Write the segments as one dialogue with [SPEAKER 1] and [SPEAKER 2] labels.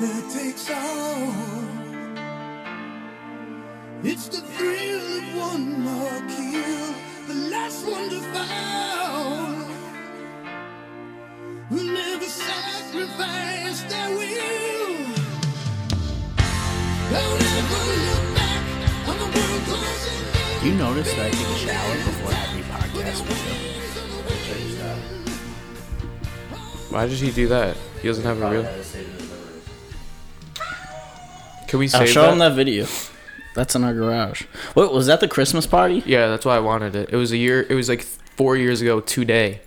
[SPEAKER 1] its own. It's the thrill of one more kill, the last one to fall. Who never sacrificed their will. Don't ever look back on the world closing in.
[SPEAKER 2] Do you notice that I take a shower before every podcast we do?
[SPEAKER 3] Why did he do that? He doesn't have a real. Can we
[SPEAKER 2] I'll
[SPEAKER 3] save
[SPEAKER 2] show
[SPEAKER 3] that?
[SPEAKER 2] them that video. That's in our garage. Wait, was that the Christmas party?
[SPEAKER 3] Yeah, that's why I wanted it. It was a year. It was like four years ago today.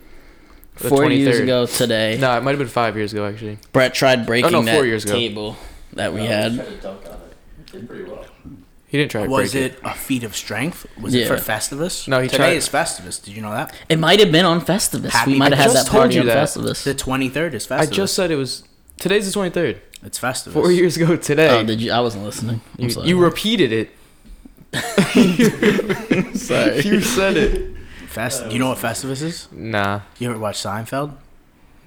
[SPEAKER 3] The
[SPEAKER 2] Four years
[SPEAKER 3] 23rd.
[SPEAKER 2] ago today,
[SPEAKER 3] No, it might have been five years ago actually.
[SPEAKER 2] Brett tried breaking
[SPEAKER 3] no,
[SPEAKER 2] that
[SPEAKER 3] four years ago.
[SPEAKER 2] table that we had.
[SPEAKER 3] He didn't try to
[SPEAKER 4] Was
[SPEAKER 3] break it.
[SPEAKER 4] it a feat of strength? Was it
[SPEAKER 2] Yeah.
[SPEAKER 4] for Festivus?
[SPEAKER 3] No, he
[SPEAKER 4] Today
[SPEAKER 3] tried-
[SPEAKER 4] is Festivus. Did you know that?
[SPEAKER 2] It might have been on Festivus.
[SPEAKER 4] Happy-
[SPEAKER 2] we might
[SPEAKER 4] I
[SPEAKER 2] have had that
[SPEAKER 3] just told
[SPEAKER 2] party
[SPEAKER 3] you
[SPEAKER 2] on
[SPEAKER 3] that.
[SPEAKER 2] Festivus.
[SPEAKER 4] The 23rd is Festivus.
[SPEAKER 3] I just said it was. Today's the twenty third.
[SPEAKER 4] It's Festivus.
[SPEAKER 3] Four years ago today.
[SPEAKER 2] oh, did you? I wasn't listening. I'm
[SPEAKER 3] you,
[SPEAKER 2] sorry.
[SPEAKER 3] you repeated it.
[SPEAKER 2] sorry.
[SPEAKER 3] You said it.
[SPEAKER 4] Fest- you know what Festivus is?
[SPEAKER 3] Nah,
[SPEAKER 4] You ever watch Seinfeld?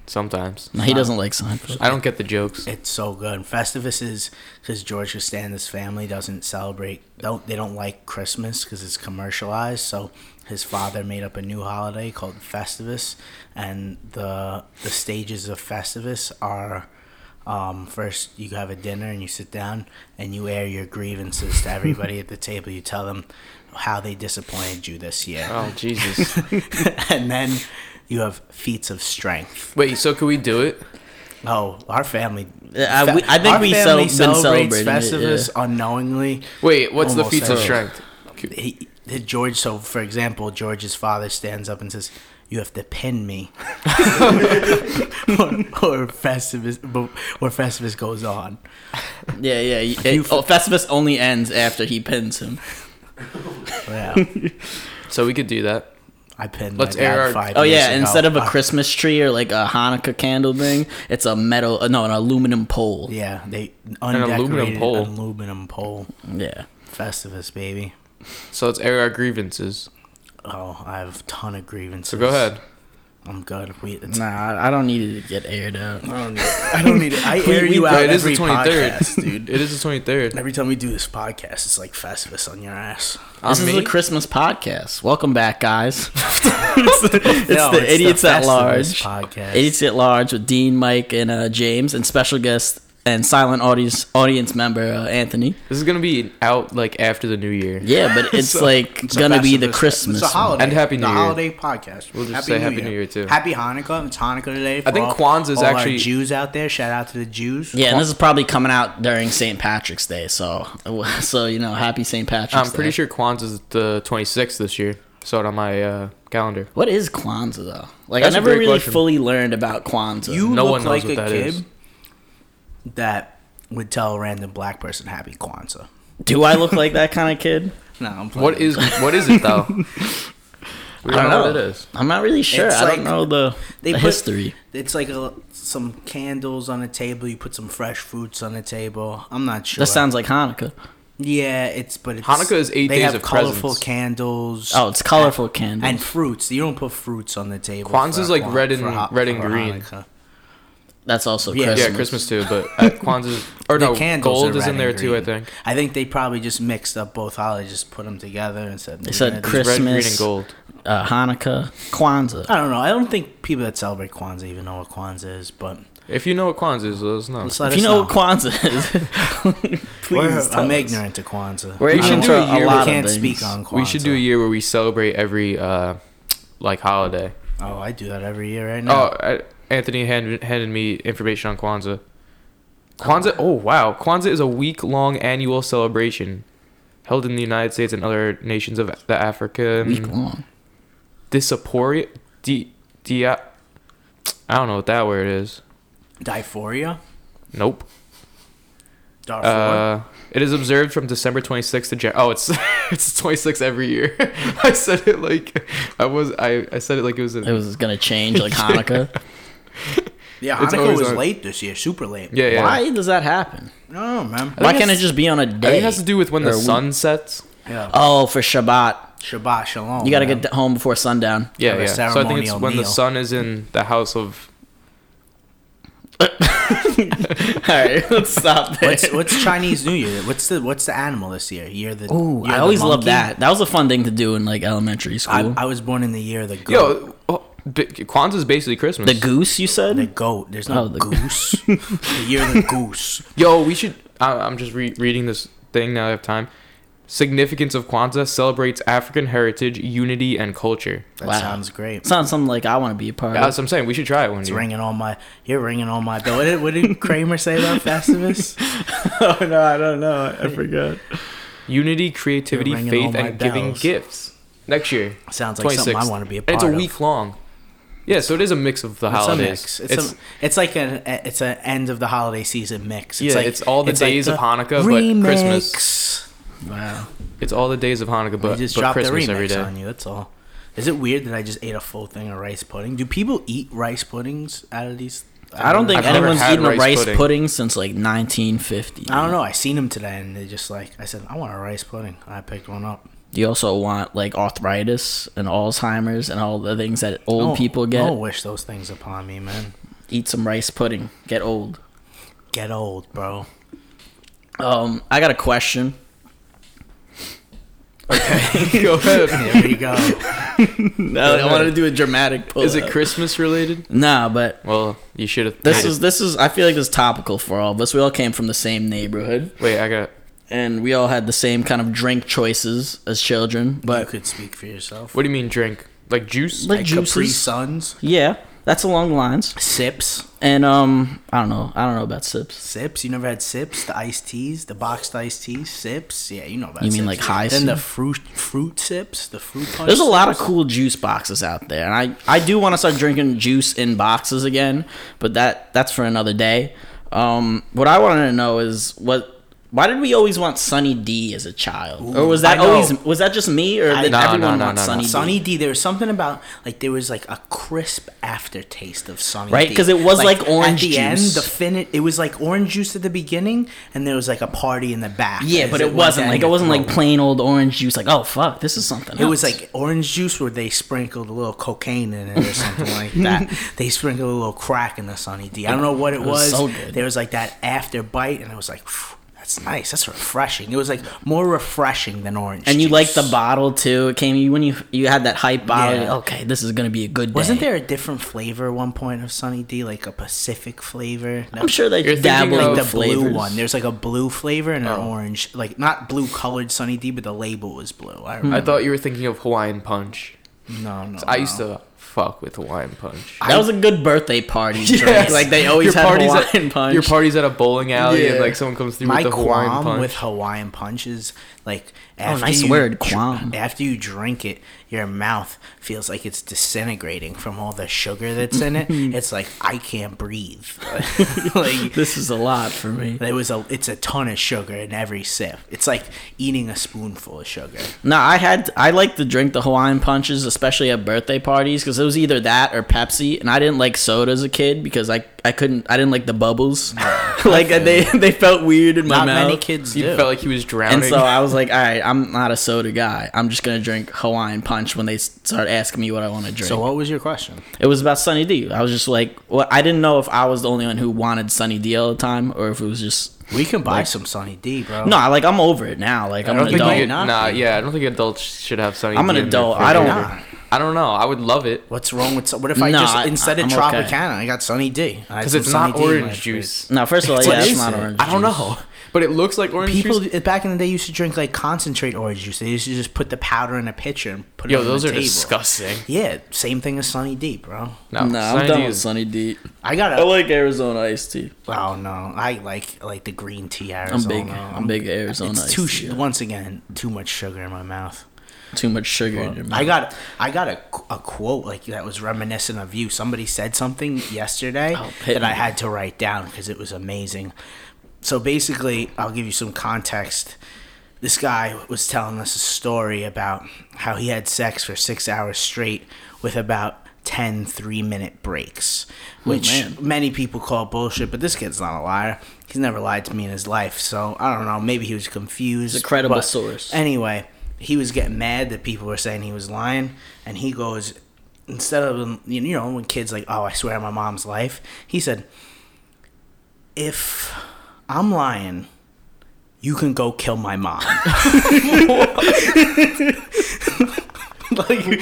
[SPEAKER 3] sometimes
[SPEAKER 2] No, he doesn't like Seinfeld.
[SPEAKER 3] I don't get the jokes.
[SPEAKER 4] It's so good. Festivus is because George Costanza's family doesn't celebrate. Don't they don't like Christmas because it's commercialized. So his father made up a new holiday called Festivus, and the the stages of Festivus are. Um, first, you have a dinner and you sit down and you air your grievances to everybody at the table. You tell them how they disappointed you this year,
[SPEAKER 3] Oh Jesus!
[SPEAKER 4] and then you have feats of strength.
[SPEAKER 3] Wait, so can we do it?
[SPEAKER 4] Oh, our family.
[SPEAKER 2] Yeah, I- we- I think
[SPEAKER 4] our
[SPEAKER 2] we
[SPEAKER 4] family
[SPEAKER 2] cel- been
[SPEAKER 4] celebrates
[SPEAKER 2] celebrating it,
[SPEAKER 4] Festivus unknowingly.
[SPEAKER 3] Wait, what's the
[SPEAKER 4] Almost
[SPEAKER 3] feats of
[SPEAKER 4] there.
[SPEAKER 3] strength?
[SPEAKER 4] He, he- George. So, for example, George's father stands up and says, "You have to pin me," or, or Festivus, or Festivus goes on.
[SPEAKER 2] Yeah, yeah. you- it- oh, Festivus only ends after he pins him.
[SPEAKER 4] Yeah,
[SPEAKER 3] So we could do that.
[SPEAKER 4] I pinned.
[SPEAKER 3] Let's
[SPEAKER 4] my dad
[SPEAKER 3] air our-
[SPEAKER 4] five
[SPEAKER 2] Oh
[SPEAKER 4] years
[SPEAKER 2] yeah,
[SPEAKER 4] ago.
[SPEAKER 2] instead of a
[SPEAKER 4] Uh,
[SPEAKER 2] Christmas tree or like a Hanukkah candle thing, it's a metal, uh, no, an aluminum pole. Yeah.
[SPEAKER 4] yeah, they
[SPEAKER 3] aluminum
[SPEAKER 4] undecorated
[SPEAKER 3] pole.
[SPEAKER 4] aluminum pole. Festivus, baby.
[SPEAKER 3] So let's air our grievances.
[SPEAKER 4] Oh, I have a ton of grievances.
[SPEAKER 3] So go ahead.
[SPEAKER 4] I'm good. We, it's
[SPEAKER 2] Nah, I- I don't need it to get aired out.
[SPEAKER 4] I don't need it. I don't need it. I air
[SPEAKER 3] we-
[SPEAKER 4] you out
[SPEAKER 3] It is
[SPEAKER 4] every
[SPEAKER 3] the 23rd.
[SPEAKER 4] podcast, dude.
[SPEAKER 3] It is the twenty third.
[SPEAKER 4] Every time we do this podcast, it's like Festivus on your ass.
[SPEAKER 2] This is the Christmas podcast. Welcome back, guys. it's the, it's the idiots at
[SPEAKER 4] Festivus
[SPEAKER 2] large.
[SPEAKER 4] podcast.
[SPEAKER 2] Idiots at large with Dean, Mike, and uh, James, and special guest and silent audience audience member uh, Anthony.
[SPEAKER 3] This is gonna be out like after the new year.
[SPEAKER 2] Yeah, but it's like
[SPEAKER 4] It's a
[SPEAKER 2] gonna be the
[SPEAKER 4] Festivus-
[SPEAKER 2] Christmas.
[SPEAKER 4] It's a
[SPEAKER 2] one.
[SPEAKER 4] holiday
[SPEAKER 3] And Happy
[SPEAKER 4] the
[SPEAKER 3] New Year.
[SPEAKER 4] holiday podcast.
[SPEAKER 3] We'll just say Happy New Year, too.
[SPEAKER 4] Happy Hanukkah. It's Hanukkah today. For
[SPEAKER 3] I think
[SPEAKER 4] all-
[SPEAKER 3] Kwanzaa is
[SPEAKER 4] all our
[SPEAKER 3] actually-
[SPEAKER 4] Jews out there. Shout out to the Jews.
[SPEAKER 2] Yeah, and this is probably coming out during St. Patrick's Day, so so you know, happy St. Patrick's
[SPEAKER 3] I'm
[SPEAKER 2] Day.
[SPEAKER 3] pretty sure Kwanzaa is the twenty sixth this year. Saw it on my uh, calendar.
[SPEAKER 2] What is Kwanzaa though? Like
[SPEAKER 3] That's a
[SPEAKER 2] I never
[SPEAKER 3] great
[SPEAKER 2] really
[SPEAKER 3] question.
[SPEAKER 2] fully learned about Kwanzaa.
[SPEAKER 4] You
[SPEAKER 3] No
[SPEAKER 4] look
[SPEAKER 3] one knows
[SPEAKER 4] like
[SPEAKER 3] what
[SPEAKER 4] a
[SPEAKER 3] that
[SPEAKER 4] kid
[SPEAKER 3] is.
[SPEAKER 4] that would tell a random black person Happy Kwanzaa.
[SPEAKER 2] Do I look like that kind of kid?
[SPEAKER 4] No, I'm playing.
[SPEAKER 3] What is what is it though? we
[SPEAKER 2] I
[SPEAKER 3] don't
[SPEAKER 2] don't
[SPEAKER 3] know what
[SPEAKER 2] know.
[SPEAKER 3] it is.
[SPEAKER 2] I'm not really sure.
[SPEAKER 4] It's
[SPEAKER 2] I
[SPEAKER 4] like-
[SPEAKER 2] don't know the,
[SPEAKER 4] they
[SPEAKER 2] the
[SPEAKER 4] put-
[SPEAKER 2] history.
[SPEAKER 4] It's like a, some candles on the table. You put some fresh fruits on the table. I'm not sure.
[SPEAKER 2] That sounds like Hanukkah.
[SPEAKER 4] Yeah, it's but it's,
[SPEAKER 3] Hanukkah is eight
[SPEAKER 4] they
[SPEAKER 3] days
[SPEAKER 4] have
[SPEAKER 3] of
[SPEAKER 4] colorful
[SPEAKER 3] presents.
[SPEAKER 4] candles.
[SPEAKER 2] Oh, it's colorful candles.
[SPEAKER 4] and fruits. You don't put fruits on the table.
[SPEAKER 3] Kwanzaa's
[SPEAKER 4] for-
[SPEAKER 3] like
[SPEAKER 4] for-
[SPEAKER 3] red and-
[SPEAKER 4] for Ha-
[SPEAKER 3] red and
[SPEAKER 4] for
[SPEAKER 3] green.
[SPEAKER 4] Hanukkah.
[SPEAKER 2] That's also
[SPEAKER 4] Yeah,
[SPEAKER 2] Christmas.
[SPEAKER 3] Yeah, Christmas too, but uh, Kwanzaa's or
[SPEAKER 4] The
[SPEAKER 3] no,
[SPEAKER 4] candles
[SPEAKER 3] gold
[SPEAKER 4] are
[SPEAKER 3] is
[SPEAKER 4] red
[SPEAKER 3] in
[SPEAKER 4] and
[SPEAKER 3] there too. I
[SPEAKER 4] green.
[SPEAKER 3] think
[SPEAKER 4] I think they probably just mixed up both holidays, just put them together and said.
[SPEAKER 2] They said
[SPEAKER 3] red,
[SPEAKER 2] Christmas.
[SPEAKER 3] green, and gold.
[SPEAKER 2] Uh, Hanukkah, Kwanzaa.
[SPEAKER 4] I don't know. I don't think people that celebrate Kwanzaa even know what Kwanzaa is, but
[SPEAKER 3] If you know what Kwanzaa is, let us know.
[SPEAKER 4] let's let
[SPEAKER 2] If you
[SPEAKER 4] us
[SPEAKER 2] know
[SPEAKER 4] know.
[SPEAKER 2] what Kwanzaa is, please.
[SPEAKER 4] We're-
[SPEAKER 2] tell
[SPEAKER 4] I'm
[SPEAKER 2] us.
[SPEAKER 4] ignorant to Kwanzaa.
[SPEAKER 2] We're
[SPEAKER 4] I
[SPEAKER 3] should
[SPEAKER 2] ignorant
[SPEAKER 4] don't-
[SPEAKER 2] to
[SPEAKER 3] do a
[SPEAKER 2] a,
[SPEAKER 3] year-
[SPEAKER 4] we
[SPEAKER 2] lot
[SPEAKER 4] can't
[SPEAKER 2] of things.
[SPEAKER 4] speak on Kwanzaa.
[SPEAKER 3] We should do a year where we celebrate every uh, like holiday.
[SPEAKER 4] Oh, I do that every year right now.
[SPEAKER 3] Oh, I, Anthony handed, handed me information on Kwanzaa. Kwanzaa, oh wow, Kwanzaa is a week-long annual celebration held in the United States and other nations of the
[SPEAKER 2] Week
[SPEAKER 3] African
[SPEAKER 2] long.
[SPEAKER 3] diaspora. Di, dia, I don't know what that word is.
[SPEAKER 4] Diphoria.
[SPEAKER 3] Nope.
[SPEAKER 4] Darfur.
[SPEAKER 3] Uh, it is observed from December 26th to Jan- oh, it's it's 26 every year. I said it like I was I, I said it like it was.
[SPEAKER 2] It
[SPEAKER 3] A,
[SPEAKER 2] was gonna change like Hanukkah.
[SPEAKER 4] yeah,
[SPEAKER 3] it's
[SPEAKER 4] Hanukkah
[SPEAKER 3] always
[SPEAKER 4] was
[SPEAKER 3] on-
[SPEAKER 4] late this year. Super late.
[SPEAKER 3] yeah, yeah.
[SPEAKER 2] Why does that happen?
[SPEAKER 4] No, man.
[SPEAKER 2] Why can't it
[SPEAKER 3] it's-
[SPEAKER 2] just be on a
[SPEAKER 3] I
[SPEAKER 2] day?
[SPEAKER 3] think it has to do with when
[SPEAKER 2] or
[SPEAKER 3] the
[SPEAKER 2] a week?
[SPEAKER 3] sun sets.
[SPEAKER 4] Yeah.
[SPEAKER 2] Oh, for Shabbat,
[SPEAKER 4] Shabbat shalom.
[SPEAKER 2] you gotta
[SPEAKER 4] man.
[SPEAKER 2] get home before sundown.
[SPEAKER 3] Yeah,
[SPEAKER 4] Or a
[SPEAKER 3] yeah. So I think it's
[SPEAKER 4] ceremonial
[SPEAKER 3] when the
[SPEAKER 4] meal.
[SPEAKER 3] sun is in the house of.
[SPEAKER 2] right, let's stop there.
[SPEAKER 4] What's what's Chinese New Year? What's the what's the animal this year? Year the
[SPEAKER 2] Ooh,
[SPEAKER 4] year
[SPEAKER 2] I
[SPEAKER 4] the
[SPEAKER 2] always loved
[SPEAKER 4] monkey?
[SPEAKER 2] that. That was a fun thing to do in like elementary school.
[SPEAKER 4] I, I was born in the year of the goat.
[SPEAKER 3] Yo, oh, bi- Kwanzaa's basically Christmas.
[SPEAKER 2] the goose, you
[SPEAKER 4] the
[SPEAKER 2] said?
[SPEAKER 4] goat. There's no
[SPEAKER 2] Oh, the-
[SPEAKER 4] goose. the year of the goose.
[SPEAKER 3] Yo, we should. I, I'm just re- reading this thing now. I have time. Significance of Kwanzaa celebrates African heritage, unity, and culture.
[SPEAKER 4] That
[SPEAKER 2] Wow.
[SPEAKER 4] sounds great.
[SPEAKER 2] Sounds something like I want to be a part
[SPEAKER 3] Yeah,
[SPEAKER 2] of.
[SPEAKER 3] that's what I'm saying. We should try it one
[SPEAKER 4] It's
[SPEAKER 3] day.
[SPEAKER 4] ringing on my. You're ringing on my bell. What did, what did Kramer say about Festivus?
[SPEAKER 2] oh no, I don't know. I forgot.
[SPEAKER 3] Unity, creativity,
[SPEAKER 4] You're ringing all
[SPEAKER 3] faith,
[SPEAKER 4] my
[SPEAKER 3] and giving
[SPEAKER 4] bells.
[SPEAKER 3] gifts. Next year,
[SPEAKER 4] Sounds like something
[SPEAKER 3] 26th.
[SPEAKER 4] I wanna be a
[SPEAKER 3] And it's a
[SPEAKER 4] part of.
[SPEAKER 3] week long. Yeah, so it is a mix of the
[SPEAKER 4] It's a
[SPEAKER 3] holidays.
[SPEAKER 4] mix. It's, a, it's like an it's an end of the holiday season mix. It's
[SPEAKER 3] Yeah,
[SPEAKER 4] like,
[SPEAKER 3] it's all the days of Hanukkah, but Christmas.
[SPEAKER 4] Wow,
[SPEAKER 3] It's all the days of Hanukkah,
[SPEAKER 4] but,
[SPEAKER 3] but,
[SPEAKER 4] just
[SPEAKER 3] but
[SPEAKER 4] dropped
[SPEAKER 3] Christmas
[SPEAKER 4] the remix
[SPEAKER 3] every day.
[SPEAKER 4] on you. That's all. Is it weird that I just ate a full thing of rice pudding? Do people eat rice puddings out of these?
[SPEAKER 2] I don't think
[SPEAKER 3] I've never
[SPEAKER 2] anyone's
[SPEAKER 3] had
[SPEAKER 2] eaten a
[SPEAKER 3] rice
[SPEAKER 2] rice
[SPEAKER 3] pudding.
[SPEAKER 2] pudding, since like 1950.
[SPEAKER 4] I don't know. I seen them today, and they just like I said, I want a rice pudding. I picked one up.
[SPEAKER 2] You also want like arthritis and Alzheimer's and all the things that old
[SPEAKER 4] Oh,
[SPEAKER 2] people get.
[SPEAKER 4] Don't wish those things upon me, man.
[SPEAKER 2] Eat some rice pudding. Get old.
[SPEAKER 4] Get old, bro.
[SPEAKER 2] Um, I got a question.
[SPEAKER 3] Go ahead.
[SPEAKER 4] There we go.
[SPEAKER 2] No, I wanted to do a dramatic pull.
[SPEAKER 3] Is it Christmas related?
[SPEAKER 2] Nah, but
[SPEAKER 3] Well, you should have.
[SPEAKER 2] This is this is I feel like this is topical for all of us. We all came from the same neighborhood
[SPEAKER 3] Wait, I got.
[SPEAKER 2] and we all had the same kind of drink choices as children.
[SPEAKER 4] you
[SPEAKER 2] But
[SPEAKER 4] could speak for yourself.
[SPEAKER 3] What do you mean drink? Like juice?
[SPEAKER 2] Like-
[SPEAKER 4] like Capri
[SPEAKER 2] juices?
[SPEAKER 4] Suns,
[SPEAKER 2] yeah, that's along the lines.
[SPEAKER 4] sips,
[SPEAKER 2] And um I don't know. I don't know about sips.
[SPEAKER 4] sips. You never had sips, the iced teas, the boxed iced teas, sips. Yeah, you know about.
[SPEAKER 2] You mean
[SPEAKER 4] sips.
[SPEAKER 2] like high
[SPEAKER 4] Then the
[SPEAKER 2] sip?
[SPEAKER 4] fruit fruit sips, the fruit punch.
[SPEAKER 2] There's a lot of cool juice boxes out there. And I, I do want to start drinking juice in boxes again, but that that's for another day. Um what I wanted to know is what why did we always want Sunny D as a child? or was
[SPEAKER 4] I
[SPEAKER 2] that
[SPEAKER 4] know.
[SPEAKER 2] always was that just me or did
[SPEAKER 3] No, no,
[SPEAKER 2] everyone
[SPEAKER 3] no,
[SPEAKER 2] want
[SPEAKER 3] no, no.
[SPEAKER 2] Sunny D?
[SPEAKER 4] Sunny D. There was something about like there was like a crisp aftertaste of Sunny D.
[SPEAKER 2] Right, 'cause it was like orange
[SPEAKER 4] at the end.
[SPEAKER 2] juice.
[SPEAKER 4] The fin it, was like orange juice at the beginning, and there was like a party in the back.
[SPEAKER 2] Yeah,
[SPEAKER 4] as
[SPEAKER 2] but
[SPEAKER 4] went
[SPEAKER 2] it wasn't
[SPEAKER 4] down
[SPEAKER 2] like it
[SPEAKER 4] your
[SPEAKER 2] wasn't like
[SPEAKER 4] throat.
[SPEAKER 2] plain old orange juice. Like, oh fuck, this is something.
[SPEAKER 4] It was
[SPEAKER 2] else.
[SPEAKER 4] like orange juice where they sprinkled a little cocaine in it or something like that. They sprinkled a little crack in the Sunny D. I don't know what it,
[SPEAKER 2] was
[SPEAKER 4] was.
[SPEAKER 2] so good.
[SPEAKER 4] There was like that after bite, and I was like, "Phew, "That's nice. That's refreshing." It was like more refreshing than orange.
[SPEAKER 2] and you
[SPEAKER 4] juice.
[SPEAKER 2] liked the bottle too. It came when you you had that hype bottle.
[SPEAKER 4] Yeah.
[SPEAKER 2] Okay, this is gonna be a good day.
[SPEAKER 4] Wasn't there a different flavor at one point of Sunny D, like a Pacific flavor? No.
[SPEAKER 2] I'm sure they
[SPEAKER 3] You're
[SPEAKER 2] You're
[SPEAKER 3] thinking
[SPEAKER 2] dabbled
[SPEAKER 3] of
[SPEAKER 2] in
[SPEAKER 4] like the
[SPEAKER 2] the flavors.
[SPEAKER 4] blue one. There's like a blue flavor and an
[SPEAKER 3] Oh.
[SPEAKER 4] orange, like not blue colored Sunny D, but the label was blue.
[SPEAKER 2] Hmm.
[SPEAKER 4] I
[SPEAKER 3] I
[SPEAKER 4] remember.
[SPEAKER 3] thought you were thinking of Hawaiian Punch.
[SPEAKER 4] no, no.
[SPEAKER 3] I used
[SPEAKER 4] no.
[SPEAKER 3] to fuck with Hawaiian Punch.
[SPEAKER 2] that was a good birthday party.
[SPEAKER 3] Yes.
[SPEAKER 2] Drink. Like they always had Hawaiian
[SPEAKER 3] at,
[SPEAKER 2] punch.
[SPEAKER 3] Your party's at a bowling alley, and
[SPEAKER 2] Yeah.
[SPEAKER 3] like someone comes through
[SPEAKER 4] My
[SPEAKER 3] with a Hawaiian
[SPEAKER 4] qualm
[SPEAKER 3] punch.
[SPEAKER 4] with Hawaiian punches, like
[SPEAKER 2] Oh,
[SPEAKER 4] after
[SPEAKER 2] nice
[SPEAKER 4] you
[SPEAKER 2] word,
[SPEAKER 4] dr-
[SPEAKER 2] qualm.
[SPEAKER 4] After you drink it, your mouth feels like it's disintegrating from all the sugar that's in it. it's like I can't breathe. like
[SPEAKER 2] this is a lot for me.
[SPEAKER 4] It was a. It's a ton of sugar in every sip. It's like eating a spoonful of sugar.
[SPEAKER 2] No, I had I liked to drink the Hawaiian punches, especially at birthday parties, because it was either that or Pepsi. And I didn't like soda as a kid because I I couldn't I didn't like the bubbles. like they they felt weird in my
[SPEAKER 4] Not
[SPEAKER 2] mouth.
[SPEAKER 4] many kids
[SPEAKER 3] you
[SPEAKER 4] do.
[SPEAKER 3] felt like he was drowning.
[SPEAKER 2] And so I was like, all right, I'm not a soda guy. I'm just gonna drink Hawaiian punch when they s- start asking me what I want to drink.
[SPEAKER 4] so what was your question?
[SPEAKER 2] it was about Sunny D. I was just like, well, I didn't know if I was the only one who wanted Sunny D all the time, or if it was just
[SPEAKER 4] We can buy some Sunny D, bro.
[SPEAKER 2] no. Like I'm over it now. Like
[SPEAKER 3] I
[SPEAKER 2] I'm
[SPEAKER 3] don't
[SPEAKER 2] an
[SPEAKER 3] think
[SPEAKER 2] adult.
[SPEAKER 3] you,
[SPEAKER 4] not
[SPEAKER 3] nah,
[SPEAKER 4] be.
[SPEAKER 3] yeah, I don't think adults should have Sunny.
[SPEAKER 2] I'm an
[SPEAKER 3] D in their
[SPEAKER 2] adult. I don't-
[SPEAKER 3] refrigerator. I don't know. I would love it
[SPEAKER 4] What's wrong with? Sun- What if I
[SPEAKER 2] No,
[SPEAKER 4] just
[SPEAKER 2] I-
[SPEAKER 4] instead of
[SPEAKER 2] I'm
[SPEAKER 4] Tropicana,
[SPEAKER 2] okay.
[SPEAKER 4] I got Sunny D?
[SPEAKER 3] because it's not orange juice.
[SPEAKER 2] No, first of all,
[SPEAKER 4] What
[SPEAKER 2] yeah, it's
[SPEAKER 4] is
[SPEAKER 2] not
[SPEAKER 4] it?
[SPEAKER 2] orange.
[SPEAKER 3] I don't
[SPEAKER 2] juice.
[SPEAKER 3] know, but it looks like orange
[SPEAKER 4] People
[SPEAKER 3] juice.
[SPEAKER 4] back in the day used to drink like concentrate orange juice. They used to just put the powder in a pitcher and put it.
[SPEAKER 3] Yo,
[SPEAKER 4] on
[SPEAKER 3] those
[SPEAKER 4] the
[SPEAKER 3] are
[SPEAKER 4] table.
[SPEAKER 3] disgusting.
[SPEAKER 4] Yeah, same thing as Sunny D, bro.
[SPEAKER 3] No,
[SPEAKER 2] No,
[SPEAKER 3] Sunny
[SPEAKER 2] I'm
[SPEAKER 3] D
[SPEAKER 2] done with
[SPEAKER 3] is-
[SPEAKER 2] Sunny D.
[SPEAKER 4] I got
[SPEAKER 2] I
[SPEAKER 4] a.
[SPEAKER 2] like Arizona iced tea.
[SPEAKER 4] Oh no, I like like the green tea
[SPEAKER 2] I'm
[SPEAKER 4] Arizona.
[SPEAKER 2] big. I'm big Arizona
[SPEAKER 4] It's
[SPEAKER 2] iced
[SPEAKER 4] too
[SPEAKER 2] tea.
[SPEAKER 4] sh- once again too much sugar in my mouth.
[SPEAKER 2] Too much sugar in your mouth.
[SPEAKER 4] I got I got a, a quote like that was reminiscent of you. Somebody said something yesterday
[SPEAKER 2] Oh, pit
[SPEAKER 4] that I
[SPEAKER 2] me.
[SPEAKER 4] had to write down because it was amazing. So basically, I'll give you some context. This guy was telling us a story about how he had sex for six hours straight with about 10 three minute breaks, which
[SPEAKER 2] Oh, man.
[SPEAKER 4] many people call bullshit, but this kid's not a liar. He's never lied to me in his life, so I don't know. Maybe he was confused.
[SPEAKER 2] It's a credible
[SPEAKER 4] but
[SPEAKER 2] source.
[SPEAKER 4] Anyway, he was getting mad that people were saying he was lying, and he goes instead of you know when kids like, oh, I swear on my mom's life, he said, if I'm lying, you can go kill my mom. like,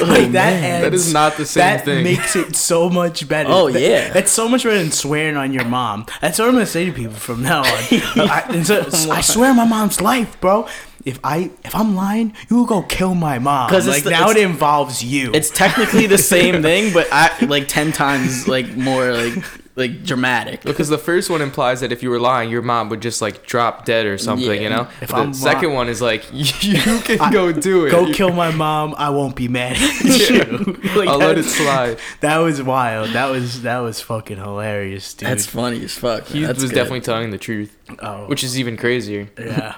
[SPEAKER 2] Oh,
[SPEAKER 4] like that adds,
[SPEAKER 3] That is not the same
[SPEAKER 4] that
[SPEAKER 3] thing.
[SPEAKER 4] makes it so much better.
[SPEAKER 2] Oh,
[SPEAKER 4] That-
[SPEAKER 2] yeah.
[SPEAKER 4] that's so much better than swearing on your mom. That's what I'm gonna say to people from now on. I, and so- I swear on my mom's life, bro. If I if I'm lying, you will go kill my mom.
[SPEAKER 2] 'Cause it's
[SPEAKER 4] Like
[SPEAKER 2] the-
[SPEAKER 4] now it
[SPEAKER 2] it's-
[SPEAKER 4] involves you.
[SPEAKER 2] It's technically the same thing, but I like ten times like more like like dramatic.
[SPEAKER 3] Because the first one implies that if you were lying, your mom would just like drop dead or something,
[SPEAKER 2] Yeah.
[SPEAKER 3] you know.
[SPEAKER 4] If
[SPEAKER 3] the
[SPEAKER 4] I'm
[SPEAKER 3] second
[SPEAKER 4] wrong-
[SPEAKER 3] one is like you can go do it.
[SPEAKER 4] go
[SPEAKER 3] You-
[SPEAKER 4] kill my mom. I won't be mad at you. Like,
[SPEAKER 3] I'll let it
[SPEAKER 4] that's-
[SPEAKER 3] slide.
[SPEAKER 4] That was wild. That was that was fucking hilarious, dude.
[SPEAKER 2] That's funny as fuck. man.
[SPEAKER 3] He
[SPEAKER 2] That's
[SPEAKER 3] was
[SPEAKER 2] good.
[SPEAKER 3] definitely telling the truth,
[SPEAKER 4] oh,
[SPEAKER 3] which is even crazier.
[SPEAKER 4] yeah,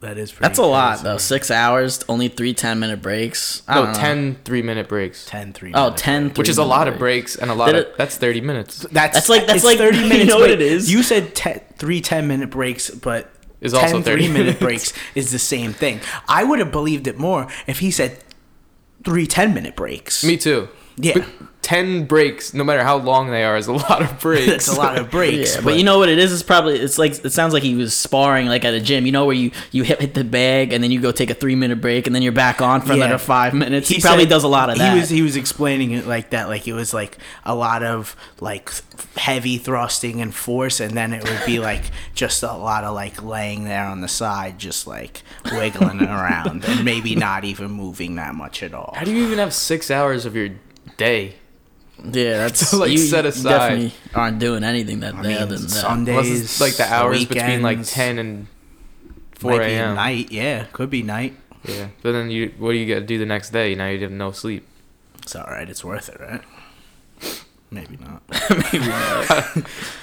[SPEAKER 4] that is. Pretty
[SPEAKER 2] That's a lot
[SPEAKER 4] crazy.
[SPEAKER 2] though. Six hours, only three 10 minute breaks. I
[SPEAKER 3] No,
[SPEAKER 2] don't know.
[SPEAKER 3] 10 3 minute breaks,
[SPEAKER 4] Ten three.
[SPEAKER 2] Oh,
[SPEAKER 4] minutes.
[SPEAKER 2] 10
[SPEAKER 3] which is a lot of breaks and a lot
[SPEAKER 2] Did
[SPEAKER 3] of
[SPEAKER 2] it-
[SPEAKER 3] that's 30 minutes.
[SPEAKER 4] That's,
[SPEAKER 2] That's like- that's
[SPEAKER 4] it's
[SPEAKER 2] like-
[SPEAKER 4] thirty
[SPEAKER 2] you
[SPEAKER 4] minutes.
[SPEAKER 2] know what
[SPEAKER 4] wait,
[SPEAKER 2] it is?
[SPEAKER 4] You said te- three 10 minute breaks, but
[SPEAKER 3] Is also 30
[SPEAKER 4] 10 three minute
[SPEAKER 3] minutes.
[SPEAKER 4] breaks is the same thing. I would have believed it more if he said three 10 minute breaks.
[SPEAKER 3] Me too.
[SPEAKER 4] Yeah.
[SPEAKER 3] But 10 breaks, no matter how long they are, is a lot of breaks.
[SPEAKER 4] That's a lot of breaks.
[SPEAKER 2] Yeah, but, you know what it is? It's probably it's like it sounds like he was sparring like at a gym. You know where you you hit, hit the bag and then you go take a three minute break and then you're back on for
[SPEAKER 4] Yeah.
[SPEAKER 2] another five minutes. He, probably
[SPEAKER 4] said
[SPEAKER 2] does a lot of that.
[SPEAKER 4] He was he was explaining it like that, like it was like a lot of like th- heavy thrusting and force, and then it would be like just a lot of like laying there on the side, just like wiggling around, and maybe not even moving that much at all.
[SPEAKER 3] How do you even have 6 hours of your day?
[SPEAKER 2] yeah, that's
[SPEAKER 3] like,
[SPEAKER 2] you
[SPEAKER 3] set aside.
[SPEAKER 2] definitely aren't doing anything that
[SPEAKER 4] I
[SPEAKER 2] day
[SPEAKER 4] mean,
[SPEAKER 2] other than that.
[SPEAKER 3] Unless
[SPEAKER 4] Sundays,
[SPEAKER 3] it's like the hours between like
[SPEAKER 4] weekends,
[SPEAKER 3] 10 and
[SPEAKER 4] might
[SPEAKER 3] 4
[SPEAKER 4] be
[SPEAKER 3] a.m.
[SPEAKER 4] Night, yeah, could be night.
[SPEAKER 3] Yeah. But then you what do you got to do the next day? Now you have no sleep.
[SPEAKER 4] It's all right. It's worth it, right? Maybe not.
[SPEAKER 3] I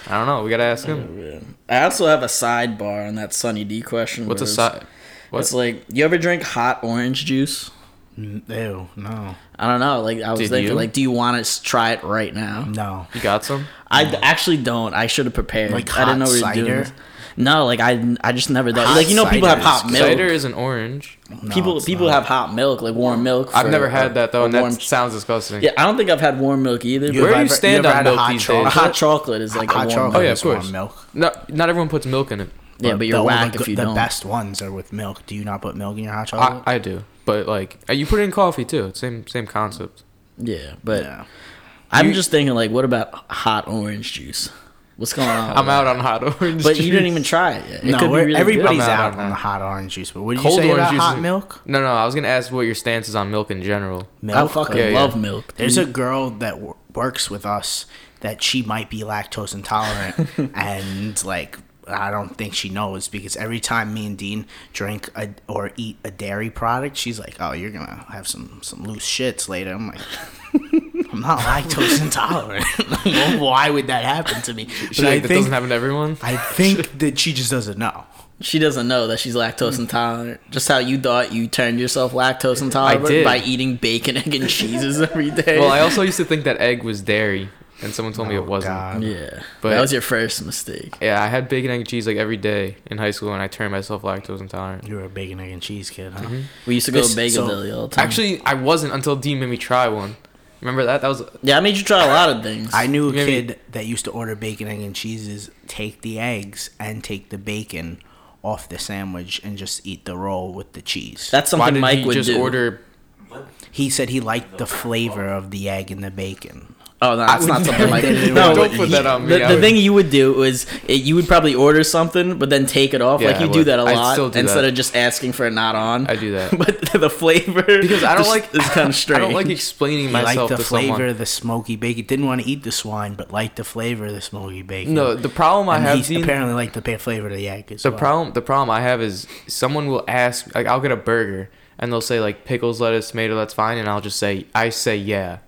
[SPEAKER 3] don't know. We got to ask him.
[SPEAKER 2] I also have a sidebar on that Sunny D question.
[SPEAKER 3] What's a
[SPEAKER 2] bros.
[SPEAKER 3] side? What?
[SPEAKER 2] It's like you ever drink hot orange juice?
[SPEAKER 4] N- Ew, no,
[SPEAKER 2] I don't know. Like I was
[SPEAKER 3] Did
[SPEAKER 2] thinking,
[SPEAKER 3] you?
[SPEAKER 2] like, do you want to try it right now?
[SPEAKER 4] no.
[SPEAKER 3] You got some?
[SPEAKER 2] I d- actually don't. I should have prepared.
[SPEAKER 4] Like
[SPEAKER 2] I didn't know
[SPEAKER 4] hot
[SPEAKER 2] we were doing
[SPEAKER 4] cider?
[SPEAKER 2] this. No, like I, I just never thought.
[SPEAKER 4] Hot
[SPEAKER 2] Like you know, people have
[SPEAKER 4] cider is
[SPEAKER 2] hot
[SPEAKER 4] good.
[SPEAKER 2] milk.
[SPEAKER 3] Cider is an orange.
[SPEAKER 4] No,
[SPEAKER 2] people
[SPEAKER 4] it's
[SPEAKER 2] people
[SPEAKER 4] not.
[SPEAKER 2] have hot milk, like warm milk.
[SPEAKER 3] I've
[SPEAKER 2] for-
[SPEAKER 3] never had that though, and
[SPEAKER 2] or
[SPEAKER 3] that
[SPEAKER 2] warm-
[SPEAKER 3] sounds disgusting.
[SPEAKER 2] yeah, I don't think I've had warm milk either.
[SPEAKER 4] You
[SPEAKER 2] but
[SPEAKER 3] Where do
[SPEAKER 4] ever-
[SPEAKER 3] you stand
[SPEAKER 4] ever
[SPEAKER 3] on
[SPEAKER 4] had a
[SPEAKER 3] milk
[SPEAKER 4] hot
[SPEAKER 3] these
[SPEAKER 4] chocolate?
[SPEAKER 2] a
[SPEAKER 3] days?
[SPEAKER 2] hot chocolate is like
[SPEAKER 4] hot
[SPEAKER 2] a warm
[SPEAKER 4] chocolate.
[SPEAKER 3] Oh
[SPEAKER 2] milk.
[SPEAKER 3] yeah,
[SPEAKER 4] is
[SPEAKER 3] of course.
[SPEAKER 4] warm milk.
[SPEAKER 3] No, not everyone puts milk in it.
[SPEAKER 2] Yeah, but you're
[SPEAKER 4] the,
[SPEAKER 2] whack
[SPEAKER 4] the,
[SPEAKER 2] if you
[SPEAKER 4] the
[SPEAKER 2] don't.
[SPEAKER 4] best ones are with milk. Do you not put milk in your hot
[SPEAKER 3] I,
[SPEAKER 4] chocolate?
[SPEAKER 3] I do, but like uh, you put it in coffee too. It's Same same concept.
[SPEAKER 2] Yeah, but
[SPEAKER 4] yeah.
[SPEAKER 2] I'm
[SPEAKER 3] You-
[SPEAKER 2] just thinking like, what about hot orange juice? What's going on? with
[SPEAKER 3] I'm
[SPEAKER 2] that?
[SPEAKER 3] out on hot orange.
[SPEAKER 2] But you didn't
[SPEAKER 3] juice.
[SPEAKER 2] even try it. Yet. It
[SPEAKER 4] No,
[SPEAKER 2] could be
[SPEAKER 4] we're-
[SPEAKER 2] really good.
[SPEAKER 4] everybody's
[SPEAKER 3] I'm out
[SPEAKER 4] out
[SPEAKER 3] on
[SPEAKER 4] on
[SPEAKER 3] that.
[SPEAKER 4] the hot orange juice. But what did
[SPEAKER 3] Cold
[SPEAKER 4] you say
[SPEAKER 3] orange
[SPEAKER 4] about
[SPEAKER 3] juice
[SPEAKER 4] hot
[SPEAKER 3] is-
[SPEAKER 4] milk?
[SPEAKER 3] No, no. I was gonna ask what your stance is on milk in general.
[SPEAKER 2] I
[SPEAKER 4] Milk.
[SPEAKER 2] fucking
[SPEAKER 3] Yeah, yeah.
[SPEAKER 2] love milk.
[SPEAKER 4] There's a
[SPEAKER 2] dude.
[SPEAKER 4] girl that w- works with us that she might be lactose intolerant, and like I don't think she knows because every time me and Dean drink a, or eat a dairy product, she's like, "Oh, you're gonna have some some loose shits later." I'm like. I'm not lactose intolerant. Well, Why would that happen to me? But
[SPEAKER 3] She, like, that doesn't happen to everyone.
[SPEAKER 4] I think that she just doesn't know.
[SPEAKER 2] She doesn't know that she's
[SPEAKER 3] Hmm.
[SPEAKER 2] lactose intolerant. Just how you thought you turned yourself lactose intolerant
[SPEAKER 3] did.
[SPEAKER 2] by eating bacon, egg, and cheeses every day.
[SPEAKER 3] Well, I also used to think Oh, that egg was dairy, and someone told me it wasn't.
[SPEAKER 4] God.
[SPEAKER 2] yeah,
[SPEAKER 3] But-
[SPEAKER 2] that was your first mistake.
[SPEAKER 3] Yeah, I had bacon egg and cheese like every day in high school, and I turned myself lactose intolerant.
[SPEAKER 4] You were a bacon, egg, and cheese kid, huh?
[SPEAKER 2] We used to go
[SPEAKER 4] This-
[SPEAKER 2] to Bagadilly
[SPEAKER 4] so-
[SPEAKER 2] all the time.
[SPEAKER 3] Actually, I wasn't until Dean made me try one. Remember that? That was
[SPEAKER 2] yeah, I made you try a lot of things.
[SPEAKER 4] I knew a
[SPEAKER 3] Maybe-
[SPEAKER 4] kid that used to order bacon, egg, and cheeses, take the eggs and take the bacon off the sandwich and just eat the roll with the cheese.
[SPEAKER 2] That's
[SPEAKER 3] why
[SPEAKER 2] something
[SPEAKER 3] did
[SPEAKER 2] Mike
[SPEAKER 3] he
[SPEAKER 2] would
[SPEAKER 3] just
[SPEAKER 2] do.
[SPEAKER 3] order?
[SPEAKER 4] he said he liked the flavor of the egg and the bacon.
[SPEAKER 2] oh no, that's
[SPEAKER 4] would
[SPEAKER 2] not something
[SPEAKER 4] never
[SPEAKER 2] Mike.
[SPEAKER 4] do that.
[SPEAKER 2] No,
[SPEAKER 4] Don't
[SPEAKER 3] put that on me.
[SPEAKER 2] The,
[SPEAKER 3] I
[SPEAKER 2] the
[SPEAKER 3] would-
[SPEAKER 2] thing you would do is it, you would probably order something, but then take it off.
[SPEAKER 3] Yeah,
[SPEAKER 2] like you
[SPEAKER 3] I
[SPEAKER 2] do
[SPEAKER 3] would.
[SPEAKER 2] that a
[SPEAKER 3] I'd
[SPEAKER 2] lot
[SPEAKER 3] still do
[SPEAKER 2] instead
[SPEAKER 3] that.
[SPEAKER 2] of just asking for it not on.
[SPEAKER 3] I do that.
[SPEAKER 2] but the flavor because
[SPEAKER 3] I don't like-
[SPEAKER 2] it's kind of strange.
[SPEAKER 3] I don't like explaining
[SPEAKER 4] He liked
[SPEAKER 3] myself
[SPEAKER 4] the
[SPEAKER 3] to
[SPEAKER 4] flavor
[SPEAKER 3] someone.
[SPEAKER 4] of the smoky bacon. Didn't want to eat the swine, but liked the flavor of the smoky bacon.
[SPEAKER 3] No, the problem I
[SPEAKER 4] and
[SPEAKER 3] have
[SPEAKER 4] he
[SPEAKER 3] Dean,
[SPEAKER 4] apparently liked the pa- flavor of the egg as
[SPEAKER 3] the
[SPEAKER 4] well.
[SPEAKER 3] problem the problem I have is someone will ask like I'll get a burger and they'll say like pickles, lettuce, tomato, that's fine, and I'll just say I say yeah.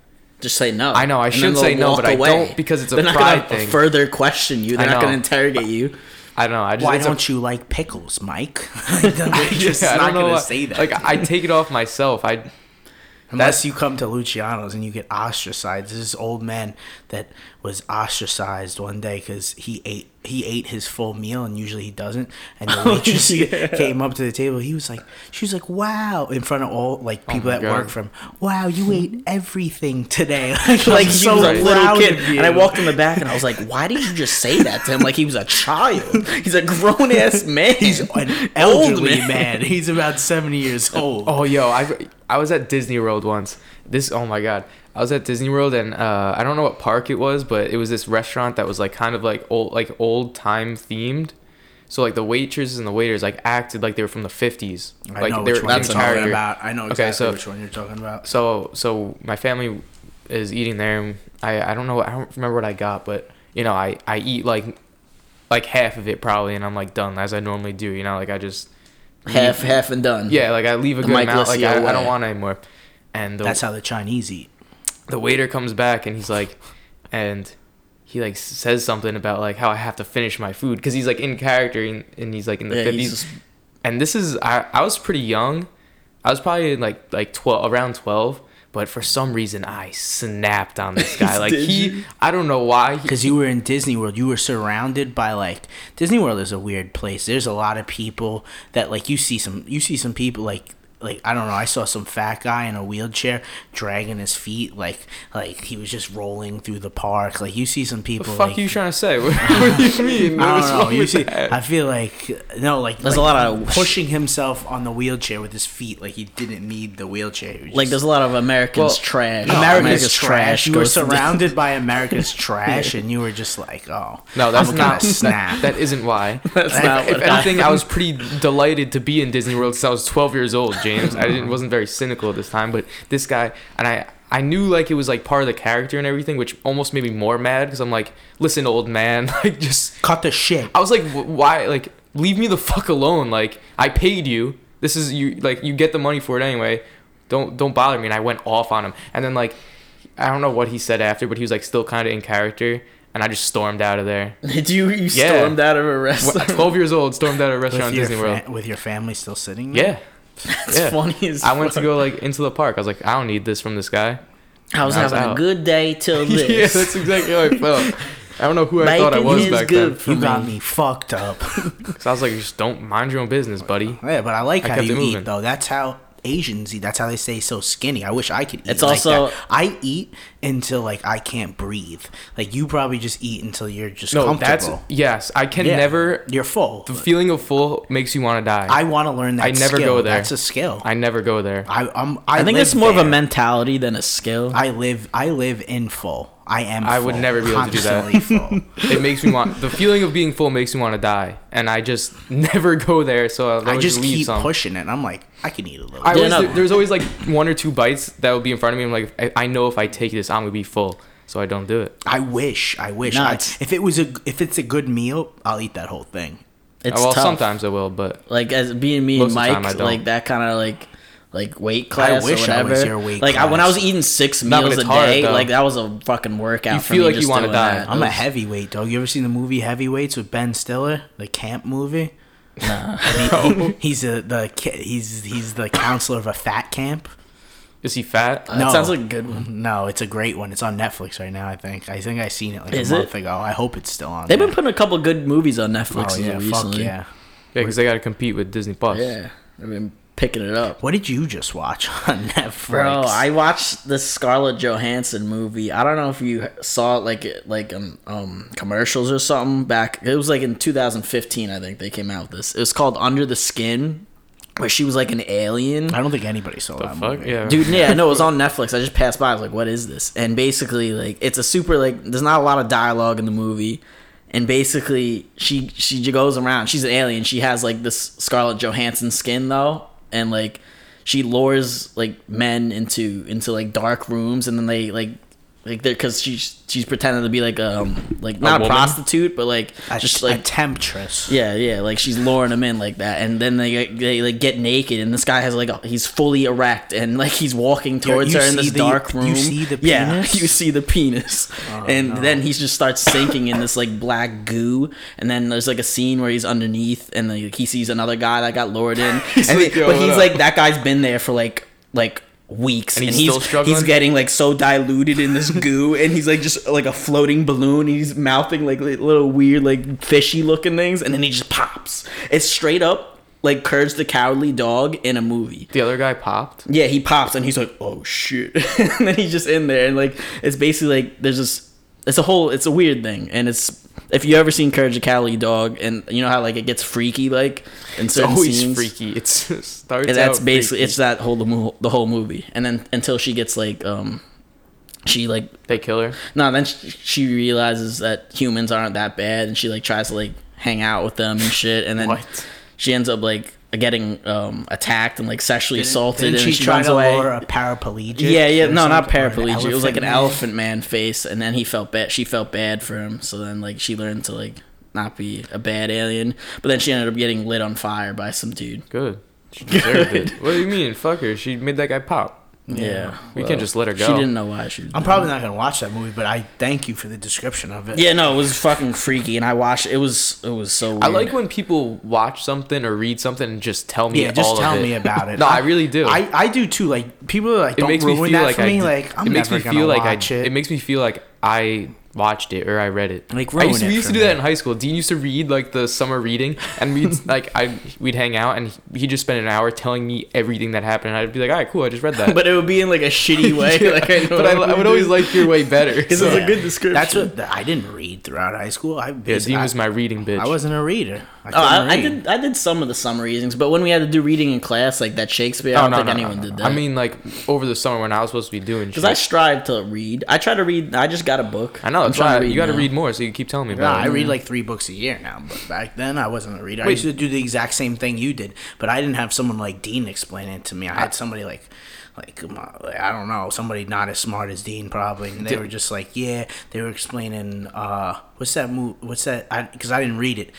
[SPEAKER 2] Just say no.
[SPEAKER 3] I know, I
[SPEAKER 2] And
[SPEAKER 3] should
[SPEAKER 2] then they'll
[SPEAKER 3] say no,
[SPEAKER 2] walk
[SPEAKER 3] but I don't because it's a
[SPEAKER 2] They're not
[SPEAKER 3] pride
[SPEAKER 2] gonna
[SPEAKER 3] thing.
[SPEAKER 2] further question you. They're
[SPEAKER 3] I
[SPEAKER 2] not
[SPEAKER 3] know.
[SPEAKER 2] going to interrogate you.
[SPEAKER 3] I don't know. I just
[SPEAKER 4] Why
[SPEAKER 3] it's a-
[SPEAKER 4] don't you like pickles, Mike? I'm just
[SPEAKER 3] Yeah, I
[SPEAKER 4] not
[SPEAKER 3] don't know
[SPEAKER 4] gonna
[SPEAKER 3] why-
[SPEAKER 4] say that.
[SPEAKER 3] Like I take it off myself. I
[SPEAKER 4] Unless you come to Luciano's and you get ostracized. This is old man that was ostracized one day because he ate he ate his full meal and usually he doesn't. And
[SPEAKER 2] Oh,
[SPEAKER 4] the waitress came up to the table. He was like, she was like, "Wow!" in front of all
[SPEAKER 2] Oh
[SPEAKER 4] like people
[SPEAKER 3] my
[SPEAKER 4] that work
[SPEAKER 3] God.
[SPEAKER 4] from. Wow, you ate everything today. Like, like
[SPEAKER 2] he
[SPEAKER 4] so
[SPEAKER 2] was a little
[SPEAKER 4] proud
[SPEAKER 2] kid,
[SPEAKER 4] of you.
[SPEAKER 2] and I walked in the back, and I was like, "Why did you just say that to him? Like he was a child. He's a grown ass man.
[SPEAKER 4] He's an elderly man. He's about seventy years old.
[SPEAKER 3] Oh, yo, I I was at Disney World once. This, oh my god, I was at Disney World and uh, I don't know what park it was, but it was this restaurant that was like kind of like old, like old time themed. So like the waitresses and the waiters like acted like they were from the fifties.
[SPEAKER 4] I
[SPEAKER 3] like
[SPEAKER 4] know
[SPEAKER 3] they
[SPEAKER 4] which
[SPEAKER 3] were
[SPEAKER 4] one
[SPEAKER 3] in
[SPEAKER 4] you're talking
[SPEAKER 3] character.
[SPEAKER 4] about. I know
[SPEAKER 3] Okay,
[SPEAKER 4] exactly
[SPEAKER 3] so-
[SPEAKER 4] which one you're talking about.
[SPEAKER 3] So so my family is eating there. And I I don't know. I don't remember what I got, but you know I I eat like like half of it probably, and I'm like done as I normally do. You know, like I just
[SPEAKER 2] half, half and done.
[SPEAKER 3] yeah, like I leave a good
[SPEAKER 2] Mike
[SPEAKER 3] amount. Like I,
[SPEAKER 2] Liscio
[SPEAKER 3] I don't
[SPEAKER 2] way.
[SPEAKER 3] want anymore. And the,
[SPEAKER 4] That's how the Chinese eat.
[SPEAKER 3] the waiter comes back and he's like and he like says something about like how i have to finish my food because he's like in character and, and he's like in the
[SPEAKER 2] Yeah,
[SPEAKER 3] 50s
[SPEAKER 2] he's just-
[SPEAKER 3] and this is I, I was pretty young i was probably like like 12 around 12 but for some reason i snapped on this guy like
[SPEAKER 2] Did
[SPEAKER 3] he
[SPEAKER 2] you?
[SPEAKER 3] i don't know why he,
[SPEAKER 4] because you were in Disney World, you were surrounded by like Disney World is a weird place. There's a lot of people that like you see some you see some people like like I don't know. I saw some fat guy in a wheelchair dragging his feet like like he was just rolling through the park. Like you see some people.
[SPEAKER 3] fuck
[SPEAKER 4] like,
[SPEAKER 3] you trying to say what, what do you mean
[SPEAKER 4] I
[SPEAKER 3] What's
[SPEAKER 4] don't know.
[SPEAKER 3] wrong
[SPEAKER 4] You
[SPEAKER 3] with
[SPEAKER 4] see,
[SPEAKER 3] that?
[SPEAKER 4] I feel like no, like
[SPEAKER 2] There's
[SPEAKER 4] like,
[SPEAKER 2] a lot of-
[SPEAKER 4] pushing himself on the wheelchair with his feet, like he didn't need the wheelchair. He was
[SPEAKER 2] like
[SPEAKER 4] just-
[SPEAKER 2] there's a lot of Americans
[SPEAKER 3] Well,
[SPEAKER 2] trash.
[SPEAKER 4] America's, trash. You were
[SPEAKER 2] goes to the-
[SPEAKER 4] surrounded by America's trash, and you were just like, "Oh,
[SPEAKER 3] no that's
[SPEAKER 4] I'm
[SPEAKER 3] not
[SPEAKER 4] Gonna snap.
[SPEAKER 3] that, that isn't why
[SPEAKER 2] That's not
[SPEAKER 3] if
[SPEAKER 2] what I,
[SPEAKER 3] anything, I was pretty delighted to be in Disney World since I was 12 years old, James. I didn't, wasn't very cynical this time, but this guy and I, I knew like it was like part of the character and everything, which almost made me more mad because I'm like, listen, old man, like just
[SPEAKER 4] Cut the shit.
[SPEAKER 3] I was like, "Wh- why? Like, leave me the fuck alone. Like, I paid you. This is you. Like, you get the money for it anyway. Don't don't bother me. And I went off on him. And then like, I don't know what he said after, but he was like still kind of in character, and I just stormed out of there.
[SPEAKER 2] did you, you
[SPEAKER 3] Yeah.
[SPEAKER 2] stormed out of a
[SPEAKER 3] Wh- At
[SPEAKER 2] restaurant?
[SPEAKER 3] 12 years old, stormed out of a restaurant
[SPEAKER 4] with
[SPEAKER 3] in
[SPEAKER 4] your,
[SPEAKER 3] Disney World.
[SPEAKER 4] fa- with your family still sitting there?
[SPEAKER 3] Yeah.
[SPEAKER 2] It's funny as
[SPEAKER 3] I went to
[SPEAKER 2] fuck.
[SPEAKER 3] go like into the park. I was like, I don't need this from this guy.
[SPEAKER 2] I was
[SPEAKER 3] I was
[SPEAKER 2] having
[SPEAKER 3] out.
[SPEAKER 2] a good day till this.
[SPEAKER 3] yeah, that's exactly how I felt. I don't know who I thought I
[SPEAKER 2] Making
[SPEAKER 3] was
[SPEAKER 2] his
[SPEAKER 3] back
[SPEAKER 2] good
[SPEAKER 3] then.
[SPEAKER 2] for
[SPEAKER 4] You got
[SPEAKER 2] me.
[SPEAKER 4] me fucked up.
[SPEAKER 3] So I was like, just don't mind your own business, buddy.
[SPEAKER 4] yeah, but I like
[SPEAKER 3] I
[SPEAKER 4] how
[SPEAKER 3] kept
[SPEAKER 4] you
[SPEAKER 3] it moving.
[SPEAKER 4] eat though. That's how Asians eat. That's how they stay so skinny. I wish I could eat.
[SPEAKER 2] It's
[SPEAKER 4] like
[SPEAKER 2] also-
[SPEAKER 4] that. I eat until like I can't breathe. Like you probably just eat until you're just
[SPEAKER 3] No, that's
[SPEAKER 4] comfortable.
[SPEAKER 3] yes. I can
[SPEAKER 4] Yeah.
[SPEAKER 3] never.
[SPEAKER 4] You're full.
[SPEAKER 3] The feeling of full makes you want to die.
[SPEAKER 4] I want to learn that.
[SPEAKER 3] I never
[SPEAKER 4] skill.
[SPEAKER 3] go there.
[SPEAKER 4] That's a skill.
[SPEAKER 3] I never go there.
[SPEAKER 4] I, I'm,
[SPEAKER 2] I think it's more of a
[SPEAKER 4] mental.
[SPEAKER 2] mentality than a skill.
[SPEAKER 4] I live I live in full. I am.
[SPEAKER 3] I would
[SPEAKER 4] full,
[SPEAKER 3] never be able to do that.
[SPEAKER 4] constantly Full.
[SPEAKER 3] It makes me want the feeling of being full makes me want to die, and I just never go there. So I'll
[SPEAKER 4] I
[SPEAKER 3] always
[SPEAKER 4] just
[SPEAKER 3] leave
[SPEAKER 4] keep
[SPEAKER 3] some.
[SPEAKER 4] pushing it. I'm like, I can eat a little.
[SPEAKER 3] I
[SPEAKER 2] Yeah,
[SPEAKER 3] always,
[SPEAKER 2] no.
[SPEAKER 3] there's always like one or two bites that will be in front of me. I'm like, I, I know if I take this, I'm gonna be full, so I don't do it.
[SPEAKER 4] I wish. I wish.
[SPEAKER 2] No,
[SPEAKER 4] I,
[SPEAKER 2] it's-
[SPEAKER 4] if it was a if it's a good meal, I'll eat that whole thing.
[SPEAKER 2] It's
[SPEAKER 3] well,
[SPEAKER 2] tough.
[SPEAKER 3] sometimes I will, but
[SPEAKER 2] like as being me
[SPEAKER 3] Most
[SPEAKER 2] and
[SPEAKER 3] of the time I
[SPEAKER 2] Mike,
[SPEAKER 3] don't.
[SPEAKER 2] like that kind of like like weight class
[SPEAKER 4] wish I
[SPEAKER 2] or
[SPEAKER 4] was
[SPEAKER 2] whatever.
[SPEAKER 4] your weight
[SPEAKER 2] like I, when I
[SPEAKER 4] class.
[SPEAKER 2] was eating six
[SPEAKER 3] No, but
[SPEAKER 2] meals a
[SPEAKER 3] it's hard,
[SPEAKER 2] day,
[SPEAKER 3] though.
[SPEAKER 2] like that was a fucking workout.
[SPEAKER 3] You
[SPEAKER 2] for
[SPEAKER 3] feel
[SPEAKER 2] me
[SPEAKER 3] like
[SPEAKER 2] just
[SPEAKER 3] you wanna
[SPEAKER 2] doing
[SPEAKER 3] die.
[SPEAKER 2] that.
[SPEAKER 4] I'm
[SPEAKER 2] It
[SPEAKER 4] a
[SPEAKER 2] was-
[SPEAKER 4] heavyweight dog. You ever seen the movie Heavyweights with Ben Stiller, the camp movie? Nah. he's a the ki- he's he's the counselor of a fat camp.
[SPEAKER 3] is he fat?
[SPEAKER 2] That
[SPEAKER 4] Uh, No.
[SPEAKER 2] sounds like a good one.
[SPEAKER 4] No, it's a great one. It's on Netflix right now. I think. I think I seen it like
[SPEAKER 2] Is
[SPEAKER 4] a
[SPEAKER 2] it?
[SPEAKER 4] month ago. I hope it's still on.
[SPEAKER 2] They've been
[SPEAKER 4] there.
[SPEAKER 2] putting a couple good movies on Netflix
[SPEAKER 4] oh yeah, fuck
[SPEAKER 2] recently.
[SPEAKER 4] yeah.
[SPEAKER 3] Yeah, because they gotta compete with Disney Plus.
[SPEAKER 2] yeah, they've been picking it up.
[SPEAKER 4] What did you just watch on Netflix?
[SPEAKER 2] Bro, I watched the Scarlett Johansson movie. I don't know if you saw it, like like um, um commercials or something back. It was like in 2015, I think they came out with this. It was called Under the Skin, where she was like an alien.
[SPEAKER 4] I don't think anybody saw
[SPEAKER 3] The
[SPEAKER 4] that
[SPEAKER 3] fuck?
[SPEAKER 4] movie.
[SPEAKER 3] Yeah.
[SPEAKER 2] Dude, yeah, no, it was on Netflix. I just passed by. I was like, "What is this?" And basically, like, it's a super like. There's not a lot of dialogue in the movie, and basically, she she j- goes around. She's an alien. She has like this Scarlett Johansson skin though, and like she lures like men into into like dark rooms, and then they like like they're because she's she's pretending to be like um like not a,
[SPEAKER 3] woman?
[SPEAKER 2] prostitute, but like
[SPEAKER 4] A,
[SPEAKER 2] just like
[SPEAKER 4] a temptress.
[SPEAKER 2] yeah, yeah, like she's luring him in like that, and then they they like get naked, and this guy has like a, he's fully erect, and like he's walking towards
[SPEAKER 4] you
[SPEAKER 2] her in this
[SPEAKER 4] see the-
[SPEAKER 2] dark room.
[SPEAKER 4] you see the
[SPEAKER 2] yeah,
[SPEAKER 4] penis? Oh,
[SPEAKER 2] you see the penis, and then he just starts sinking in this like black goo, and then there's like a scene where he's underneath, and like, he sees another guy that got lured in, and
[SPEAKER 3] like,
[SPEAKER 2] he-
[SPEAKER 3] "Yo,
[SPEAKER 2] but
[SPEAKER 3] what
[SPEAKER 2] he's
[SPEAKER 3] up?"
[SPEAKER 2] like that guy's been there for like like weeks
[SPEAKER 3] And
[SPEAKER 2] and,
[SPEAKER 3] he's
[SPEAKER 2] he's
[SPEAKER 3] still struggling?
[SPEAKER 2] he's getting like so diluted in this goo and he's like just like a floating balloon he's mouthing like li- little weird like fishy looking things and then he just pops it's straight up like courage the cowardly dog in a movie
[SPEAKER 3] The other guy popped.
[SPEAKER 2] yeah he pops and he's like oh shit and then he's just in there and like it's basically like there's this it's a whole it's a weird thing and it's if you ever seen courage the cowardly dog and you know how like it gets freaky like in
[SPEAKER 3] It's
[SPEAKER 2] certain
[SPEAKER 3] always
[SPEAKER 2] scenes
[SPEAKER 3] freaky. It's it starts.
[SPEAKER 2] and that's
[SPEAKER 3] out
[SPEAKER 2] basically
[SPEAKER 3] freaky.
[SPEAKER 2] it's that whole the, mo- the whole movie and then until she gets like um she like
[SPEAKER 3] they kill her.
[SPEAKER 2] no then she, she realizes that humans aren't that bad and she like tries to like hang out with them and shit and then
[SPEAKER 3] What?
[SPEAKER 2] she ends up like getting um attacked and like sexually assaulted
[SPEAKER 4] Didn't
[SPEAKER 2] and
[SPEAKER 4] she,
[SPEAKER 2] she,
[SPEAKER 4] try
[SPEAKER 2] runs
[SPEAKER 4] to
[SPEAKER 2] away
[SPEAKER 4] lure a paraplegic?
[SPEAKER 2] yeah yeah
[SPEAKER 4] or
[SPEAKER 2] no not
[SPEAKER 4] something, or an
[SPEAKER 2] paraplegic it was like an
[SPEAKER 4] man?
[SPEAKER 2] elephant man face and then he felt bad she felt bad for him so then like she learned to like not be a bad alien but then she ended up getting lit on fire by some dude
[SPEAKER 3] Good. She deserved
[SPEAKER 2] Good.
[SPEAKER 3] it. What do you mean? Fuck her. She made that guy pop.
[SPEAKER 2] yeah,
[SPEAKER 3] We can't just let her
[SPEAKER 2] she
[SPEAKER 3] go.
[SPEAKER 2] didn't know why she was
[SPEAKER 4] I'm
[SPEAKER 2] doing
[SPEAKER 4] probably not gonna watch that movie, but I thank you for the description of it.
[SPEAKER 2] Yeah, no, it was fucking freaky, and I watched. It was it was so. Weird.
[SPEAKER 3] I like when people watch something or read something and just tell me.
[SPEAKER 4] Yeah, just
[SPEAKER 3] all
[SPEAKER 4] tell
[SPEAKER 3] of it.
[SPEAKER 4] me about it.
[SPEAKER 3] No, I really do.
[SPEAKER 4] I, I do too. Like people are like,
[SPEAKER 3] it
[SPEAKER 4] don't
[SPEAKER 3] makes me
[SPEAKER 4] ruin
[SPEAKER 3] feel
[SPEAKER 4] that
[SPEAKER 3] like
[SPEAKER 4] for
[SPEAKER 3] I.
[SPEAKER 4] me.
[SPEAKER 3] did-
[SPEAKER 4] like I'm
[SPEAKER 3] it makes
[SPEAKER 4] never
[SPEAKER 3] me
[SPEAKER 4] gonna
[SPEAKER 3] feel like I.
[SPEAKER 4] watch
[SPEAKER 3] It.
[SPEAKER 4] it.
[SPEAKER 3] makes me feel like I watched it or I read it.
[SPEAKER 4] Like,
[SPEAKER 3] I used
[SPEAKER 4] ruin
[SPEAKER 3] to,
[SPEAKER 4] it
[SPEAKER 3] we used to
[SPEAKER 4] for
[SPEAKER 3] do
[SPEAKER 4] me.
[SPEAKER 3] that in high school. Dean used to read like the summer reading, and we'd like I we'd hang out, and he would just spend an hour telling me everything that happened. And I'd be like, all right, cool, I just read that.
[SPEAKER 2] but it would be in like a shitty way.
[SPEAKER 3] Yeah,
[SPEAKER 2] like I know
[SPEAKER 3] but I, I would always like your way better.
[SPEAKER 2] This
[SPEAKER 3] so-
[SPEAKER 2] is a good description.
[SPEAKER 4] That's what I didn't read throughout high school. I
[SPEAKER 3] Yeah, Dean
[SPEAKER 4] I,
[SPEAKER 3] was my reading bitch.
[SPEAKER 4] I wasn't a reader. I,
[SPEAKER 2] Oh,
[SPEAKER 4] couldn't
[SPEAKER 2] I, I
[SPEAKER 4] read.
[SPEAKER 2] did. I did some of the summer readings, but when we had to do reading in class, like that Shakespeare, I
[SPEAKER 3] Oh,
[SPEAKER 2] don't
[SPEAKER 3] no,
[SPEAKER 2] think
[SPEAKER 3] no, no,
[SPEAKER 2] anyone
[SPEAKER 3] no,
[SPEAKER 2] did
[SPEAKER 3] no.
[SPEAKER 2] that.
[SPEAKER 3] I mean, like over the summer when I was supposed to be doing.
[SPEAKER 2] because I
[SPEAKER 3] shit.
[SPEAKER 2] strive to read. I try to read. I just got a book.
[SPEAKER 3] I know
[SPEAKER 2] I'm
[SPEAKER 3] that's
[SPEAKER 2] trying
[SPEAKER 3] why
[SPEAKER 2] to
[SPEAKER 3] you got to
[SPEAKER 2] now.
[SPEAKER 3] read more. So you keep telling me
[SPEAKER 4] No,
[SPEAKER 3] about.
[SPEAKER 4] I
[SPEAKER 3] it.
[SPEAKER 4] read like three books a year now, but back then I wasn't a reader. I
[SPEAKER 3] Wait.
[SPEAKER 4] used to do the exact same thing you did, but I didn't have someone like Dean explain it to me. I had somebody like, like um, uh, I don't know, somebody not as smart as Dean probably, and they were just like, yeah, they were explaining, uh, what's that move? What's that? Because I, didn't read it.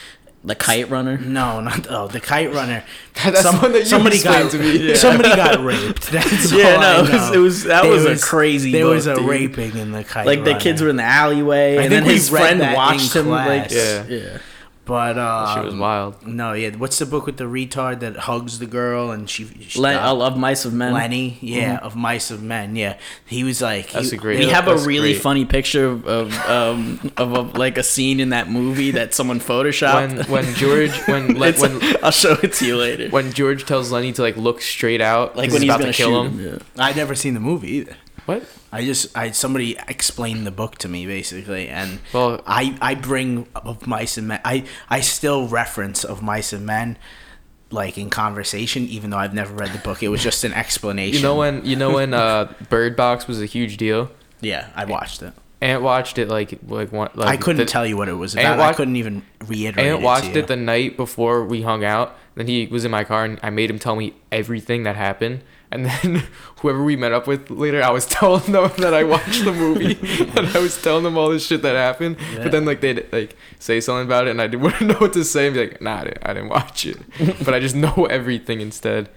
[SPEAKER 2] the Kite Runner.
[SPEAKER 3] Mm-hmm.
[SPEAKER 4] No, not oh, the kite runner.
[SPEAKER 3] That's the one that you explained
[SPEAKER 4] got
[SPEAKER 3] to me, yeah.
[SPEAKER 4] somebody got raped. That's
[SPEAKER 2] Yeah,
[SPEAKER 4] all
[SPEAKER 2] no,
[SPEAKER 4] I
[SPEAKER 2] it was-
[SPEAKER 4] know.
[SPEAKER 2] it was- that
[SPEAKER 4] There
[SPEAKER 2] was a crazy
[SPEAKER 4] There
[SPEAKER 2] book,
[SPEAKER 4] was a
[SPEAKER 2] dude.
[SPEAKER 4] raping in the kite.
[SPEAKER 2] Like the kids
[SPEAKER 4] Runner.
[SPEAKER 2] were in the alleyway, and
[SPEAKER 4] think
[SPEAKER 2] then
[SPEAKER 4] we
[SPEAKER 2] his
[SPEAKER 4] read
[SPEAKER 2] friend
[SPEAKER 4] that in
[SPEAKER 2] watched him. Like,
[SPEAKER 4] class.
[SPEAKER 2] yeah,
[SPEAKER 3] Yeah.
[SPEAKER 2] yeah.
[SPEAKER 4] But uh,
[SPEAKER 3] She was wild.
[SPEAKER 4] No, yeah. What's the book with the retard that hugs the girl and she? she
[SPEAKER 2] Len-
[SPEAKER 4] uh,
[SPEAKER 2] I love Mice of Men.
[SPEAKER 4] Lenny, yeah, of Mice of Men, yeah. He was like,
[SPEAKER 3] Mm-hmm. That's
[SPEAKER 4] he,
[SPEAKER 3] a great-
[SPEAKER 2] We
[SPEAKER 3] Yeah,
[SPEAKER 2] have a
[SPEAKER 3] that's
[SPEAKER 2] really
[SPEAKER 3] great.
[SPEAKER 2] funny picture of of, um, of a, like a scene in that movie that someone photoshopped.
[SPEAKER 3] when when George when Le-
[SPEAKER 2] It's-
[SPEAKER 3] when
[SPEAKER 2] I'll show it to you later.
[SPEAKER 3] when George tells Lenny to like look straight out,
[SPEAKER 2] like
[SPEAKER 3] like
[SPEAKER 2] when he's
[SPEAKER 3] about
[SPEAKER 2] gonna
[SPEAKER 3] to kill
[SPEAKER 2] shoot
[SPEAKER 3] him.
[SPEAKER 2] him. yeah.
[SPEAKER 4] I never seen the movie either.
[SPEAKER 3] What?
[SPEAKER 4] I just, I somebody explained the book to me basically, and
[SPEAKER 3] Well-
[SPEAKER 4] I, I bring of Mice and Men. I, I still reference of Mice and Men, like in conversation, even though I've never read the book. It was just an explanation.
[SPEAKER 3] You know when you know when uh, Bird Box was a huge deal.
[SPEAKER 4] Yeah, I watched it.
[SPEAKER 3] Ant watched it like like one. Like,
[SPEAKER 4] I couldn't
[SPEAKER 3] the-
[SPEAKER 4] tell you what it was
[SPEAKER 3] Ant
[SPEAKER 4] about. I
[SPEAKER 3] wa-
[SPEAKER 4] couldn't even reiterate.
[SPEAKER 3] Ant
[SPEAKER 4] it
[SPEAKER 3] watched
[SPEAKER 4] to you.
[SPEAKER 3] it the night before we hung out. Then he was in my car, and I made him tell me everything that happened. And then whoever we met up with later, I was telling them that I watched the movie, and I was telling them all this shit that happened. But then like they'd like say something about it, and I didn't wouldn't know what to say. And be like, Nah, I didn't, I didn't watch it, but I just know everything instead.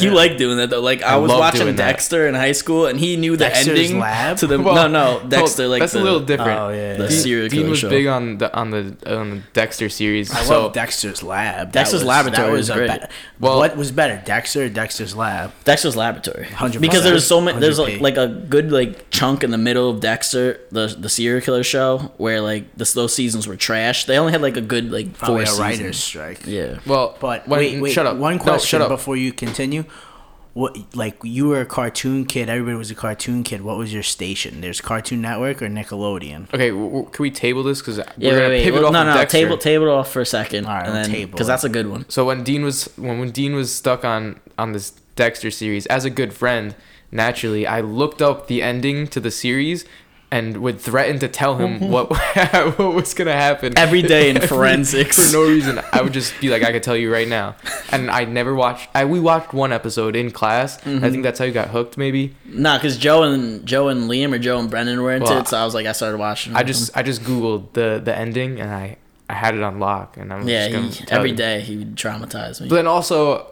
[SPEAKER 2] You like doing that though. Like I,
[SPEAKER 3] I
[SPEAKER 2] was
[SPEAKER 3] love
[SPEAKER 2] watching
[SPEAKER 3] doing that.
[SPEAKER 2] Dexter in high school, and he knew the
[SPEAKER 4] Dexter's
[SPEAKER 2] ending
[SPEAKER 4] Lab?
[SPEAKER 2] to the no
[SPEAKER 3] Well,
[SPEAKER 2] no Dexter.
[SPEAKER 3] well,
[SPEAKER 2] like
[SPEAKER 3] that's
[SPEAKER 2] the-
[SPEAKER 3] a little different.
[SPEAKER 4] Oh, yeah,
[SPEAKER 2] The
[SPEAKER 4] yeah.
[SPEAKER 3] Dean,
[SPEAKER 2] serial
[SPEAKER 3] Dean
[SPEAKER 2] killer
[SPEAKER 3] was
[SPEAKER 2] show.
[SPEAKER 3] big on the on the on the Dexter series.
[SPEAKER 4] I
[SPEAKER 3] so
[SPEAKER 4] love Dexter's Lab.
[SPEAKER 2] Dexter's Laboratory was great.
[SPEAKER 4] better-
[SPEAKER 3] Well-
[SPEAKER 4] what was better, Dexter or Dexter's Lab?
[SPEAKER 2] Dexter's Laboratory.
[SPEAKER 4] 100%.
[SPEAKER 2] Because there's so many. There's like,
[SPEAKER 4] 100p.
[SPEAKER 2] like a good like chunk in the middle of Dexter, the the serial killer show, where like this, those seasons were trash. They only had like a good like four
[SPEAKER 4] Probably a
[SPEAKER 2] seasons.
[SPEAKER 4] writer's strike.
[SPEAKER 2] Yeah.
[SPEAKER 3] well,
[SPEAKER 4] But
[SPEAKER 3] when-
[SPEAKER 4] wait, wait,
[SPEAKER 3] shut up.
[SPEAKER 4] One
[SPEAKER 3] No,
[SPEAKER 4] question
[SPEAKER 3] shut up.
[SPEAKER 4] before you continue. What like you were a cartoon kid? Everybody was a cartoon kid. What was your station? There's Cartoon Network or Nickelodeon.
[SPEAKER 3] Okay, w- w- can we table this? Because we're
[SPEAKER 2] Yeah,
[SPEAKER 3] gonna
[SPEAKER 2] wait, wait.
[SPEAKER 3] pivot
[SPEAKER 2] Well,
[SPEAKER 3] off
[SPEAKER 2] no,
[SPEAKER 3] of
[SPEAKER 2] no,
[SPEAKER 3] Dexter.
[SPEAKER 2] table table it off for a second.
[SPEAKER 4] All right,
[SPEAKER 2] and
[SPEAKER 4] we'll
[SPEAKER 2] then,
[SPEAKER 4] table
[SPEAKER 2] Because
[SPEAKER 4] it.
[SPEAKER 2] that's a good one.
[SPEAKER 3] So when Dean was when, when Dean was stuck on on this Dexter series, as a good friend, naturally I looked up the ending to the series and would threaten to tell
[SPEAKER 4] Mm-hmm.
[SPEAKER 3] him what what was gonna happen
[SPEAKER 2] Every day in
[SPEAKER 3] Every-
[SPEAKER 2] forensics.
[SPEAKER 3] For no reason, I would just be like, I could tell you right now, and I never watched. I we watched one episode in class. I think that's how you got hooked, maybe.
[SPEAKER 2] Nah, because Joe and Joe and Liam or Joe and Brennan were into
[SPEAKER 3] Well,
[SPEAKER 2] it, so I was like, I started watching.
[SPEAKER 3] I
[SPEAKER 2] with them.
[SPEAKER 3] just I just googled the the ending and I I had it on lock and I'm
[SPEAKER 2] yeah.
[SPEAKER 3] just gonna
[SPEAKER 2] He,
[SPEAKER 3] tell
[SPEAKER 2] every
[SPEAKER 3] you.
[SPEAKER 2] day he would traumatize me.
[SPEAKER 3] But then also,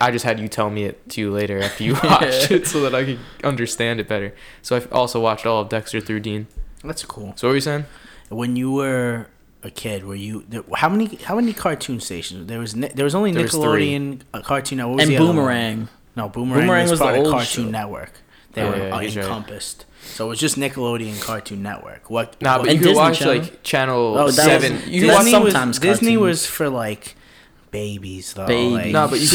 [SPEAKER 3] I just had you tell me it to you later after you watched it so that I could understand it better. So I also watched all of Dexter through Dean.
[SPEAKER 4] That's cool.
[SPEAKER 3] So what were you saying?
[SPEAKER 4] When you were a kid, were you there, how many how many cartoon stations? There was ni- there was only
[SPEAKER 3] There was three.
[SPEAKER 4] Nickelodeon, uh Cartoon Network, what was
[SPEAKER 2] and
[SPEAKER 4] the other one?
[SPEAKER 2] Boomerang.
[SPEAKER 4] No, Boomerang,
[SPEAKER 2] Boomerang
[SPEAKER 4] was,
[SPEAKER 2] was the
[SPEAKER 4] part of
[SPEAKER 2] old
[SPEAKER 4] Cartoon
[SPEAKER 2] show.
[SPEAKER 4] Network. They
[SPEAKER 3] Yeah,
[SPEAKER 4] were
[SPEAKER 3] yeah,
[SPEAKER 4] uh,
[SPEAKER 3] he's right.
[SPEAKER 4] encompassed. So it was just Nickelodeon, Cartoon Network. What?
[SPEAKER 3] Nah, but
[SPEAKER 4] what-
[SPEAKER 3] you
[SPEAKER 2] And
[SPEAKER 3] could
[SPEAKER 2] Disney
[SPEAKER 3] watch
[SPEAKER 2] Channel.
[SPEAKER 3] like Channel
[SPEAKER 4] Oh, that
[SPEAKER 3] Seven. you
[SPEAKER 4] was-
[SPEAKER 3] could
[SPEAKER 4] Disney
[SPEAKER 3] watch
[SPEAKER 2] That's
[SPEAKER 4] was,
[SPEAKER 2] sometimes
[SPEAKER 4] Disney
[SPEAKER 2] cartoons.
[SPEAKER 4] was for like babies though.
[SPEAKER 2] Babies.
[SPEAKER 4] Like,
[SPEAKER 3] Oh, Nah, but you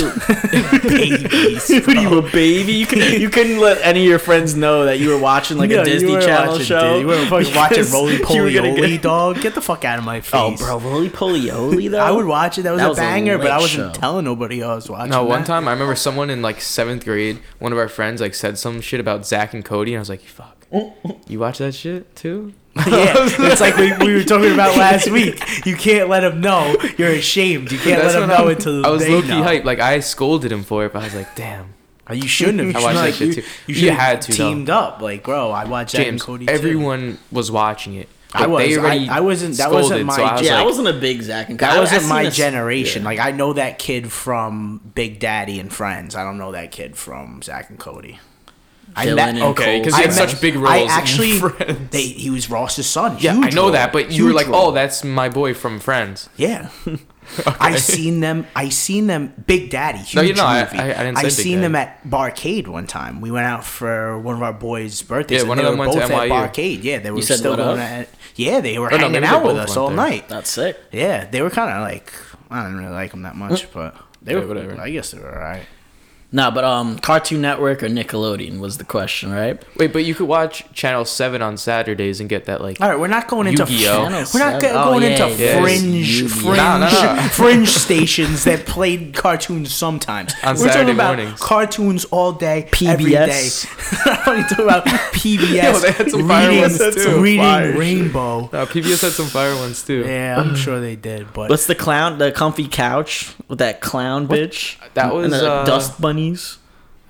[SPEAKER 3] could,
[SPEAKER 4] babies.
[SPEAKER 2] When you were a baby, you, could, you couldn't let any of your friends know that you were watching like
[SPEAKER 4] No,
[SPEAKER 2] a
[SPEAKER 4] you
[SPEAKER 2] Disney
[SPEAKER 4] were
[SPEAKER 2] Channel
[SPEAKER 4] watching
[SPEAKER 2] show.
[SPEAKER 4] Disney- You were fucking watching
[SPEAKER 2] because
[SPEAKER 4] Roly
[SPEAKER 2] you were
[SPEAKER 4] Poly
[SPEAKER 2] gonna
[SPEAKER 4] Oly,
[SPEAKER 2] get-
[SPEAKER 4] dog. Get the fuck out of my face.
[SPEAKER 2] Oh, bro, Roly Poly Oly though.
[SPEAKER 4] I would watch it. That was
[SPEAKER 2] That
[SPEAKER 4] a
[SPEAKER 2] was a
[SPEAKER 4] banger, but I
[SPEAKER 2] lit
[SPEAKER 4] wasn't
[SPEAKER 2] show.
[SPEAKER 4] telling nobody I was watching.
[SPEAKER 3] no, one
[SPEAKER 4] that.
[SPEAKER 3] time I remember someone in like seventh grade, one of our friends like said some shit about Zach and Cody, and I was like, fuck. You watch that shit too?
[SPEAKER 4] yeah, it's like we, we were talking about last week. You can't let them know. You're ashamed. You can't let them
[SPEAKER 3] when I-
[SPEAKER 4] know until
[SPEAKER 3] I was
[SPEAKER 4] they
[SPEAKER 3] low key
[SPEAKER 4] know.
[SPEAKER 3] hype. Like I scolded him for it, but I was like, damn.
[SPEAKER 4] You shouldn't have.
[SPEAKER 3] I watched
[SPEAKER 4] like,
[SPEAKER 3] that shit
[SPEAKER 4] you,
[SPEAKER 3] too.
[SPEAKER 4] You
[SPEAKER 3] You
[SPEAKER 4] should
[SPEAKER 3] had
[SPEAKER 4] have
[SPEAKER 3] to, though.
[SPEAKER 4] teamed up, like bro. I watched Jack and
[SPEAKER 3] James,
[SPEAKER 4] Cody. too.
[SPEAKER 3] everyone was watching it.
[SPEAKER 4] I
[SPEAKER 3] but
[SPEAKER 4] was- I- I wasn't- that wasn't my-
[SPEAKER 3] I was
[SPEAKER 2] yeah, I
[SPEAKER 3] like,
[SPEAKER 2] wasn't a big Zach and
[SPEAKER 4] That
[SPEAKER 2] I- I
[SPEAKER 4] wasn't
[SPEAKER 2] seen
[SPEAKER 4] my
[SPEAKER 2] this-
[SPEAKER 4] generation.
[SPEAKER 2] yeah.
[SPEAKER 4] Like I know that kid from Big Daddy and Friends. I don't know that kid from Zach and Cody. I
[SPEAKER 2] Dylan
[SPEAKER 4] met,
[SPEAKER 2] and
[SPEAKER 3] okay,
[SPEAKER 2] Cole.
[SPEAKER 3] because he had
[SPEAKER 4] I
[SPEAKER 3] such
[SPEAKER 4] met-
[SPEAKER 3] big roles.
[SPEAKER 4] I
[SPEAKER 3] in
[SPEAKER 4] actually,
[SPEAKER 3] Friends.
[SPEAKER 4] they, he was Ross's son.
[SPEAKER 3] yeah, I
[SPEAKER 4] Huge
[SPEAKER 3] know
[SPEAKER 4] role.
[SPEAKER 3] that, but you were
[SPEAKER 4] Huge
[SPEAKER 3] like,
[SPEAKER 4] role.
[SPEAKER 3] oh, that's my boy from Friends.
[SPEAKER 4] Yeah. I seen them. I seen them. Big Daddy, huge
[SPEAKER 3] No, you know, I-
[SPEAKER 4] movie.
[SPEAKER 3] I- I didn't say Big
[SPEAKER 4] seen them
[SPEAKER 3] Daddy.
[SPEAKER 4] at Barcade one time. We went out for one of our boys' birthdays.
[SPEAKER 3] Yeah,
[SPEAKER 4] and
[SPEAKER 3] one
[SPEAKER 4] they
[SPEAKER 3] of them
[SPEAKER 4] were
[SPEAKER 3] went to
[SPEAKER 4] both
[SPEAKER 3] NYU.
[SPEAKER 4] at Barcade. Yeah, they were
[SPEAKER 2] said
[SPEAKER 4] still
[SPEAKER 2] what
[SPEAKER 4] going.
[SPEAKER 2] up?
[SPEAKER 4] At, yeah, they were
[SPEAKER 3] Oh, no,
[SPEAKER 4] hanging
[SPEAKER 3] maybe they
[SPEAKER 4] out with
[SPEAKER 3] both
[SPEAKER 4] us
[SPEAKER 3] went
[SPEAKER 4] all
[SPEAKER 3] there.
[SPEAKER 4] night.
[SPEAKER 2] That's sick.
[SPEAKER 4] Yeah, they were kind of like I didn't really like them that much, but they
[SPEAKER 3] Yeah,
[SPEAKER 4] were.
[SPEAKER 3] whatever.
[SPEAKER 4] I guess they were alright.
[SPEAKER 2] No, but um, Cartoon Network or Nickelodeon was the question, right?
[SPEAKER 3] Wait, but you could watch Channel Seven on Saturdays and get that like.
[SPEAKER 4] All right, we're not going into
[SPEAKER 3] Yu-Gi-Oh.
[SPEAKER 4] we're
[SPEAKER 2] Channel
[SPEAKER 4] not go-
[SPEAKER 2] seven.
[SPEAKER 4] going
[SPEAKER 2] Oh,
[SPEAKER 4] into
[SPEAKER 2] yeah,
[SPEAKER 3] yeah.
[SPEAKER 4] fringe
[SPEAKER 2] Yu-Gi-Oh.
[SPEAKER 4] fringe
[SPEAKER 3] No, no, no.
[SPEAKER 4] fringe stations that played cartoons sometimes.
[SPEAKER 3] On
[SPEAKER 4] we're
[SPEAKER 3] Saturday
[SPEAKER 4] talking about
[SPEAKER 3] mornings.
[SPEAKER 4] cartoons all day, every day.
[SPEAKER 2] PBS.
[SPEAKER 4] I'm only talking about PBS
[SPEAKER 3] Yo, they had some fire ones,
[SPEAKER 4] reading,
[SPEAKER 3] too.
[SPEAKER 4] reading
[SPEAKER 3] Fire.
[SPEAKER 4] Rainbow.
[SPEAKER 3] Uh, PBS had some fire ones too.
[SPEAKER 4] Yeah, I'm sure they did, but
[SPEAKER 2] What's the clown? The comfy couch with that clown bitch.
[SPEAKER 3] That was,
[SPEAKER 2] and the
[SPEAKER 3] uh,
[SPEAKER 2] dust bunnies.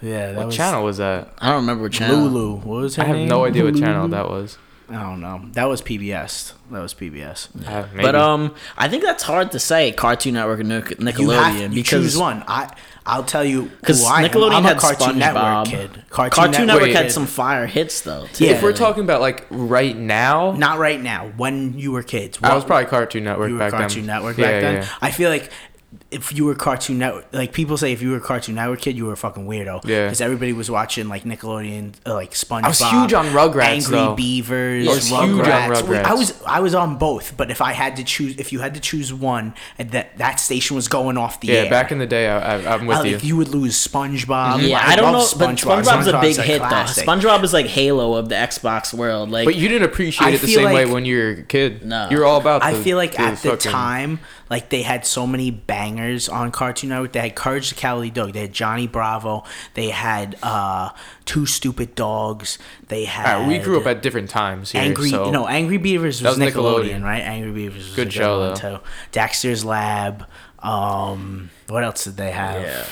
[SPEAKER 4] yeah, that
[SPEAKER 3] What
[SPEAKER 4] was
[SPEAKER 3] channel was that?
[SPEAKER 2] I don't remember what channel.
[SPEAKER 4] Lulu. What was her
[SPEAKER 3] I have
[SPEAKER 4] name?
[SPEAKER 3] no idea what channel that was.
[SPEAKER 4] I don't know. That was PBS. That was PBS.
[SPEAKER 3] Uh, maybe.
[SPEAKER 2] But um, I think that's hard to say. Cartoon Network and Nic- Nickelodeon
[SPEAKER 4] You have to you
[SPEAKER 2] because
[SPEAKER 4] choose one. I I'll tell you
[SPEAKER 2] 'cause
[SPEAKER 4] who I am.
[SPEAKER 2] Nickelodeon
[SPEAKER 4] I'm a
[SPEAKER 2] had
[SPEAKER 4] Cartoon
[SPEAKER 2] SpongeBob.
[SPEAKER 4] Network kid.
[SPEAKER 2] Cartoon Network had
[SPEAKER 3] Wait.
[SPEAKER 2] some fire hits though. too.
[SPEAKER 4] Yeah.
[SPEAKER 3] if we're talking about like right now,
[SPEAKER 4] Not right now. When you were kids,
[SPEAKER 3] I
[SPEAKER 4] What-
[SPEAKER 3] was probably Cartoon Network
[SPEAKER 4] you were
[SPEAKER 3] back
[SPEAKER 4] Cartoon
[SPEAKER 3] then.
[SPEAKER 4] Network
[SPEAKER 3] Yeah,
[SPEAKER 4] back then.
[SPEAKER 3] yeah, yeah.
[SPEAKER 4] I feel like if you were Cartoon Network, like people say, if you were a Cartoon Network kid, you were a fucking weirdo.
[SPEAKER 3] Yeah.
[SPEAKER 4] because everybody was watching like Nickelodeon, uh, like SpongeBob.
[SPEAKER 3] was huge on Rugrats,
[SPEAKER 4] Angry
[SPEAKER 3] though.
[SPEAKER 4] Beavers.
[SPEAKER 3] I was huge on
[SPEAKER 4] Rugrats.
[SPEAKER 3] Rugrats.
[SPEAKER 4] I was I was on both, but if I had to choose, if you had to choose one, and that that station was going off the
[SPEAKER 3] Yeah,
[SPEAKER 4] air.
[SPEAKER 3] back in the day, I, I, I'm with
[SPEAKER 4] I,
[SPEAKER 3] you.
[SPEAKER 4] like, you would lose SpongeBob.
[SPEAKER 2] Yeah, I, don't know,
[SPEAKER 4] love
[SPEAKER 2] but SpongeBob's a big
[SPEAKER 4] a
[SPEAKER 2] hit
[SPEAKER 4] classic.
[SPEAKER 2] though. SpongeBob is like Halo of the Xbox world. Like,
[SPEAKER 3] But you didn't appreciate
[SPEAKER 4] I
[SPEAKER 3] it the
[SPEAKER 4] feel
[SPEAKER 3] same way
[SPEAKER 4] like-
[SPEAKER 3] when you were a kid.
[SPEAKER 2] No.
[SPEAKER 3] you were all about.
[SPEAKER 4] I
[SPEAKER 3] the-
[SPEAKER 4] feel like at the
[SPEAKER 3] fucking-
[SPEAKER 4] time, like they had so many bangers on Cartoon Network. They had Courage the Cowardly Dog. They had Johnny Bravo. They had uh, Two Stupid Dogs. They had.
[SPEAKER 3] All right, we grew up at different times here.
[SPEAKER 4] Angry.
[SPEAKER 3] so.
[SPEAKER 4] No, Angry Beavers was,
[SPEAKER 3] That was
[SPEAKER 4] Nickelodeon,
[SPEAKER 3] Nickelodeon.
[SPEAKER 4] right? Angry Beavers was
[SPEAKER 3] Good
[SPEAKER 4] a good
[SPEAKER 3] show,
[SPEAKER 4] one
[SPEAKER 3] though.
[SPEAKER 4] too. Daxter's Lab. Um, what else did they have?
[SPEAKER 2] yeah.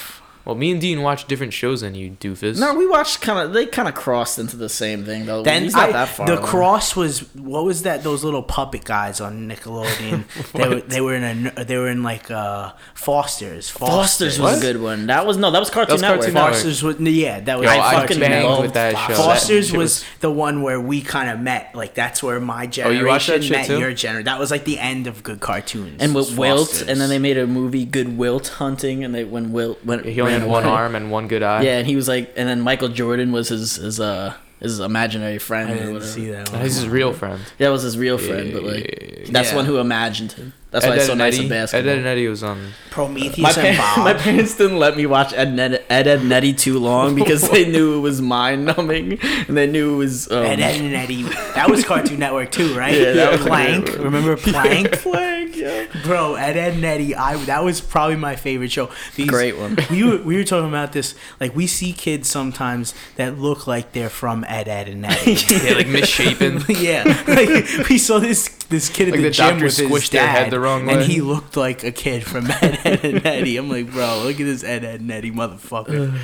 [SPEAKER 3] Well, me and Dean watched different shows than you, doofus.
[SPEAKER 2] No, we watched kind of. They kind of crossed into the same thing though.
[SPEAKER 4] Then
[SPEAKER 2] He's not
[SPEAKER 4] I-
[SPEAKER 2] that far.
[SPEAKER 4] the
[SPEAKER 2] away.
[SPEAKER 4] cross was what was that? Those little puppet guys on Nickelodeon. they were they were in a they were in like uh, Foster's.
[SPEAKER 2] Foster's was a good one. That was no, that was Cartoon
[SPEAKER 3] was
[SPEAKER 2] Network.
[SPEAKER 3] Cartoon Network.
[SPEAKER 4] Foster's was yeah that was
[SPEAKER 3] Yo,
[SPEAKER 2] I
[SPEAKER 3] I,
[SPEAKER 2] fucking
[SPEAKER 3] banged
[SPEAKER 2] loved
[SPEAKER 3] with that
[SPEAKER 2] Fox.
[SPEAKER 3] show.
[SPEAKER 4] Foster's
[SPEAKER 3] That shit
[SPEAKER 4] was, the one where we kind of met. Like that's where my generation
[SPEAKER 3] Oh, you watched that shit
[SPEAKER 4] met
[SPEAKER 3] too?
[SPEAKER 4] your generation. That was like the end of good cartoons.
[SPEAKER 2] and
[SPEAKER 4] was
[SPEAKER 2] with Wilt,
[SPEAKER 4] Foster's.
[SPEAKER 2] and then they made a movie, Good Wilt Hunting, and they when Wilt went,
[SPEAKER 3] He only
[SPEAKER 2] ran
[SPEAKER 3] had one
[SPEAKER 2] away.
[SPEAKER 3] arm and one good eye.
[SPEAKER 2] Yeah, and he was like, and then Michael Jordan was his his uh his imaginary friend.
[SPEAKER 4] I
[SPEAKER 2] or
[SPEAKER 4] didn't
[SPEAKER 2] whatever.
[SPEAKER 4] see that one.
[SPEAKER 3] he's his real friend.
[SPEAKER 2] That was his real friend, but like that's
[SPEAKER 4] Yeah.
[SPEAKER 2] one who imagined him. That's
[SPEAKER 3] Ed,
[SPEAKER 2] why it's
[SPEAKER 3] Ed,
[SPEAKER 2] so
[SPEAKER 3] and
[SPEAKER 2] nice
[SPEAKER 3] Eddie.
[SPEAKER 2] in
[SPEAKER 3] Ed, Ed, and
[SPEAKER 2] basketball.
[SPEAKER 3] Eddie was um, on.
[SPEAKER 4] Prometheus
[SPEAKER 2] My,
[SPEAKER 4] and
[SPEAKER 2] par-
[SPEAKER 4] Bob.
[SPEAKER 2] my parents didn't let me watch Ed, Ned, Ed, Ed and Eddie too long because they knew it was mind numbing and they knew it was. Um,
[SPEAKER 4] Ed, Ed, and Eddie. That was Cartoon Network too, right?
[SPEAKER 2] Yeah, that was a good
[SPEAKER 4] Plank.
[SPEAKER 2] one.
[SPEAKER 4] Remember Plank?
[SPEAKER 2] Plank, yeah.
[SPEAKER 4] Bro, Ed, Ed, and Eddie, I that was probably my favorite show. These-
[SPEAKER 2] Great one.
[SPEAKER 4] We were, we were talking about this. Like we see kids sometimes that look like they're from Ed, Ed, and Eddie.
[SPEAKER 3] Yeah, like misshapen.
[SPEAKER 4] yeah, like, we saw this this kid at
[SPEAKER 3] Like
[SPEAKER 4] the,
[SPEAKER 3] the
[SPEAKER 4] gym
[SPEAKER 3] doctor
[SPEAKER 4] with his
[SPEAKER 3] squished
[SPEAKER 4] dad,
[SPEAKER 3] their head the wrong
[SPEAKER 4] and
[SPEAKER 3] way.
[SPEAKER 4] he looked like a kid from Ed, Ed, and Eddie. I'm like, bro, look at this Ed, Ed, and Eddie motherfucker.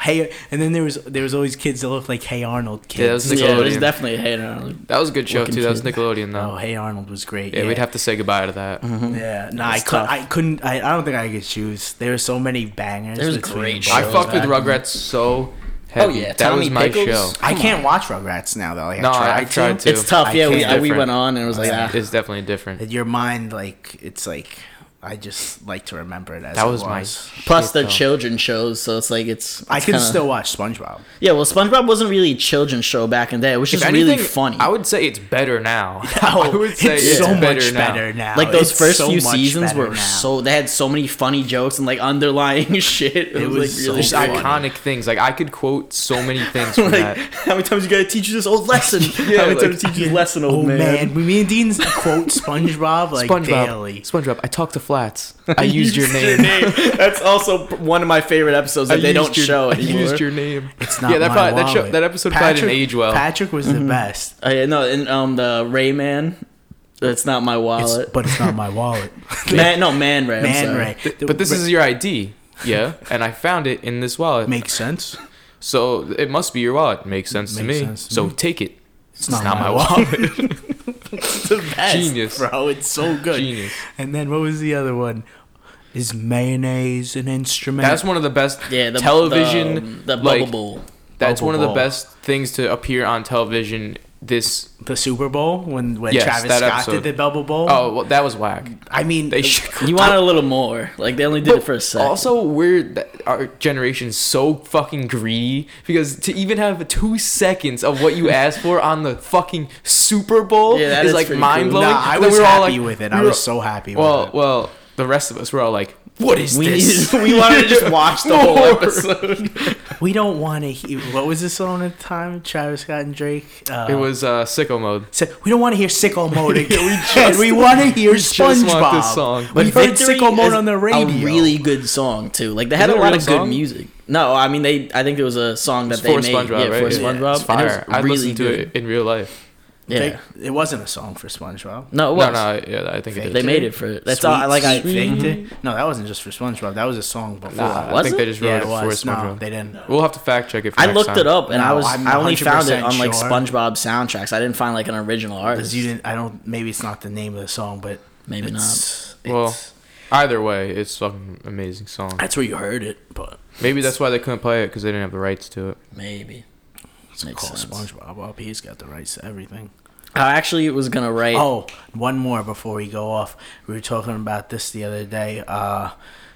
[SPEAKER 4] Hey, and then there was there was always kids that looked like Hey Arnold kids.
[SPEAKER 3] Yeah, that was
[SPEAKER 2] Yeah, there's
[SPEAKER 3] Nickelodeon.
[SPEAKER 2] definitely a hater on
[SPEAKER 3] that was a good show
[SPEAKER 2] Looking
[SPEAKER 3] too. That was
[SPEAKER 2] kid.
[SPEAKER 3] Nickelodeon though.
[SPEAKER 4] Oh, Hey Arnold was great.
[SPEAKER 3] yeah, we'd have to say goodbye to that.
[SPEAKER 4] Mm-hmm. Yeah, no, I,
[SPEAKER 2] It's
[SPEAKER 4] cou-
[SPEAKER 2] tough.
[SPEAKER 4] I couldn't. I, I don't think I could choose. There were so many bangers.
[SPEAKER 2] There was
[SPEAKER 4] between
[SPEAKER 2] great
[SPEAKER 4] both.
[SPEAKER 2] shows.
[SPEAKER 3] I
[SPEAKER 2] Shows
[SPEAKER 3] fucked with
[SPEAKER 2] back
[SPEAKER 3] Rugrats so heavy.
[SPEAKER 2] yeah,
[SPEAKER 3] that
[SPEAKER 2] Tommy
[SPEAKER 3] was my
[SPEAKER 2] Pickles.
[SPEAKER 3] show.
[SPEAKER 4] I can't watch Rugrats now though. Like,
[SPEAKER 3] No,
[SPEAKER 4] I tried,
[SPEAKER 3] I- I tried
[SPEAKER 4] to.
[SPEAKER 3] to.
[SPEAKER 2] It's tough.
[SPEAKER 4] I
[SPEAKER 2] Yeah, we,
[SPEAKER 4] can't.
[SPEAKER 2] we
[SPEAKER 3] Different.
[SPEAKER 2] went on and it was like, ah.
[SPEAKER 3] It's definitely different.
[SPEAKER 4] Your mind, like, it's like I just like to remember it as
[SPEAKER 3] That
[SPEAKER 4] it
[SPEAKER 3] was my
[SPEAKER 2] Plus,
[SPEAKER 3] shit,
[SPEAKER 2] their
[SPEAKER 3] though.
[SPEAKER 2] children shows, so it's like it's.
[SPEAKER 4] I
[SPEAKER 2] it's
[SPEAKER 4] can
[SPEAKER 2] kinda-
[SPEAKER 4] still watch SpongeBob.
[SPEAKER 2] Yeah, well, SpongeBob wasn't really a children's show back in the day. It was
[SPEAKER 3] If
[SPEAKER 2] just really
[SPEAKER 3] anything,
[SPEAKER 2] funny.
[SPEAKER 3] I would say it's better now. I would say it's,
[SPEAKER 4] so
[SPEAKER 3] better
[SPEAKER 4] much
[SPEAKER 3] now.
[SPEAKER 4] better now.
[SPEAKER 2] like those
[SPEAKER 4] It's
[SPEAKER 2] first
[SPEAKER 4] so
[SPEAKER 2] few
[SPEAKER 4] much
[SPEAKER 2] seasons
[SPEAKER 4] better
[SPEAKER 2] were
[SPEAKER 4] now.
[SPEAKER 2] so they had so many funny jokes and like underlying shit. It, was,
[SPEAKER 4] was
[SPEAKER 2] like really
[SPEAKER 3] Just
[SPEAKER 4] so
[SPEAKER 2] funny.
[SPEAKER 4] funny.
[SPEAKER 3] iconic things. Like I could quote so many things from
[SPEAKER 2] like,
[SPEAKER 3] that.
[SPEAKER 2] how many times you gotta teach you this old lesson?
[SPEAKER 3] Yeah,
[SPEAKER 2] how many
[SPEAKER 3] like-
[SPEAKER 2] times you teach you this lesson, old
[SPEAKER 4] Oh
[SPEAKER 2] man?
[SPEAKER 4] man, we me and Dean quote SpongeBob like
[SPEAKER 3] SpongeBob.
[SPEAKER 4] daily.
[SPEAKER 3] SpongeBob. I talked to flats. I used your name.
[SPEAKER 2] That's also p- one of my favorite episodes
[SPEAKER 3] I
[SPEAKER 2] that they don't
[SPEAKER 3] used your-
[SPEAKER 2] show
[SPEAKER 3] I
[SPEAKER 2] anymore.
[SPEAKER 3] used your name.
[SPEAKER 4] It's not
[SPEAKER 3] yeah, that,
[SPEAKER 4] my
[SPEAKER 3] probably, that, show,
[SPEAKER 4] wallet.
[SPEAKER 3] that episode probably didn't age well.
[SPEAKER 4] Patrick was the best,
[SPEAKER 2] Oh, yeah, no, and um, the Rayman. That's not my
[SPEAKER 4] It's-
[SPEAKER 2] wallet.
[SPEAKER 4] but it's not my wallet.
[SPEAKER 2] man, no, Man Ray. I'm
[SPEAKER 4] Man,
[SPEAKER 2] sorry.
[SPEAKER 4] Ray.
[SPEAKER 3] but this is your ID. Yeah, and I found it in this wallet.
[SPEAKER 4] makes sense.
[SPEAKER 3] so it must be your wallet. Makes sense to
[SPEAKER 4] Makes
[SPEAKER 3] me.
[SPEAKER 4] sense to
[SPEAKER 3] so
[SPEAKER 4] me.
[SPEAKER 3] take it.
[SPEAKER 4] It's
[SPEAKER 3] not my
[SPEAKER 4] wallet. it's the best,
[SPEAKER 3] Genius.
[SPEAKER 4] bro. It's so good.
[SPEAKER 3] Genius.
[SPEAKER 4] And then what was the other one? Is mayonnaise an instrument?
[SPEAKER 3] That's one of the best
[SPEAKER 2] Yeah, the
[SPEAKER 3] television.
[SPEAKER 2] the, the
[SPEAKER 3] like,
[SPEAKER 2] Bubble Bowl.
[SPEAKER 3] That's one of the
[SPEAKER 4] Bubble Bowl.
[SPEAKER 3] best things to appear on television. This
[SPEAKER 4] the Super Bowl when when
[SPEAKER 3] Yes,
[SPEAKER 4] Travis
[SPEAKER 3] that
[SPEAKER 4] Scott
[SPEAKER 3] episode.
[SPEAKER 4] did the Bubble Bowl.
[SPEAKER 3] oh well, that was whack.
[SPEAKER 4] I mean, uh,
[SPEAKER 3] They should.
[SPEAKER 2] You wanted a little more. Like they only did it for a second.
[SPEAKER 3] Also, we're that our generation's so fucking greedy because to even have two seconds of what you asked for on the fucking Super Bowl
[SPEAKER 2] Yeah, that
[SPEAKER 3] is,
[SPEAKER 2] is
[SPEAKER 3] like
[SPEAKER 2] pretty
[SPEAKER 3] mind
[SPEAKER 2] cool.
[SPEAKER 3] blowing.
[SPEAKER 4] Nah, I was happy with it. I was so happy with
[SPEAKER 3] well,
[SPEAKER 4] it.
[SPEAKER 3] well, the rest of us were all like, "What is
[SPEAKER 2] we
[SPEAKER 3] this?"
[SPEAKER 2] needed, we wanted to just watch the whole
[SPEAKER 3] More.
[SPEAKER 2] episode.
[SPEAKER 4] we don't want to hear. What was this song at the time? Travis Scott and Drake. Uh,
[SPEAKER 3] It was uh, sicko mode.
[SPEAKER 4] said, we don't want to hear sicko mode again. we want to hear
[SPEAKER 3] want
[SPEAKER 4] SpongeBob.
[SPEAKER 3] this song.
[SPEAKER 4] We
[SPEAKER 2] But
[SPEAKER 4] heard
[SPEAKER 2] Victory
[SPEAKER 4] sicko mode
[SPEAKER 2] is
[SPEAKER 4] on the radio.
[SPEAKER 2] A really good song too. Like they had
[SPEAKER 3] it
[SPEAKER 2] a
[SPEAKER 3] a
[SPEAKER 2] lot
[SPEAKER 3] real
[SPEAKER 2] of
[SPEAKER 3] song?
[SPEAKER 2] good music. No, I mean they. I think it was a song that
[SPEAKER 3] It's
[SPEAKER 2] they
[SPEAKER 3] for
[SPEAKER 2] made
[SPEAKER 3] SpongeBob,
[SPEAKER 2] yeah,
[SPEAKER 3] right?
[SPEAKER 2] for
[SPEAKER 3] Yeah.
[SPEAKER 2] SpongeBob.
[SPEAKER 3] It's fire.
[SPEAKER 2] And it was
[SPEAKER 3] I
[SPEAKER 2] really
[SPEAKER 3] listened to
[SPEAKER 2] good.
[SPEAKER 3] it in real life.
[SPEAKER 2] Yeah.
[SPEAKER 4] Vic- it wasn't a song for SpongeBob.
[SPEAKER 2] no, it
[SPEAKER 3] No,
[SPEAKER 2] was.
[SPEAKER 3] no, yeah, I think it
[SPEAKER 2] They
[SPEAKER 3] is.
[SPEAKER 2] made it for. That's
[SPEAKER 4] Sweet
[SPEAKER 2] all. I- Like I.
[SPEAKER 4] Faked It. No, that wasn't just for SpongeBob. That was a song before.
[SPEAKER 3] Nah, I
[SPEAKER 2] Was
[SPEAKER 3] think
[SPEAKER 2] it?
[SPEAKER 3] they just wrote
[SPEAKER 4] yeah,
[SPEAKER 3] it,
[SPEAKER 4] it was.
[SPEAKER 3] for
[SPEAKER 4] No,
[SPEAKER 3] SpongeBob.
[SPEAKER 4] they didn't.
[SPEAKER 3] We'll have to fact check it. For
[SPEAKER 2] I
[SPEAKER 3] next
[SPEAKER 2] looked
[SPEAKER 3] time.
[SPEAKER 2] it up and I
[SPEAKER 4] No,
[SPEAKER 2] was
[SPEAKER 4] I'm
[SPEAKER 2] i only found it
[SPEAKER 4] 100%
[SPEAKER 2] on like
[SPEAKER 4] sure.
[SPEAKER 2] SpongeBob soundtracks. I didn't find like an original artist.
[SPEAKER 4] Because you didn't. I don't. Maybe it's not the name of the song, but
[SPEAKER 2] Maybe
[SPEAKER 4] it's, It's,
[SPEAKER 3] Well, either way, it's fucking amazing song.
[SPEAKER 4] that's where you heard it, but
[SPEAKER 3] Maybe that's why they couldn't play it because they didn't have the rights to it.
[SPEAKER 2] Maybe. Makes
[SPEAKER 4] call
[SPEAKER 2] sense.
[SPEAKER 4] SpongeBob up. He's got the rights to everything.
[SPEAKER 2] I actually was gonna write.
[SPEAKER 4] Oh, one more before we go off. We were talking about this the other day. Uh,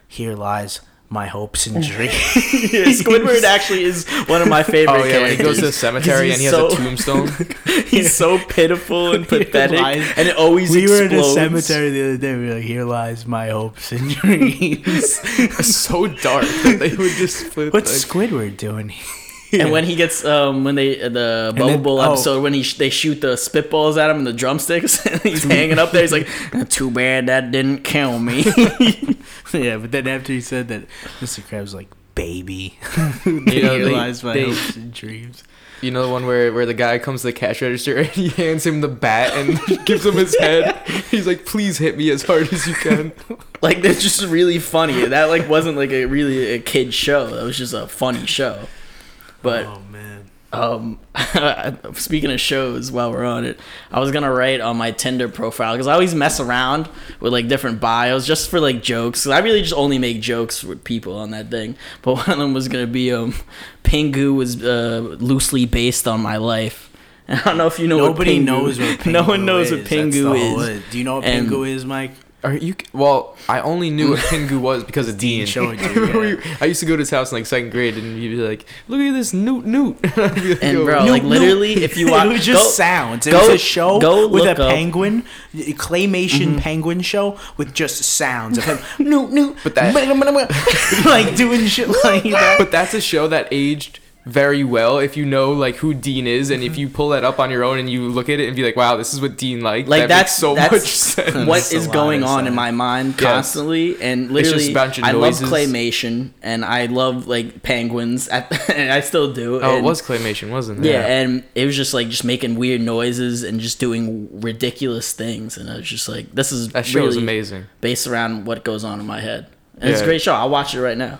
[SPEAKER 4] here lies my hopes and dreams.
[SPEAKER 2] Yeah, Squidward actually is one of my favorite
[SPEAKER 3] Oh yeah, when he
[SPEAKER 2] characters.
[SPEAKER 3] goes to the cemetery and he has a
[SPEAKER 2] so-
[SPEAKER 3] tombstone.
[SPEAKER 2] He's so pitiful and pathetic,
[SPEAKER 4] lies.
[SPEAKER 2] and it always
[SPEAKER 4] we were
[SPEAKER 2] explodes.
[SPEAKER 4] in a cemetery the other day. We were like, here lies my hopes and dreams.
[SPEAKER 3] it's so dark. that They would just put,
[SPEAKER 4] What's
[SPEAKER 3] like,
[SPEAKER 4] Squidward doing here?
[SPEAKER 2] And when he gets, um, when they the Bubble
[SPEAKER 4] then-
[SPEAKER 2] Bowl
[SPEAKER 4] oh.
[SPEAKER 2] episode, when he sh- they shoot the spitballs at him and the drumsticks, and he's hanging up there. He's like, "Too bad that didn't kill me."
[SPEAKER 4] yeah, but then after he said that, Mr. Krabs like, baby.
[SPEAKER 3] You know,
[SPEAKER 4] here
[SPEAKER 3] they-
[SPEAKER 4] lies my
[SPEAKER 3] they-
[SPEAKER 4] hopes and dreams.
[SPEAKER 3] you know the one where, where the guy comes to the cash register and he hands him the bat and gives him his head. He's like, "Please hit me as hard as you can."
[SPEAKER 2] like that's just really funny. That like wasn't like a really a kid show. That was just a funny show. But
[SPEAKER 4] Oh man.
[SPEAKER 2] Um, speaking of shows, while we're on it, I was gonna write on my Tinder profile because I always mess around with like different bios just for like jokes. 'Cause I really just only make jokes with people on that thing. But one of them was gonna be um, Pingu was uh, loosely based on my life. And I don't know if you know.
[SPEAKER 4] Nobody
[SPEAKER 2] what Pingu,
[SPEAKER 4] knows what Pingu
[SPEAKER 2] no one knows
[SPEAKER 4] is.
[SPEAKER 2] what
[SPEAKER 4] That's the
[SPEAKER 2] Pingu
[SPEAKER 4] whole
[SPEAKER 2] is.
[SPEAKER 4] it. Do you know what
[SPEAKER 2] And-
[SPEAKER 4] Pingu is, Mike?
[SPEAKER 3] Are you? Well, I only knew what Pingu was because of Dean.
[SPEAKER 4] showed you,
[SPEAKER 3] We-
[SPEAKER 4] yeah.
[SPEAKER 3] I used to go to his house in like second grade, and he'd be like, "Look at this newt newt." And, I'd be like,
[SPEAKER 2] And
[SPEAKER 3] "Yo,
[SPEAKER 2] bro,
[SPEAKER 3] newt,
[SPEAKER 2] like
[SPEAKER 4] no.
[SPEAKER 2] literally, if you watch,
[SPEAKER 4] it was just
[SPEAKER 2] go-
[SPEAKER 4] sounds. It
[SPEAKER 2] go-
[SPEAKER 4] was a show
[SPEAKER 2] go
[SPEAKER 4] with
[SPEAKER 2] look
[SPEAKER 4] a
[SPEAKER 2] up- Mm-hmm.
[SPEAKER 4] penguin, claymation penguin show with just sounds of him, no, no,
[SPEAKER 3] But that-
[SPEAKER 4] like doing shit like that.
[SPEAKER 3] But that's a show that aged very well if you know like who Dean is, and
[SPEAKER 2] Mm-hmm.
[SPEAKER 3] if you pull that up on your own and you look at it and be like, "Wow, this is what Dean liked."
[SPEAKER 2] like
[SPEAKER 3] that
[SPEAKER 2] that's
[SPEAKER 3] makes so
[SPEAKER 2] that's
[SPEAKER 3] much sense.
[SPEAKER 2] What
[SPEAKER 4] That's a
[SPEAKER 2] is
[SPEAKER 4] lot
[SPEAKER 2] going
[SPEAKER 4] of
[SPEAKER 2] on in
[SPEAKER 4] sense.
[SPEAKER 2] my mind
[SPEAKER 3] Yes.
[SPEAKER 2] constantly, and
[SPEAKER 3] It's just
[SPEAKER 2] literally,
[SPEAKER 3] a bunch of
[SPEAKER 2] I love
[SPEAKER 3] noises.
[SPEAKER 2] claymation, and I love like penguins, at, and I still do.
[SPEAKER 3] Oh, it
[SPEAKER 2] and-
[SPEAKER 3] was claymation, wasn't it?
[SPEAKER 2] Yeah, and it was just like just making weird noises and just doing ridiculous things, and I was just like, this is
[SPEAKER 3] that show is
[SPEAKER 2] really
[SPEAKER 3] amazing.
[SPEAKER 2] based around what goes on in my head. And It's a
[SPEAKER 3] Yeah.
[SPEAKER 2] great show. I'll watch it right now.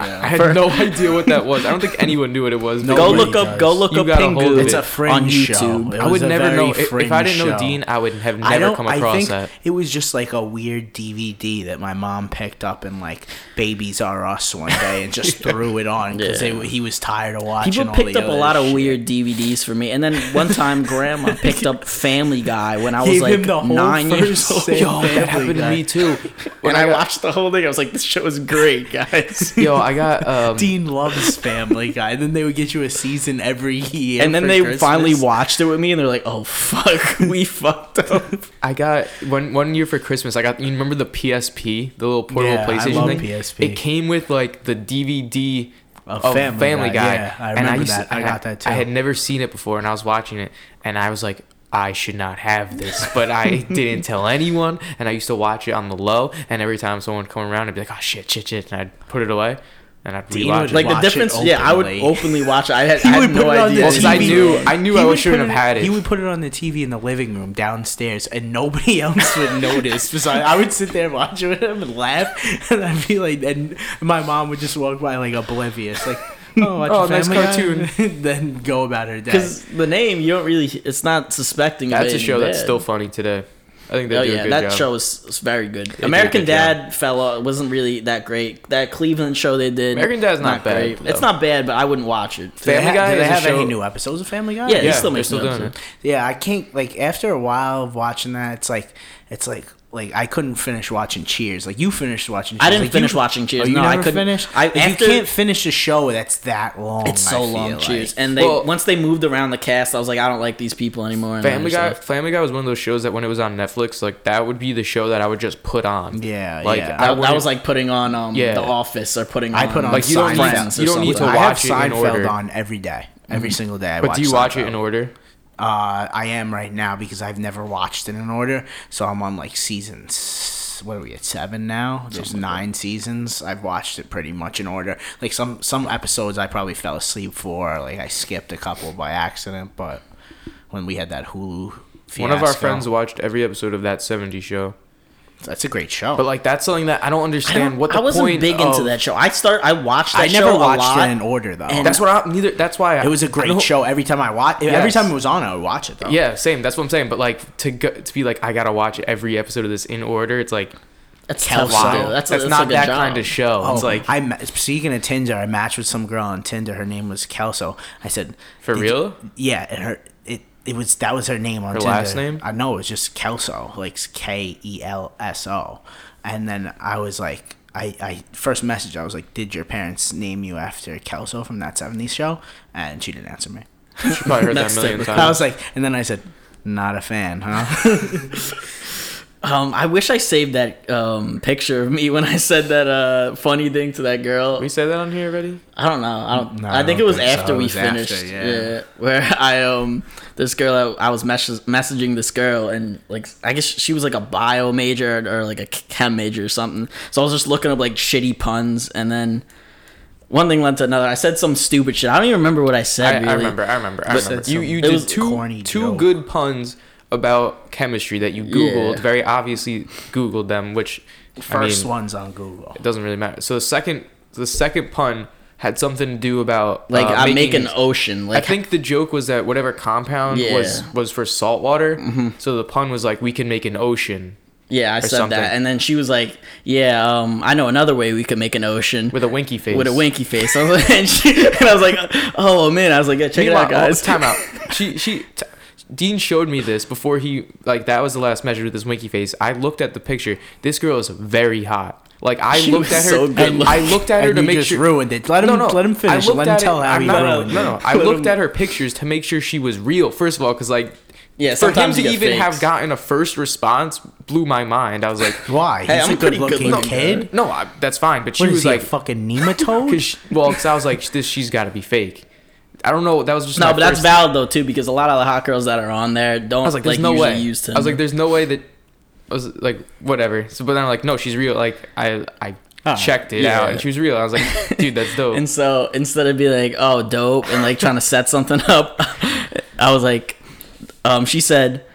[SPEAKER 3] I had no idea what that was. I don't think anyone knew what it was.
[SPEAKER 4] No
[SPEAKER 2] Go
[SPEAKER 4] way
[SPEAKER 2] look
[SPEAKER 4] he
[SPEAKER 2] up.
[SPEAKER 4] does.
[SPEAKER 2] Go look
[SPEAKER 3] You
[SPEAKER 2] up
[SPEAKER 3] got a hold
[SPEAKER 2] Pingu
[SPEAKER 3] of it.
[SPEAKER 2] it's
[SPEAKER 3] It's
[SPEAKER 2] a
[SPEAKER 3] a
[SPEAKER 2] on YouTube.
[SPEAKER 4] It
[SPEAKER 3] I would
[SPEAKER 4] was a
[SPEAKER 3] never
[SPEAKER 4] very
[SPEAKER 3] know. If, if I
[SPEAKER 4] fringe
[SPEAKER 3] didn't know
[SPEAKER 4] show.
[SPEAKER 3] Dean, I would have
[SPEAKER 4] I
[SPEAKER 3] never
[SPEAKER 4] don't.
[SPEAKER 3] come
[SPEAKER 4] I
[SPEAKER 3] across
[SPEAKER 4] think
[SPEAKER 3] that.
[SPEAKER 4] it was just like a weird DVD that my mom picked up in like Babies R Us one day and just threw it on because
[SPEAKER 2] Yeah.
[SPEAKER 4] he was tired of watching.
[SPEAKER 2] People
[SPEAKER 4] all
[SPEAKER 2] picked
[SPEAKER 4] the
[SPEAKER 2] up a
[SPEAKER 4] other
[SPEAKER 2] lot of
[SPEAKER 4] shit.
[SPEAKER 2] weird DVDs for me, and then one time Grandma picked up Family Guy when I was
[SPEAKER 4] Gave
[SPEAKER 2] like
[SPEAKER 4] him the whole
[SPEAKER 2] nine years
[SPEAKER 4] first
[SPEAKER 2] old.
[SPEAKER 4] thing.
[SPEAKER 3] Yo, that
[SPEAKER 4] Family
[SPEAKER 3] happened to
[SPEAKER 4] Guy.
[SPEAKER 3] me too.
[SPEAKER 2] When I watched the whole thing, I was like, "This show is great, guys."
[SPEAKER 3] Yo, I got um,
[SPEAKER 4] Dean loves Family Guy. and then they would get you a season every year.
[SPEAKER 2] and then
[SPEAKER 4] for
[SPEAKER 2] they
[SPEAKER 4] Christmas.
[SPEAKER 2] finally watched it with me, and they're like, "Oh fuck, we fucked up."
[SPEAKER 3] I got one one year for Christmas. I got you remember the PSP, the little portable
[SPEAKER 4] Yeah, I
[SPEAKER 3] PlayStation
[SPEAKER 4] love
[SPEAKER 3] thing.
[SPEAKER 4] PSP.
[SPEAKER 3] It came with like the DVD
[SPEAKER 4] Of
[SPEAKER 3] of,
[SPEAKER 4] Family
[SPEAKER 3] Family,
[SPEAKER 4] Guy,
[SPEAKER 3] Guy.
[SPEAKER 4] yeah, I
[SPEAKER 3] and
[SPEAKER 4] remember
[SPEAKER 3] used
[SPEAKER 4] that. I
[SPEAKER 3] and
[SPEAKER 4] got that
[SPEAKER 3] I had
[SPEAKER 4] too.
[SPEAKER 3] never seen it before, and I was watching it, and I was like, I should not have this, but I didn't tell anyone. And I used to watch it on the low, and every time someone would come around, I'd be like, oh shit, shit, shit, and I'd put it away, and I'd
[SPEAKER 4] Dean
[SPEAKER 3] rewatch
[SPEAKER 4] would
[SPEAKER 3] it.
[SPEAKER 2] Like the
[SPEAKER 4] Watch it
[SPEAKER 2] difference, yeah, I would
[SPEAKER 4] openly.
[SPEAKER 2] openly watch. it. I had, I had no idea.
[SPEAKER 3] the Because I TV. knew- I knew I
[SPEAKER 4] would
[SPEAKER 3] shouldn't
[SPEAKER 4] put
[SPEAKER 3] have had it.
[SPEAKER 4] He would put it on the TV in the living room downstairs, and nobody else would notice. Besides, I would sit there watching with him and laugh, and I'd be like, and my mom would just walk by like oblivious, like, "Oh, watch
[SPEAKER 3] Oh,
[SPEAKER 4] a
[SPEAKER 3] nice
[SPEAKER 4] Family Guy," then go about her day.
[SPEAKER 2] because the name you don't really. It's not suspecting. of
[SPEAKER 3] That's
[SPEAKER 2] it in
[SPEAKER 3] a show that's
[SPEAKER 2] bed.
[SPEAKER 3] still funny today. I think they
[SPEAKER 2] Oh
[SPEAKER 3] do a
[SPEAKER 2] yeah,
[SPEAKER 3] good
[SPEAKER 2] that
[SPEAKER 3] job.
[SPEAKER 2] show was, was very good.
[SPEAKER 3] do a
[SPEAKER 2] American
[SPEAKER 3] good job.
[SPEAKER 2] Dad fell off. wasn't really that great. That Cleveland show they did.
[SPEAKER 3] American Dad's not bad, though.
[SPEAKER 2] It's not bad, but I wouldn't watch it.
[SPEAKER 4] Do they
[SPEAKER 3] Family
[SPEAKER 4] ha-
[SPEAKER 3] Guy
[SPEAKER 4] do they
[SPEAKER 3] is a
[SPEAKER 4] have any
[SPEAKER 3] show-
[SPEAKER 4] new episodes of Family Guy?
[SPEAKER 2] Yeah,
[SPEAKER 3] Yeah,
[SPEAKER 2] he still
[SPEAKER 3] they're
[SPEAKER 2] makes
[SPEAKER 3] still
[SPEAKER 2] no
[SPEAKER 3] doing
[SPEAKER 2] episode.
[SPEAKER 4] Yeah, I can't like after a while of watching that, it's like it's like like I couldn't finish watching Cheers. Like you finished watching. Cheers.
[SPEAKER 2] I didn't
[SPEAKER 4] Like,
[SPEAKER 2] finish
[SPEAKER 4] you-
[SPEAKER 2] watching Cheers.
[SPEAKER 4] Oh, you
[SPEAKER 2] No, I
[SPEAKER 4] never
[SPEAKER 2] couldn't-
[SPEAKER 4] Finish?
[SPEAKER 2] I-
[SPEAKER 4] Like,
[SPEAKER 2] after-
[SPEAKER 4] you can't finish a show that's that long.
[SPEAKER 2] It's so
[SPEAKER 4] I feel
[SPEAKER 2] long,
[SPEAKER 4] like.
[SPEAKER 2] cheers. And they
[SPEAKER 3] Well-
[SPEAKER 2] once they moved around the cast, I was like, I don't like these people anymore. and I
[SPEAKER 3] Family
[SPEAKER 2] just
[SPEAKER 3] Guy.
[SPEAKER 2] left.
[SPEAKER 3] Family Guy was one of those shows that when it was on Netflix, like that would be the show that I would just put on.
[SPEAKER 4] Yeah,
[SPEAKER 3] like
[SPEAKER 4] yeah.
[SPEAKER 3] I
[SPEAKER 2] That, that
[SPEAKER 3] wouldn't-
[SPEAKER 2] was like putting on um,
[SPEAKER 3] Yeah.
[SPEAKER 2] The Office or putting.
[SPEAKER 4] I put on
[SPEAKER 3] Like, you don't need-
[SPEAKER 2] Friends. or
[SPEAKER 3] you don't need to
[SPEAKER 2] something.
[SPEAKER 4] I have
[SPEAKER 3] watch it in
[SPEAKER 4] Seinfeld
[SPEAKER 3] order.
[SPEAKER 4] on every day,
[SPEAKER 2] Mm-hmm.
[SPEAKER 4] every single day. I
[SPEAKER 3] But
[SPEAKER 4] watch
[SPEAKER 3] do you watch
[SPEAKER 4] Seinfeld.
[SPEAKER 3] it in order?
[SPEAKER 4] Uh, I am right now because I've never watched it in order, so I'm on like seasons. What are we at seven now? There's nine seasons. I've watched it pretty much in order. Like some some episodes, I probably fell asleep for. Like I skipped a couple by accident, but when we had that Hulu, fiasco,
[SPEAKER 3] One of our friends watched every episode of that 70 show.
[SPEAKER 4] That's a great show.
[SPEAKER 3] But like that's something that I don't
[SPEAKER 2] I,
[SPEAKER 3] understand
[SPEAKER 2] don't-
[SPEAKER 3] what the
[SPEAKER 2] I wasn't
[SPEAKER 3] point
[SPEAKER 2] big
[SPEAKER 3] of,
[SPEAKER 2] into that show. I start. I watched. That
[SPEAKER 4] I never
[SPEAKER 2] show a
[SPEAKER 4] watched
[SPEAKER 2] lot.
[SPEAKER 4] it in order though.
[SPEAKER 2] and-
[SPEAKER 3] That's what I neither that's why I,
[SPEAKER 4] it was a
[SPEAKER 3] I
[SPEAKER 4] great
[SPEAKER 3] don't-
[SPEAKER 4] show. Every time I watch, every
[SPEAKER 3] Yes.
[SPEAKER 4] time it was on, I would watch it though.
[SPEAKER 3] Yeah, same. That's what I'm saying. But like to go, to be like I gotta watch every episode of this in order. It's like
[SPEAKER 2] That's
[SPEAKER 4] Kelso.
[SPEAKER 2] tough.
[SPEAKER 3] wow,
[SPEAKER 2] to do. That's,
[SPEAKER 3] that's,
[SPEAKER 2] a- that's
[SPEAKER 3] not
[SPEAKER 2] a good
[SPEAKER 3] that
[SPEAKER 2] job.
[SPEAKER 3] kind of show.
[SPEAKER 4] Oh,
[SPEAKER 3] it's like
[SPEAKER 4] I ma- speaking of Tinder, I matched with some girl on Tinder. Her name was Kelso. I said,
[SPEAKER 3] For
[SPEAKER 4] "Did
[SPEAKER 3] real?
[SPEAKER 4] you-" yeah, and her it it was that was her name on her Tinder.
[SPEAKER 3] last name?
[SPEAKER 4] I know it was just Kelso, like K E L S O. And then I was like, I I first message I was like, did your parents name you after Kelso from that '70s show? And she didn't answer me.
[SPEAKER 3] you probably heard that
[SPEAKER 2] That's
[SPEAKER 3] a million
[SPEAKER 2] typical.
[SPEAKER 4] I
[SPEAKER 3] times.
[SPEAKER 4] was like, and then I said, not a fan, huh?
[SPEAKER 2] Um, I wish I saved that um, picture of me when I said that uh, funny thing to that girl.
[SPEAKER 3] We say that on here already.
[SPEAKER 2] I don't know. I don't.
[SPEAKER 4] No,
[SPEAKER 2] I
[SPEAKER 4] I
[SPEAKER 2] think
[SPEAKER 4] don't
[SPEAKER 2] it was
[SPEAKER 4] think so.
[SPEAKER 2] after
[SPEAKER 4] It
[SPEAKER 2] we
[SPEAKER 4] was after,
[SPEAKER 2] finished.
[SPEAKER 4] yeah.
[SPEAKER 2] yeah. where I um this girl I, I was mes- messaging this girl and like I guess she was like a bio major or, like a chem major or something. So I was just looking up like shitty puns and then one thing led to another. I said some stupid shit. I don't even remember what I
[SPEAKER 3] I,
[SPEAKER 2] said. really.
[SPEAKER 3] I remember. uh, I remember. I
[SPEAKER 2] But-
[SPEAKER 3] remember. You you
[SPEAKER 2] It
[SPEAKER 3] did
[SPEAKER 2] was
[SPEAKER 3] two
[SPEAKER 4] corny
[SPEAKER 3] two
[SPEAKER 4] joke.
[SPEAKER 3] good puns about chemistry that you googled
[SPEAKER 2] Yeah.
[SPEAKER 3] very obviously googled them, which
[SPEAKER 4] First
[SPEAKER 3] I mean,
[SPEAKER 4] one's on Google.
[SPEAKER 3] it doesn't really matter. So the second the second pun had something to do about
[SPEAKER 2] Like
[SPEAKER 3] uh,
[SPEAKER 2] I make
[SPEAKER 3] making-
[SPEAKER 2] an ocean.
[SPEAKER 3] I
[SPEAKER 2] Like
[SPEAKER 3] think the joke was that whatever compound
[SPEAKER 2] Yeah. Mm-hmm.
[SPEAKER 3] was was for salt water. So the pun was like we can make an ocean
[SPEAKER 2] yeah, I said
[SPEAKER 3] something.
[SPEAKER 2] that and then she was like, "Yeah, um, I know another way we could make an ocean."
[SPEAKER 3] with a winky face.
[SPEAKER 2] with a winky face. I was like, and, she, and I was like, oh man, I was like, yeah, check it
[SPEAKER 3] Meanwhile,
[SPEAKER 2] out, guys.
[SPEAKER 3] oh, time out. She she. T- Dean showed me this before he like that was the last measure with this winky face. I looked at the picture. This girl is very hot. Like I
[SPEAKER 2] She
[SPEAKER 3] looked
[SPEAKER 2] was
[SPEAKER 3] at her.
[SPEAKER 2] so good
[SPEAKER 3] and I
[SPEAKER 2] looking.
[SPEAKER 3] looked at her
[SPEAKER 4] And
[SPEAKER 3] to
[SPEAKER 4] you
[SPEAKER 3] make
[SPEAKER 4] just
[SPEAKER 3] sure
[SPEAKER 4] ruined it. Let him- let him finish.
[SPEAKER 3] I looked
[SPEAKER 4] Let him
[SPEAKER 3] at
[SPEAKER 4] tell
[SPEAKER 3] it.
[SPEAKER 4] how
[SPEAKER 3] I'm
[SPEAKER 4] he
[SPEAKER 3] not-
[SPEAKER 4] ruined
[SPEAKER 3] No, no.
[SPEAKER 4] it.
[SPEAKER 3] I
[SPEAKER 2] Let
[SPEAKER 3] looked
[SPEAKER 2] him-
[SPEAKER 3] at her pictures to make sure she was real. First of all, because like
[SPEAKER 2] Yeah,
[SPEAKER 3] for him
[SPEAKER 2] sometimes
[SPEAKER 3] to
[SPEAKER 2] you
[SPEAKER 3] even
[SPEAKER 2] get fakes.
[SPEAKER 3] have gotten a first response blew my mind. I was like,
[SPEAKER 4] Why? He's
[SPEAKER 2] Hey, I'm
[SPEAKER 4] a
[SPEAKER 2] a pretty
[SPEAKER 4] good-looking
[SPEAKER 2] good-looking
[SPEAKER 4] kid.
[SPEAKER 2] guy.
[SPEAKER 3] No, I, that's fine. But she
[SPEAKER 4] What
[SPEAKER 3] was
[SPEAKER 4] is he,
[SPEAKER 3] like,
[SPEAKER 4] a fucking nematode?
[SPEAKER 3] Cause she, well, because I was like, this she's got to be fake. I don't know. That was just
[SPEAKER 2] no,
[SPEAKER 3] my
[SPEAKER 2] but that's
[SPEAKER 3] first-
[SPEAKER 2] valid though too, because a lot of the hot girls that are on there don't
[SPEAKER 3] I was like,
[SPEAKER 2] like,
[SPEAKER 3] there's no
[SPEAKER 2] usually
[SPEAKER 3] way.
[SPEAKER 2] use Tinder.
[SPEAKER 3] I was like, there's no way that. I was like, whatever. So, but then I'm like, no, she's real. Like, I I
[SPEAKER 4] Oh,
[SPEAKER 3] checked it
[SPEAKER 2] Ah, yeah.
[SPEAKER 3] out, and she was real. I was like, dude, that's dope.
[SPEAKER 2] and so instead of being like, oh, dope, and like trying to set something up, I was like, um, she said,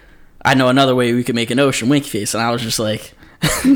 [SPEAKER 2] I know another way we could make an ocean winky face, and I was just like.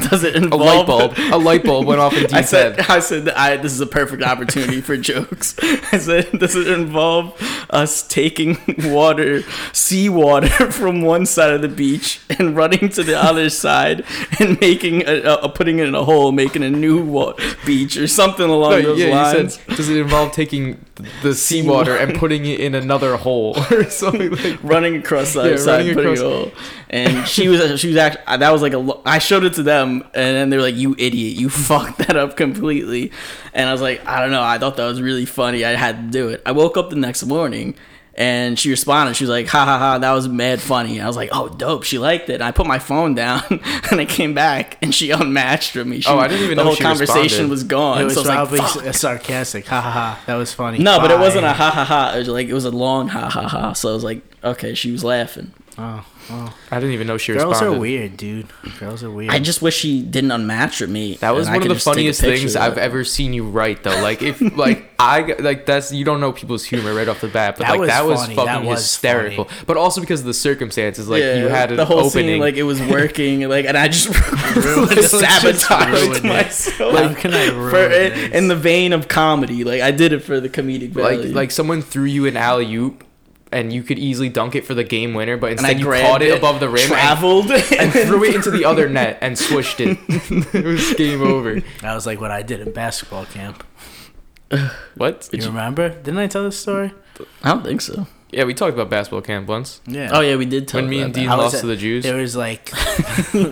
[SPEAKER 2] Does it
[SPEAKER 3] A
[SPEAKER 2] involve
[SPEAKER 3] light bulb. A light bulb went off in
[SPEAKER 2] I
[SPEAKER 3] D's
[SPEAKER 2] said,
[SPEAKER 3] head.
[SPEAKER 2] I said, that I, this is a perfect opportunity for jokes. I said, does it involve us taking water, seawater, from one side of the beach and running to the other side and making a, a, a- putting it in a hole, making a new wa- beach or something along
[SPEAKER 3] No,
[SPEAKER 2] those
[SPEAKER 3] yeah, you
[SPEAKER 2] lines?
[SPEAKER 3] said. Does it involve taking the seawater and putting it in another hole or something like?
[SPEAKER 2] running across the other
[SPEAKER 3] Yeah,
[SPEAKER 2] side,
[SPEAKER 3] running
[SPEAKER 2] putting
[SPEAKER 3] across-
[SPEAKER 2] a hole. And she was she was actually that was like a lo- I showed it to them, and then they were like, "You idiot, you fucked that up completely." And I was like, "I don't know. I thought that was really funny. I had to do it." I woke up the next morning. And she responded. She was like, "Ha ha ha! That was mad funny." I was like, "Oh, dope! She liked it." And I put my phone down, and I came back, and she unmatched from me. She,
[SPEAKER 3] Oh, I didn't even
[SPEAKER 2] the
[SPEAKER 3] know
[SPEAKER 2] whole
[SPEAKER 3] she
[SPEAKER 2] conversation
[SPEAKER 3] responded.
[SPEAKER 2] was gone.
[SPEAKER 4] It was
[SPEAKER 2] so I was
[SPEAKER 4] probably
[SPEAKER 2] like,
[SPEAKER 4] s-
[SPEAKER 2] "Fuck."
[SPEAKER 4] sarcastic. Ha ha ha. That was funny.
[SPEAKER 2] No, but it wasn't a
[SPEAKER 4] Bye.
[SPEAKER 2] ha ha ha. It was like it was a long ha ha ha. So I was like, okay, she was laughing.
[SPEAKER 4] Oh, oh.
[SPEAKER 3] I didn't even know she
[SPEAKER 4] Girls
[SPEAKER 3] responded.
[SPEAKER 4] are weird, dude. Girls are weird.
[SPEAKER 2] I just wish she didn't unmatch with me.
[SPEAKER 3] That was
[SPEAKER 2] and I
[SPEAKER 3] one of
[SPEAKER 2] could
[SPEAKER 3] the
[SPEAKER 2] just take a
[SPEAKER 3] funniest
[SPEAKER 2] picture
[SPEAKER 3] things
[SPEAKER 2] of
[SPEAKER 3] I've
[SPEAKER 2] it.
[SPEAKER 3] ever seen you write though. Like if like I g- like that's you don't know people's humor right off the bat, but
[SPEAKER 4] That
[SPEAKER 3] like
[SPEAKER 4] was
[SPEAKER 3] that was
[SPEAKER 4] funny.
[SPEAKER 3] fucking
[SPEAKER 4] That was
[SPEAKER 3] hysterical. But also because of the circumstances, like
[SPEAKER 2] Yeah,
[SPEAKER 3] you had an
[SPEAKER 2] the whole
[SPEAKER 3] opening.
[SPEAKER 2] scene, like it was working, like, and I just
[SPEAKER 4] Ruined it. Ruined
[SPEAKER 2] sabotaged
[SPEAKER 4] it.
[SPEAKER 2] myself.
[SPEAKER 4] How can I ruin
[SPEAKER 2] for it,
[SPEAKER 4] this?
[SPEAKER 2] in the vein of comedy, like I did it for the comedic
[SPEAKER 3] like
[SPEAKER 2] value.
[SPEAKER 3] like someone threw you an alley oop, and you could easily dunk it for the game winner, but
[SPEAKER 2] and I
[SPEAKER 3] instead you
[SPEAKER 2] grabbed
[SPEAKER 3] caught it, above the rim and,
[SPEAKER 2] traveled,
[SPEAKER 3] and threw it into the other net and swished it. it was game over.
[SPEAKER 4] that was like what I did in basketball camp.
[SPEAKER 3] What?
[SPEAKER 4] You remember? Didn't I tell this story?
[SPEAKER 2] I don't think so.
[SPEAKER 3] Yeah, we talked about basketball camp once.
[SPEAKER 4] Yeah.
[SPEAKER 2] Oh yeah, we did. Tell
[SPEAKER 3] When me
[SPEAKER 2] about
[SPEAKER 3] and
[SPEAKER 2] that.
[SPEAKER 3] Dean
[SPEAKER 4] I was
[SPEAKER 3] lost
[SPEAKER 4] at-
[SPEAKER 3] to the Jews,
[SPEAKER 4] There was like
[SPEAKER 3] we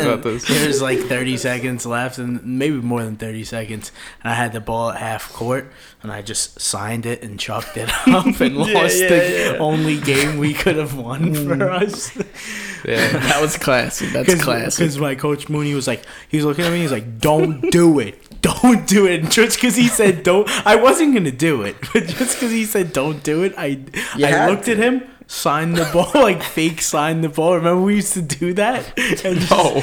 [SPEAKER 3] about this.
[SPEAKER 4] there was like 30 seconds left, and maybe more than 30 seconds. And I had the ball at half court, and I just signed it and chalked it up and
[SPEAKER 2] Yeah,
[SPEAKER 4] lost
[SPEAKER 2] yeah,
[SPEAKER 4] the
[SPEAKER 2] yeah. Mm.
[SPEAKER 4] only game we could have won for us.
[SPEAKER 3] Yeah.
[SPEAKER 2] that was classic. That's classic.
[SPEAKER 4] Because my coach Mooney was like, he was looking at me, he's like, don't do it. Don't do it. And just because he said don't, I wasn't going to do it. But just because he said don't do it, I,
[SPEAKER 2] You
[SPEAKER 4] I
[SPEAKER 2] had
[SPEAKER 4] looked at him, signed the ball, like fake signed the ball. Remember we used to do that? And just
[SPEAKER 3] No.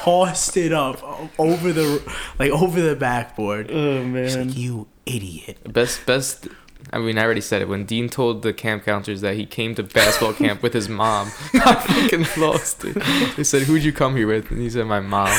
[SPEAKER 4] tossed it up o- over the, like over the backboard.
[SPEAKER 2] Oh
[SPEAKER 4] He's
[SPEAKER 2] man.
[SPEAKER 4] like, you idiot.
[SPEAKER 3] Best, best. I mean, I already said it. When Dean told the camp counselors that he came to basketball camp with his mom, I fucking lost it. They said, "Who'd you come here with?" And he said, "My mom."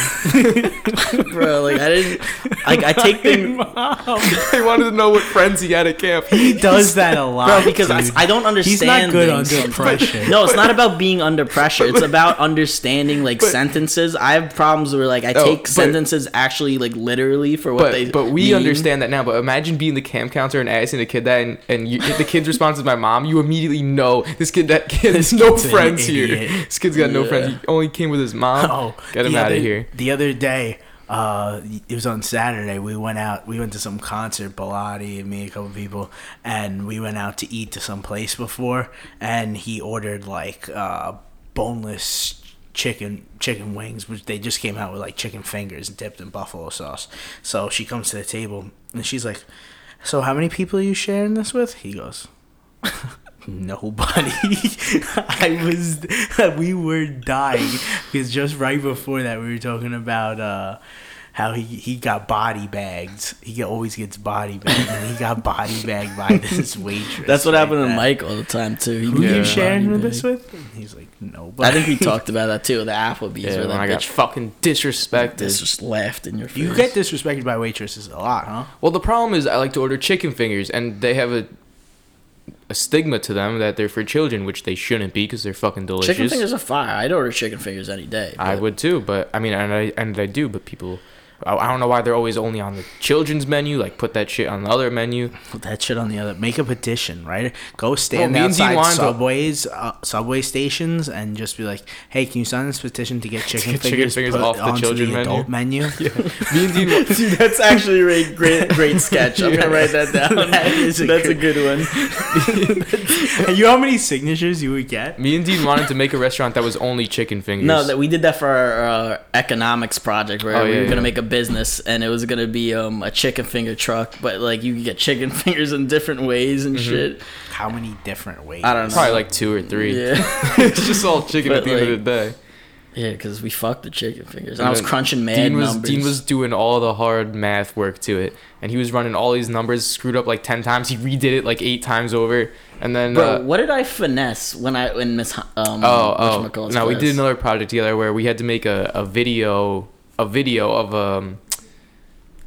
[SPEAKER 2] bro. Like I didn't. Like I take things,
[SPEAKER 3] they wanted to know what friends he had at camp.
[SPEAKER 4] He does that a lot.
[SPEAKER 2] bro, because I,
[SPEAKER 4] dude.
[SPEAKER 2] I don't understand.
[SPEAKER 4] He's not good
[SPEAKER 2] things
[SPEAKER 4] under
[SPEAKER 2] sometimes.
[SPEAKER 4] pressure.
[SPEAKER 2] No, it's not about being under pressure. It's about understanding like sentences. I have problems where like I
[SPEAKER 3] Oh,
[SPEAKER 2] take
[SPEAKER 3] but-
[SPEAKER 2] sentences actually like literally for what they.
[SPEAKER 3] But, but we
[SPEAKER 2] mean.
[SPEAKER 3] understand that now. But imagine being the camp counselor and asking a kid that, and, and you, the kid's response is my mom. You immediately know this kid that kid has no
[SPEAKER 4] kid's an
[SPEAKER 3] friends
[SPEAKER 4] idiot.
[SPEAKER 3] here. This kid's got no friends. He only came with his mom.
[SPEAKER 4] Oh,
[SPEAKER 3] Get him
[SPEAKER 4] the
[SPEAKER 3] out
[SPEAKER 4] other-
[SPEAKER 3] of here.
[SPEAKER 4] The other day, uh, it was on Saturday. We went out. We went to some concert. Bilotti and me, a couple people, and we went out to eat to some place before. And he ordered like uh, boneless chicken chicken wings, which they just came out with like chicken fingers dipped in buffalo sauce. So she comes to the table and she's like, "So how many people are you sharing this with?" He goes, nobody. I was, we were dying because just right before that, we were talking about uh, how he he got body bagged. He always gets body bagged, and he got body bagged by this waitress.
[SPEAKER 2] That's what
[SPEAKER 4] like
[SPEAKER 2] happened to
[SPEAKER 4] that.
[SPEAKER 2] Mike all the time too. He
[SPEAKER 4] Who
[SPEAKER 2] would
[SPEAKER 3] Yeah.
[SPEAKER 4] are you
[SPEAKER 2] get
[SPEAKER 4] sharing
[SPEAKER 2] body
[SPEAKER 4] this
[SPEAKER 2] bag.
[SPEAKER 4] with? And he's like, nobody.
[SPEAKER 2] I think we talked about that too. The Applebee's
[SPEAKER 3] Yeah,
[SPEAKER 2] where
[SPEAKER 3] when
[SPEAKER 2] that
[SPEAKER 3] I got
[SPEAKER 2] bitch
[SPEAKER 3] fucking disrespected.
[SPEAKER 2] f- just laughed in your face.
[SPEAKER 4] you get disrespected by waitresses a lot, huh?
[SPEAKER 3] Well, the problem is I like to order chicken fingers, and they have a a stigma to them that they're for children, which they shouldn't be because they're fucking delicious.
[SPEAKER 2] chicken fingers are fire. I'd order chicken fingers any day.
[SPEAKER 3] I
[SPEAKER 2] but-
[SPEAKER 3] would too, but I mean, and I and I do, but people. I I don't know why they're always only on the children's menu. Like, put that shit on the other menu.
[SPEAKER 4] Put that shit on the other. Make a petition, right? Go
[SPEAKER 3] Well,
[SPEAKER 4] stand
[SPEAKER 3] me and Dean
[SPEAKER 4] outside
[SPEAKER 3] wanted to-
[SPEAKER 4] subways, uh, subway stations, and just be like, "Hey, can you sign this petition to get chicken
[SPEAKER 3] get chicken
[SPEAKER 4] fingers,
[SPEAKER 3] fingers
[SPEAKER 4] put
[SPEAKER 3] off the
[SPEAKER 4] onto
[SPEAKER 3] children menu?"
[SPEAKER 4] adult menu?"
[SPEAKER 3] Me and Dean,
[SPEAKER 2] Dude, that's actually a great, great, great sketch. I'm gonna write that down.
[SPEAKER 4] That is a
[SPEAKER 2] that's
[SPEAKER 4] good-
[SPEAKER 2] a good one.
[SPEAKER 4] and you know how many signatures you would get?
[SPEAKER 3] me and Dean wanted to make a restaurant that was only chicken fingers.
[SPEAKER 2] No, that we did that for our uh, economics project where
[SPEAKER 3] Oh,
[SPEAKER 2] we
[SPEAKER 3] yeah,
[SPEAKER 2] were
[SPEAKER 3] yeah.
[SPEAKER 2] gonna make a business and it was gonna be um, a chicken finger truck, but like you could get chicken fingers in different ways
[SPEAKER 3] Mm-hmm.
[SPEAKER 2] and shit.
[SPEAKER 4] How many different ways?
[SPEAKER 2] I don't know.
[SPEAKER 3] probably like two or three.
[SPEAKER 2] Yeah,
[SPEAKER 3] it's just all chicken
[SPEAKER 2] But,
[SPEAKER 3] at the end of the day.
[SPEAKER 2] Yeah, because we fucked the chicken fingers. And,
[SPEAKER 3] And
[SPEAKER 2] I was
[SPEAKER 3] then
[SPEAKER 2] crunching mad
[SPEAKER 3] Dean was
[SPEAKER 2] numbers.
[SPEAKER 3] Dean was doing all the hard math work to it, and he was running all these numbers, screwed up like ten times. He redid it like eight times over, and then
[SPEAKER 2] Bro,
[SPEAKER 3] uh,
[SPEAKER 2] what did I finesse when I when Miss Hu- um
[SPEAKER 3] oh oh
[SPEAKER 2] whatchamacallit's
[SPEAKER 3] no, we
[SPEAKER 2] class?
[SPEAKER 3] did another project together where we had to make a, a video a video of um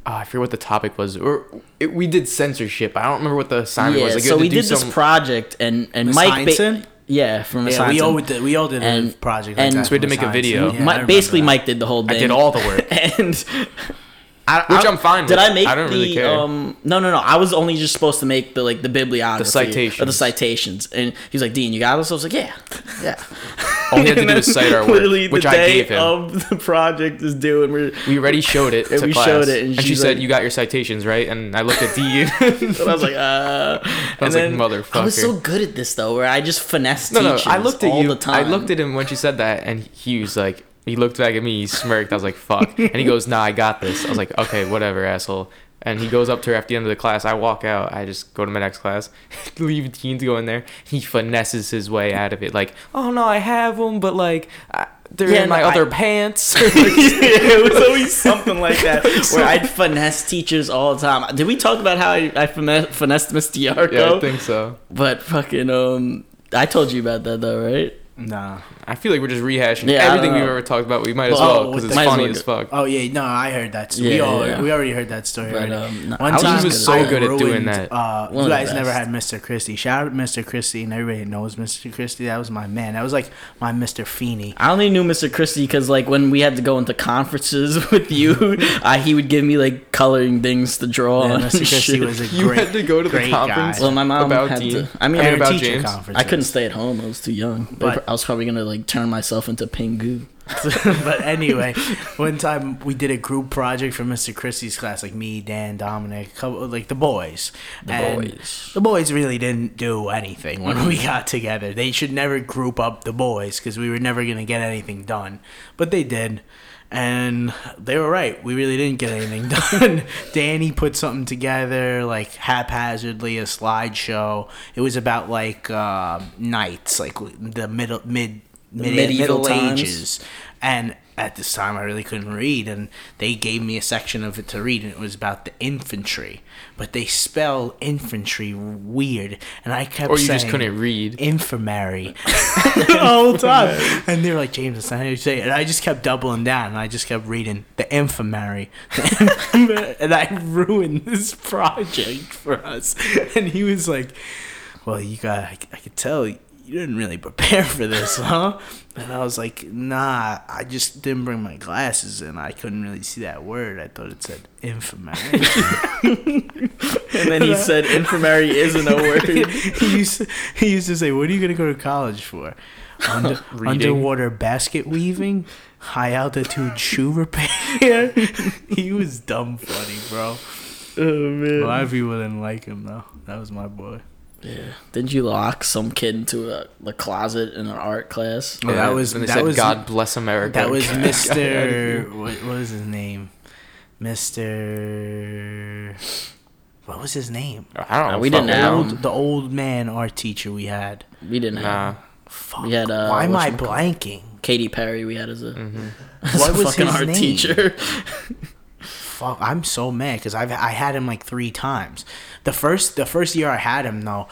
[SPEAKER 3] oh, I forget what the topic was or it, we did censorship. I don't remember what the assignment
[SPEAKER 2] yeah,
[SPEAKER 3] was. Like, you
[SPEAKER 2] so
[SPEAKER 3] had
[SPEAKER 2] we
[SPEAKER 3] to do
[SPEAKER 2] did this
[SPEAKER 3] some-
[SPEAKER 2] project and and
[SPEAKER 4] Miss
[SPEAKER 2] Mike ba-
[SPEAKER 4] Heinsohn?
[SPEAKER 2] yeah from Miss
[SPEAKER 4] Yeah, we
[SPEAKER 2] Heinsohn.
[SPEAKER 4] all did. We all did a
[SPEAKER 2] And-
[SPEAKER 4] project. Like
[SPEAKER 2] and-
[SPEAKER 4] that
[SPEAKER 2] So we had
[SPEAKER 3] to
[SPEAKER 4] for
[SPEAKER 3] make a
[SPEAKER 4] science.
[SPEAKER 3] video.
[SPEAKER 4] Yeah,
[SPEAKER 3] Mi-
[SPEAKER 2] Mi-
[SPEAKER 4] I remember
[SPEAKER 2] basically
[SPEAKER 4] that.
[SPEAKER 2] Mike did the whole
[SPEAKER 3] I
[SPEAKER 2] thing.
[SPEAKER 3] did all the work.
[SPEAKER 2] and I,
[SPEAKER 3] Which I'm fine
[SPEAKER 2] Did
[SPEAKER 3] with.
[SPEAKER 2] I make
[SPEAKER 3] I don't
[SPEAKER 2] the
[SPEAKER 3] really care.
[SPEAKER 2] um? No, no, no. I was only just supposed to make the like the bibliography,
[SPEAKER 3] The
[SPEAKER 2] or the
[SPEAKER 3] citations.
[SPEAKER 2] citations. And he was like, "Dean, you got this?" I was like, "Yeah, yeah."
[SPEAKER 3] All we had to do was cite our work,
[SPEAKER 2] Literally
[SPEAKER 3] which
[SPEAKER 2] the
[SPEAKER 3] I
[SPEAKER 2] day
[SPEAKER 3] gave him.
[SPEAKER 2] of the project is due, and we're.
[SPEAKER 3] we already showed it.
[SPEAKER 2] And
[SPEAKER 3] to
[SPEAKER 2] we
[SPEAKER 3] class.
[SPEAKER 2] showed it, and
[SPEAKER 3] she
[SPEAKER 2] she's
[SPEAKER 3] said,
[SPEAKER 2] like-
[SPEAKER 3] "You got your citations right." And I looked at Dean.
[SPEAKER 2] and I was like, uh. I
[SPEAKER 3] was like,
[SPEAKER 2] I was
[SPEAKER 3] "Motherfucker."
[SPEAKER 2] so good at this though, where I just finessed
[SPEAKER 3] no, no,
[SPEAKER 2] teachers
[SPEAKER 3] I looked at
[SPEAKER 2] all
[SPEAKER 3] you.
[SPEAKER 2] the time.
[SPEAKER 3] I looked at him when she said that, and he was like, he looked back at me, he smirked. I was like, "Fuck," and he goes, "Nah, I got this." I was like, "Okay, whatever, asshole." And he goes up to her at the end of the class. I walk out. I just go to my next class, leave Dean to go in there. He finesses his way out of it, like, "Oh no, I have them, but like, I, they're
[SPEAKER 2] Yeah,
[SPEAKER 3] in my
[SPEAKER 2] no, I-
[SPEAKER 3] other pants."
[SPEAKER 2] it was always something like that where I'd finesse teachers all the time. Did we talk about how I, I finesse, finessed Miss Diarco?
[SPEAKER 3] yeah, I think so.
[SPEAKER 2] But fucking um, I told you about that though, right?
[SPEAKER 4] Nah.
[SPEAKER 3] I feel like we're just rehashing
[SPEAKER 2] Yeah, I
[SPEAKER 3] everything
[SPEAKER 2] don't
[SPEAKER 3] we've
[SPEAKER 2] know.
[SPEAKER 3] ever talked about. We might as
[SPEAKER 2] Well,
[SPEAKER 3] well because
[SPEAKER 4] with
[SPEAKER 3] it's
[SPEAKER 2] the- might as
[SPEAKER 3] funny
[SPEAKER 2] well
[SPEAKER 3] as
[SPEAKER 2] go-
[SPEAKER 3] fuck.
[SPEAKER 4] Oh yeah, no, I heard that. story. we
[SPEAKER 2] Yeah,
[SPEAKER 4] all
[SPEAKER 2] yeah.
[SPEAKER 4] we already heard that story.
[SPEAKER 2] But,
[SPEAKER 4] already.
[SPEAKER 2] um, no, I
[SPEAKER 4] One
[SPEAKER 2] was
[SPEAKER 4] time,
[SPEAKER 2] just- He was so
[SPEAKER 4] I
[SPEAKER 3] good at doing
[SPEAKER 4] ruined,
[SPEAKER 3] that.
[SPEAKER 4] Uh,
[SPEAKER 2] One
[SPEAKER 4] you
[SPEAKER 2] of the
[SPEAKER 4] guys never
[SPEAKER 2] best.
[SPEAKER 4] had Mr. Christie. Shout out to Mr. Christie, and everybody knows Mr. Christie. That was my man. That was like my Mr. Feeney.
[SPEAKER 2] I only knew Mr. Christie because, like, when we had to go into conferences with you, uh, he would give me like coloring things to draw.
[SPEAKER 4] Yeah,
[SPEAKER 2] and
[SPEAKER 4] Mr. Christie
[SPEAKER 2] Oh, shit.
[SPEAKER 4] was a great.
[SPEAKER 3] You had to go to the
[SPEAKER 4] great
[SPEAKER 3] conference?
[SPEAKER 4] guy.
[SPEAKER 2] Well, my mom
[SPEAKER 3] About
[SPEAKER 2] had
[SPEAKER 3] Dean.
[SPEAKER 2] to. I mean,
[SPEAKER 3] And
[SPEAKER 2] I,
[SPEAKER 3] about
[SPEAKER 4] teacher
[SPEAKER 3] James.
[SPEAKER 4] conferences.
[SPEAKER 2] I couldn't stay at home; I was too young. But
[SPEAKER 4] But-
[SPEAKER 2] I was probably gonna like turn myself into Pingu.
[SPEAKER 4] but anyway, one time we did a group project for Mr. Christie's class, like me, Dan, Dominic, couple, like the boys. The
[SPEAKER 2] boys.
[SPEAKER 4] The boys really didn't do anything when we got together. They should never group up the boys because we were never gonna get anything done. But they did. And they were right. We really didn't get anything done. Danny put something together, like haphazardly, a slideshow. It was about like uh, knights, like the middle, mid, mid
[SPEAKER 2] medieval
[SPEAKER 4] middle
[SPEAKER 2] times.
[SPEAKER 4] ages pages. And at this time, I really couldn't read, and they gave me a section of it to read, and it was about the infantry. But they spell infantry weird, and I kept
[SPEAKER 3] Or you just
[SPEAKER 4] saying
[SPEAKER 3] couldn't read.
[SPEAKER 4] infirmary the whole time, and they were like, "James, that's not how you say it." And I just kept doubling down, and I just kept reading the infirmary, and I ruined this project for us. And he was like, well, you got, I, I could tell you didn't really prepare for this, huh? And I was like, nah, I just didn't bring my glasses and I couldn't really see that word. I thought it said infamous.
[SPEAKER 2] And then he said, "Infirmary isn't a word."
[SPEAKER 4] he, used, he used to say, what are you going to go to college for? Under,
[SPEAKER 3] Reading.
[SPEAKER 4] underwater basket weaving? High altitude shoe repair? he was dumb funny, bro.
[SPEAKER 2] oh man!
[SPEAKER 4] A lot of people didn't like him, though. That was my boy.
[SPEAKER 2] Yeah. Didn't you lock some kid into a, the closet in an art class?
[SPEAKER 4] Oh, that was-
[SPEAKER 3] And they
[SPEAKER 4] that
[SPEAKER 3] said,
[SPEAKER 4] was-
[SPEAKER 3] "God bless America."
[SPEAKER 4] That was
[SPEAKER 3] Get the guy out of here.
[SPEAKER 4] Mr. What, what was his name? Mr. What was his name?
[SPEAKER 3] I don't know.
[SPEAKER 2] Uh, we didn't
[SPEAKER 3] fucking
[SPEAKER 2] have-
[SPEAKER 3] know.
[SPEAKER 4] Old, the old man art teacher we had.
[SPEAKER 2] We didn't
[SPEAKER 3] Nah.
[SPEAKER 2] have
[SPEAKER 4] Fuck.
[SPEAKER 2] We had, uh,
[SPEAKER 4] Why am I
[SPEAKER 2] whatchamacallit?
[SPEAKER 4] blanking?
[SPEAKER 2] Katy Perry. We had as a, as
[SPEAKER 4] Mm-hmm. What
[SPEAKER 2] a
[SPEAKER 4] was
[SPEAKER 2] fucking
[SPEAKER 4] his
[SPEAKER 2] art
[SPEAKER 4] name?
[SPEAKER 2] teacher.
[SPEAKER 4] Fuck, I'm so mad because I've I had him like three times. The first the first year I had him though,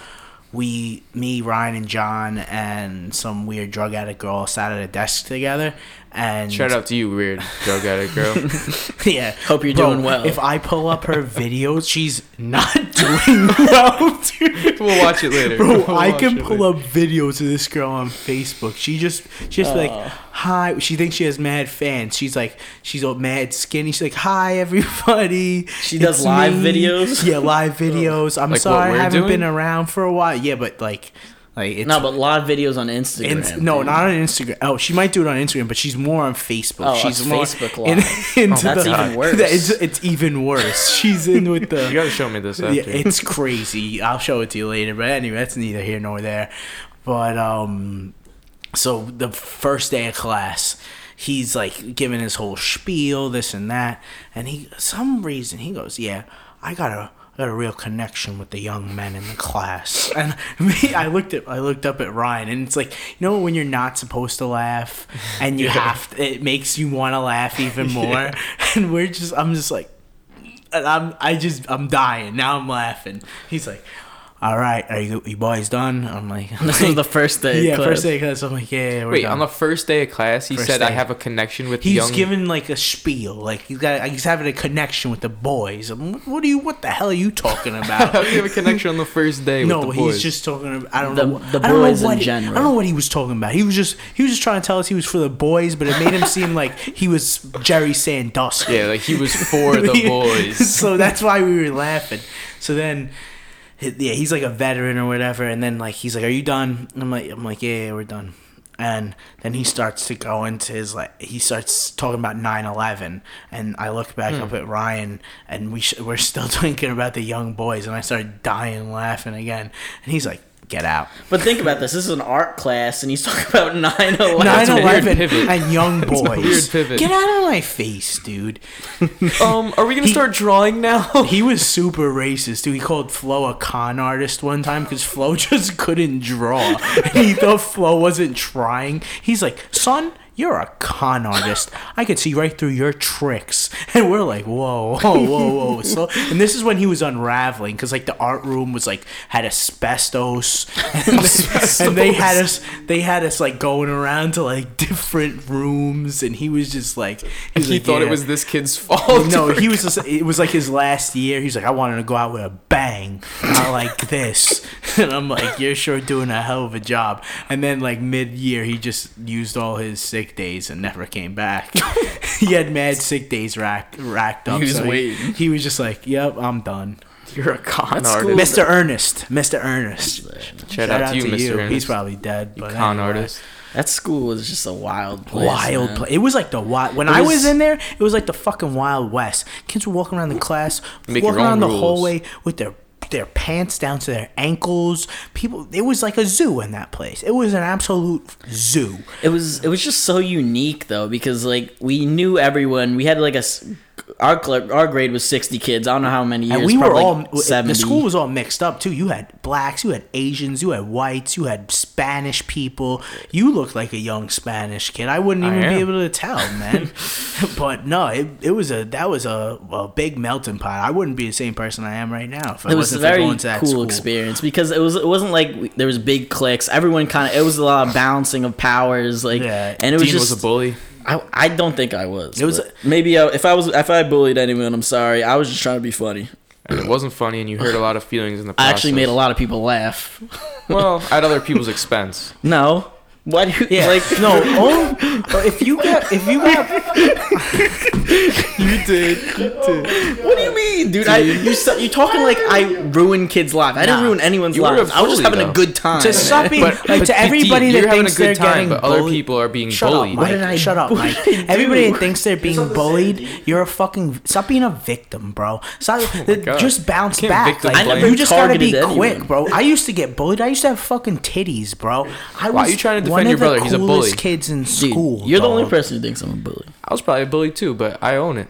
[SPEAKER 4] we me Ryan and John and some weird drug addict girl sat at a desk together and
[SPEAKER 3] Shout out to you, weird drug addict girl.
[SPEAKER 4] Yeah.
[SPEAKER 2] Hope you're doing well.
[SPEAKER 4] If I pull up her videos, she's not doing well, dude.
[SPEAKER 3] we'll watch it later.
[SPEAKER 4] Bro,
[SPEAKER 3] We'll
[SPEAKER 4] I
[SPEAKER 3] watch
[SPEAKER 4] can
[SPEAKER 3] it
[SPEAKER 4] pull
[SPEAKER 3] later.
[SPEAKER 4] up videos of this girl on Facebook. She just, she just be
[SPEAKER 2] Oh.
[SPEAKER 4] like, hi. She thinks she has mad fans. She's like, she's all mad skinny. She's like, hi everybody.
[SPEAKER 2] She does live videos?
[SPEAKER 4] Yeah, live videos. I'm
[SPEAKER 3] Like what
[SPEAKER 4] sorry, I
[SPEAKER 3] we're
[SPEAKER 4] haven't
[SPEAKER 3] doing?
[SPEAKER 4] been around for a while. Yeah, but like, like it's
[SPEAKER 2] no, but live videos on Instagram.
[SPEAKER 4] Inst- no,
[SPEAKER 2] dude.
[SPEAKER 4] not on Instagram. Oh, she might do it on Instagram, but she's more on Facebook.
[SPEAKER 2] Oh,
[SPEAKER 4] she's
[SPEAKER 2] it's
[SPEAKER 4] more
[SPEAKER 2] Facebook
[SPEAKER 4] in-
[SPEAKER 2] Live. Oh,
[SPEAKER 4] into
[SPEAKER 2] that's
[SPEAKER 4] the-
[SPEAKER 2] even worse.
[SPEAKER 4] that- It's, it's even worse. She's in with the.
[SPEAKER 3] You gotta show me this after.
[SPEAKER 4] yeah, it's crazy. I'll show it to you later. But anyway, that's neither here nor there. But um, so the first day of class, he's like giving his whole spiel, this and that, and he some reason he goes, yeah, I got a I got a real connection with the young men in the class. And me, I looked at I looked up at Ryan, and it's like you know when you're not supposed to laugh, and you have to, it makes you want to laugh even more. And we're just I'm just like, and I'm I just I'm dying now. I'm laughing. He's like. All right, are you, you boys done? I'm like,
[SPEAKER 2] This was the first day.
[SPEAKER 4] yeah,
[SPEAKER 2] class.
[SPEAKER 4] first day class. I'm like, yeah, yeah, we're
[SPEAKER 3] Wait,
[SPEAKER 4] done.
[SPEAKER 3] on the first day of class, he
[SPEAKER 4] First
[SPEAKER 3] said I
[SPEAKER 4] day.
[SPEAKER 3] have a connection with
[SPEAKER 4] He's
[SPEAKER 3] young.
[SPEAKER 4] giving like a spiel, like he's got, he's having a connection with the boys. I'm, what- what are you? What the hell are you talking
[SPEAKER 3] How
[SPEAKER 4] about?
[SPEAKER 3] do you have a connection on the first day?
[SPEAKER 4] no,
[SPEAKER 3] with the boys?
[SPEAKER 4] he's just talking. About, I don't
[SPEAKER 2] The-
[SPEAKER 4] know.
[SPEAKER 2] the
[SPEAKER 4] I don't know
[SPEAKER 2] boys in
[SPEAKER 4] what he-
[SPEAKER 2] general.
[SPEAKER 4] I don't know what he was talking about. He was just, he was just trying to tell us he was for the boys, but it made him seem like he was Jerry Sandusky.
[SPEAKER 3] yeah, like he was for the boys.
[SPEAKER 4] so that's why we were laughing. So then, yeah, he's like a veteran or whatever, and then like he's like, "Are you done?" And I'm like, "I'm like, yeah, yeah, we're done." And then he starts to go into his like he starts talking about 9-11. and I look
[SPEAKER 3] Hmm.
[SPEAKER 4] back up at Ryan and we sh- we're still thinking about the young boys, and I started dying laughing again, and he's like. Get out.
[SPEAKER 2] But think about this. This is an art class, and he's talking about oh 9
[SPEAKER 4] Nine
[SPEAKER 3] a weird
[SPEAKER 4] eleven
[SPEAKER 3] pivot.
[SPEAKER 4] and young boys.
[SPEAKER 3] weird pivot.
[SPEAKER 4] Get out of my face, dude.
[SPEAKER 3] um, are we gonna start drawing now?
[SPEAKER 4] He was super racist, dude. He called Flo a con artist one time because Flo just couldn't draw. And he thought Flo wasn't trying. He's like, son, you're a con artist. I could see right through your tricks. And we're like, whoa, whoa, whoa, whoa. So, and this is when he was unraveling because like the art room was like had asbestos, and, and they had us they had us like going around to like different rooms, and he was just like he, was
[SPEAKER 3] he
[SPEAKER 4] like,
[SPEAKER 3] thought it
[SPEAKER 4] "Yeah."
[SPEAKER 3] was this kid's fault.
[SPEAKER 4] no, he was just, it was like his last year. He's like, I wanted to go out with a bang, not like this. And I'm like, you're sure doing a hell of a job. And then like mid year, he just used all his sick days and never came back. he had mad sick days rack, racked up.
[SPEAKER 2] He was
[SPEAKER 4] so he,
[SPEAKER 2] waiting.
[SPEAKER 4] he was just like, yep, I'm done.
[SPEAKER 3] You're a con
[SPEAKER 2] cool.
[SPEAKER 3] artist.
[SPEAKER 4] Mr. Ernest, Mr. Ernest.
[SPEAKER 3] Shout out to you, Mr.
[SPEAKER 4] He's
[SPEAKER 3] Ernest.
[SPEAKER 4] probably dead. But
[SPEAKER 3] Con
[SPEAKER 4] anyway.
[SPEAKER 3] artist.
[SPEAKER 2] That school was just a wild place.
[SPEAKER 4] Wild
[SPEAKER 2] man.
[SPEAKER 4] place. It was like the wild. When I
[SPEAKER 2] was-
[SPEAKER 4] was in there, it was like the fucking Wild West. Kids were walking around the class,
[SPEAKER 3] Make your
[SPEAKER 4] walking
[SPEAKER 3] own
[SPEAKER 4] around the
[SPEAKER 3] rules.
[SPEAKER 4] hallway with their their pants down to their ankles. People, it was like a zoo in that place. It was an absolute zoo.
[SPEAKER 2] It was it was just so unique though because like we knew everyone. We had like a s- our cl- our grade was 60 kids. I don't know how many years.
[SPEAKER 4] And we were
[SPEAKER 2] probably,
[SPEAKER 4] all
[SPEAKER 2] like,
[SPEAKER 4] the school was all mixed up too. You had blacks, you had Asians, you had whites, you had Spanish people. You looked like a young Spanish kid. I wouldn't
[SPEAKER 3] I
[SPEAKER 4] even be
[SPEAKER 3] am.
[SPEAKER 4] able to tell, man. but no, it, it was a that was a, a big melting pot. I wouldn't be the same person I am right now if I
[SPEAKER 2] it was a
[SPEAKER 4] wasn't for
[SPEAKER 2] very
[SPEAKER 4] going to that
[SPEAKER 2] cool
[SPEAKER 4] school.
[SPEAKER 2] experience because it was it wasn't like we- there was big clicks. Everyone kind of it was a lot of balancing of powers like
[SPEAKER 4] Yeah,
[SPEAKER 2] and it was
[SPEAKER 3] Dean
[SPEAKER 2] just
[SPEAKER 3] was a bully.
[SPEAKER 2] I, I don't think I was. It
[SPEAKER 4] was-
[SPEAKER 2] was maybe I, if I was if I bullied anyone, I'm sorry. I was just trying to be funny.
[SPEAKER 3] And it wasn't funny, and you hurt a lot of feelings in the process.
[SPEAKER 2] I actually made a lot of people laugh.
[SPEAKER 3] Well, at other people's expense.
[SPEAKER 2] No, why do you
[SPEAKER 4] Yeah,
[SPEAKER 2] like?
[SPEAKER 4] like no. Oh, if you got if you got
[SPEAKER 3] You did. You did.
[SPEAKER 2] What do you mean, dude? I, you so- you talking like I ruined kids' lives? I didn't
[SPEAKER 4] Nah.
[SPEAKER 2] ruin anyone's
[SPEAKER 3] You were a
[SPEAKER 2] lives. I was just
[SPEAKER 3] bully,
[SPEAKER 2] having
[SPEAKER 3] though.
[SPEAKER 2] a good time.
[SPEAKER 4] to somebody
[SPEAKER 3] But,
[SPEAKER 4] like
[SPEAKER 3] but
[SPEAKER 4] to everybody
[SPEAKER 3] you're
[SPEAKER 4] that
[SPEAKER 3] having a
[SPEAKER 4] thinks they're
[SPEAKER 3] good time,
[SPEAKER 4] getting
[SPEAKER 3] but
[SPEAKER 4] bullied.
[SPEAKER 3] other people are being
[SPEAKER 4] Shut
[SPEAKER 3] bullied.
[SPEAKER 4] Up, Mike.
[SPEAKER 2] did I
[SPEAKER 4] Shut up,
[SPEAKER 2] do?
[SPEAKER 4] Mike. Everybody that thinks they're being bullied, you're a fucking. Stop being a victim, bro. Stop.
[SPEAKER 3] Oh God.
[SPEAKER 4] just bounce
[SPEAKER 3] Can't
[SPEAKER 4] back.
[SPEAKER 3] victim
[SPEAKER 4] Like,
[SPEAKER 3] blame. I
[SPEAKER 2] never
[SPEAKER 4] you just gotta be
[SPEAKER 2] targeted anyone.
[SPEAKER 4] quick, bro. I used to get bullied. I used to have fucking titties, bro. I
[SPEAKER 3] Why are
[SPEAKER 4] was
[SPEAKER 3] you trying to
[SPEAKER 4] one
[SPEAKER 3] defend
[SPEAKER 4] of
[SPEAKER 3] your
[SPEAKER 4] the
[SPEAKER 3] brother? He's a
[SPEAKER 4] coolest
[SPEAKER 3] bully.
[SPEAKER 4] Kids in
[SPEAKER 2] Dude,
[SPEAKER 4] school.
[SPEAKER 2] you're the only
[SPEAKER 4] dog.
[SPEAKER 2] person who thinks I'm a bully.
[SPEAKER 3] I was probably a bully too, but I own it.